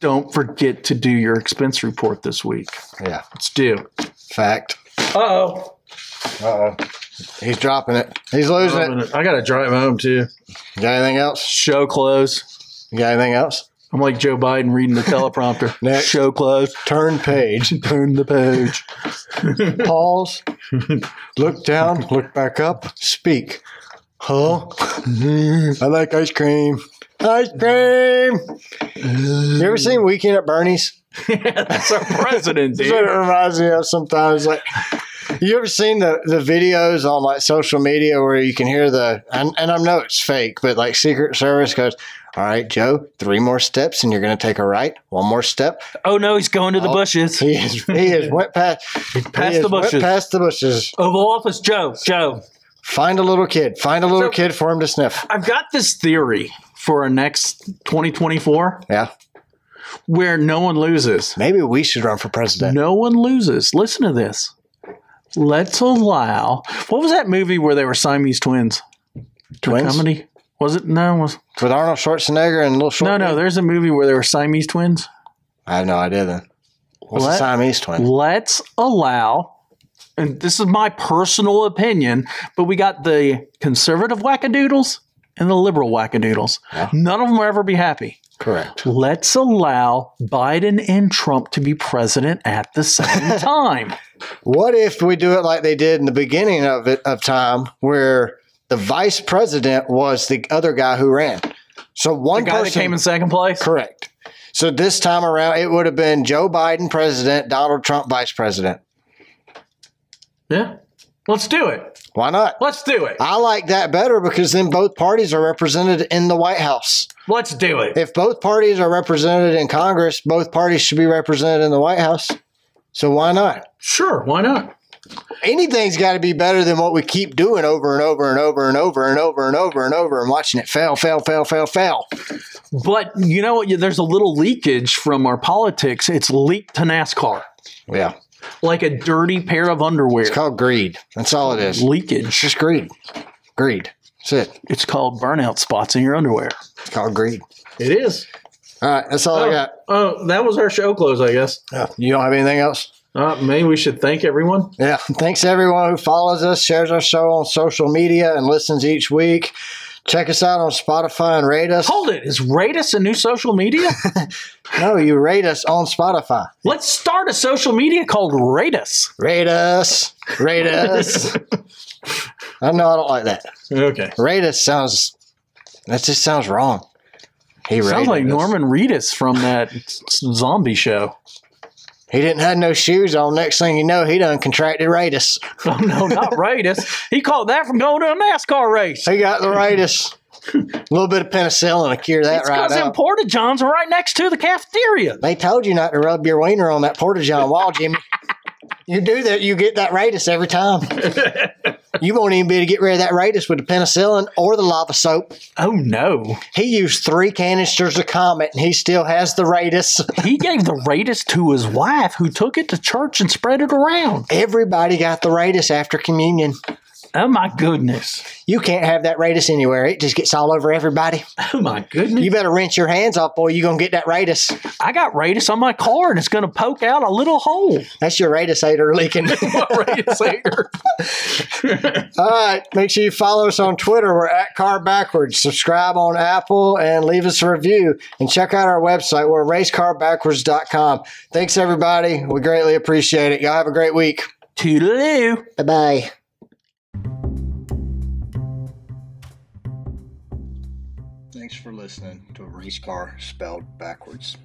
Speaker 1: Don't forget to do your expense report this week.
Speaker 2: Yeah,
Speaker 1: It's due.
Speaker 2: fact.
Speaker 1: Uh-oh.
Speaker 2: Uh oh. He's dropping it. He's losing it.
Speaker 1: I got to drive home, too.
Speaker 2: You got anything else?
Speaker 1: Show close.
Speaker 2: You got anything else?
Speaker 1: I'm like Joe Biden reading the teleprompter.
Speaker 2: Next.
Speaker 1: Show close.
Speaker 2: Turn page.
Speaker 1: Turn the page.
Speaker 2: Pause. Look down. Look back up. Speak. Huh? I like ice cream. Ice cream. You ever seen Weekend at Bernie's?
Speaker 1: yeah, that's our president,
Speaker 2: That's what
Speaker 1: dude.
Speaker 2: it reminds me of sometimes. Like, you ever seen the, the videos on like social media where you can hear the and, and I know it's fake, but like Secret Service goes, "All right, Joe, three more steps, and you're going to take a right. One more step."
Speaker 3: Oh no, he's going to the
Speaker 2: Oh.
Speaker 3: bushes.
Speaker 2: He is he is went past
Speaker 1: Past
Speaker 2: he
Speaker 1: the
Speaker 2: has went
Speaker 1: bushes.
Speaker 2: past the bushes.
Speaker 3: Oval Office, Joe. Joe.
Speaker 2: Find a little kid. Find a
Speaker 1: So-
Speaker 2: little kid for him to sniff.
Speaker 1: I've got this theory for our next 2024
Speaker 2: Yeah,
Speaker 1: where no one loses.
Speaker 2: maybe we should run for president.
Speaker 1: No one loses. Listen to this. Let's allow. What was that movie where they were Siamese twins?
Speaker 2: Twins?
Speaker 1: The comedy? Was it? No. Was,
Speaker 2: With Arnold Schwarzenegger and little short.
Speaker 1: no, no. There's a movie where they were Siamese twins.
Speaker 2: I have no idea then. What's the
Speaker 1: Let-
Speaker 2: Siamese twin?
Speaker 1: Let's allow. And this is my personal opinion, but we got the conservative wackadoodles and the liberal wackadoodles.
Speaker 2: Yeah.
Speaker 1: None of them will ever be happy.
Speaker 2: Correct.
Speaker 1: let's allow Biden and Trump to be president at the same time.
Speaker 2: What if we do it like they did in the beginning of it of time, where the vice president was the other guy who ran? So one
Speaker 1: the guy that
Speaker 2: person
Speaker 1: came in second place.
Speaker 2: correct. So this time around, it would have been Joe Biden president, Donald Trump vice president.
Speaker 1: Yeah. Let's do it.
Speaker 2: Why not?
Speaker 1: Let's do it.
Speaker 2: I like that better because then both parties are represented in the White House.
Speaker 1: Let's do it.
Speaker 2: If both parties are represented in Congress, both parties should be represented in the White House. So why not?
Speaker 1: Sure. Why not?
Speaker 2: anything's got to be better than what we keep doing over and over and over and over and over and over and over and watching it fail, fail, fail, fail, fail.
Speaker 1: But you know what? There's a little leakage from our politics. It's leaked to NASCAR
Speaker 2: Yeah,
Speaker 1: like a dirty pair of underwear.
Speaker 2: it's called greed. That's all it is. It's
Speaker 1: Leakage.
Speaker 2: just greed. Greed. That's it.
Speaker 1: It's called burnout spots in your underwear.
Speaker 2: It's called greed.
Speaker 1: It is.
Speaker 2: All right, that's all I got.
Speaker 1: oh, that was our show close, I guess.
Speaker 2: Yeah, You don't have anything else?
Speaker 1: Uh, maybe we should thank everyone.
Speaker 2: Yeah. Thanks to everyone who follows us, shares our show on social media, and listens each week. Check us out on Spotify and rate us.
Speaker 1: Hold it. Is Ratus a new social media?
Speaker 2: No, you rate us on Spotify.
Speaker 1: Let's start a social media called Ratus.
Speaker 2: Rate us. Rate us. I know I don't like that.
Speaker 1: Okay.
Speaker 2: Rada sounds. That just sounds wrong. He
Speaker 1: Sounds
Speaker 2: rated
Speaker 1: like
Speaker 2: us.
Speaker 1: Norman Reedus from that s- zombie show.
Speaker 2: He didn't have no shoes on. Next thing you know, he done contracted ratus.
Speaker 1: Oh, no, not Ratus. He caught that from going to a NASCAR race.
Speaker 2: He got the ratus. A little bit of penicillin to cure that
Speaker 1: It's
Speaker 2: right
Speaker 1: because them
Speaker 2: out.
Speaker 1: porta johns are right next to the cafeteria.
Speaker 2: they told you not to rub your wiener on that porta john wall, Jimmy. you do that, you get that ratus every time. you won't even be able to get rid of that ratus with the penicillin or the lava soap.
Speaker 1: Oh no,
Speaker 2: He used three canisters of Comet, and he still has the ratus.
Speaker 1: he gave the Ratus to his wife, who took it to church and spread it around.
Speaker 2: Everybody got the ratus after communion.
Speaker 1: Oh my goodness.
Speaker 2: You can't have that ratus anywhere. It just gets all over everybody.
Speaker 1: Oh my goodness.
Speaker 2: You better rinse your hands off, boy. You're going to get that ratus.
Speaker 1: I got Ratus on my car, and it's going to poke out a little hole.
Speaker 2: That's your radisator leaking.
Speaker 1: Ratus here.
Speaker 2: all right. Make sure you follow us on Twitter. We're at Car Backwards. Subscribe on Apple and leave us a review. And check out our website. We're racecarbackwards.com. Thanks, everybody. We greatly appreciate it. Y'all have a great week.
Speaker 1: Toodaloo.
Speaker 2: Bye bye. Thanks for listening to Race Car Spelled Backwards.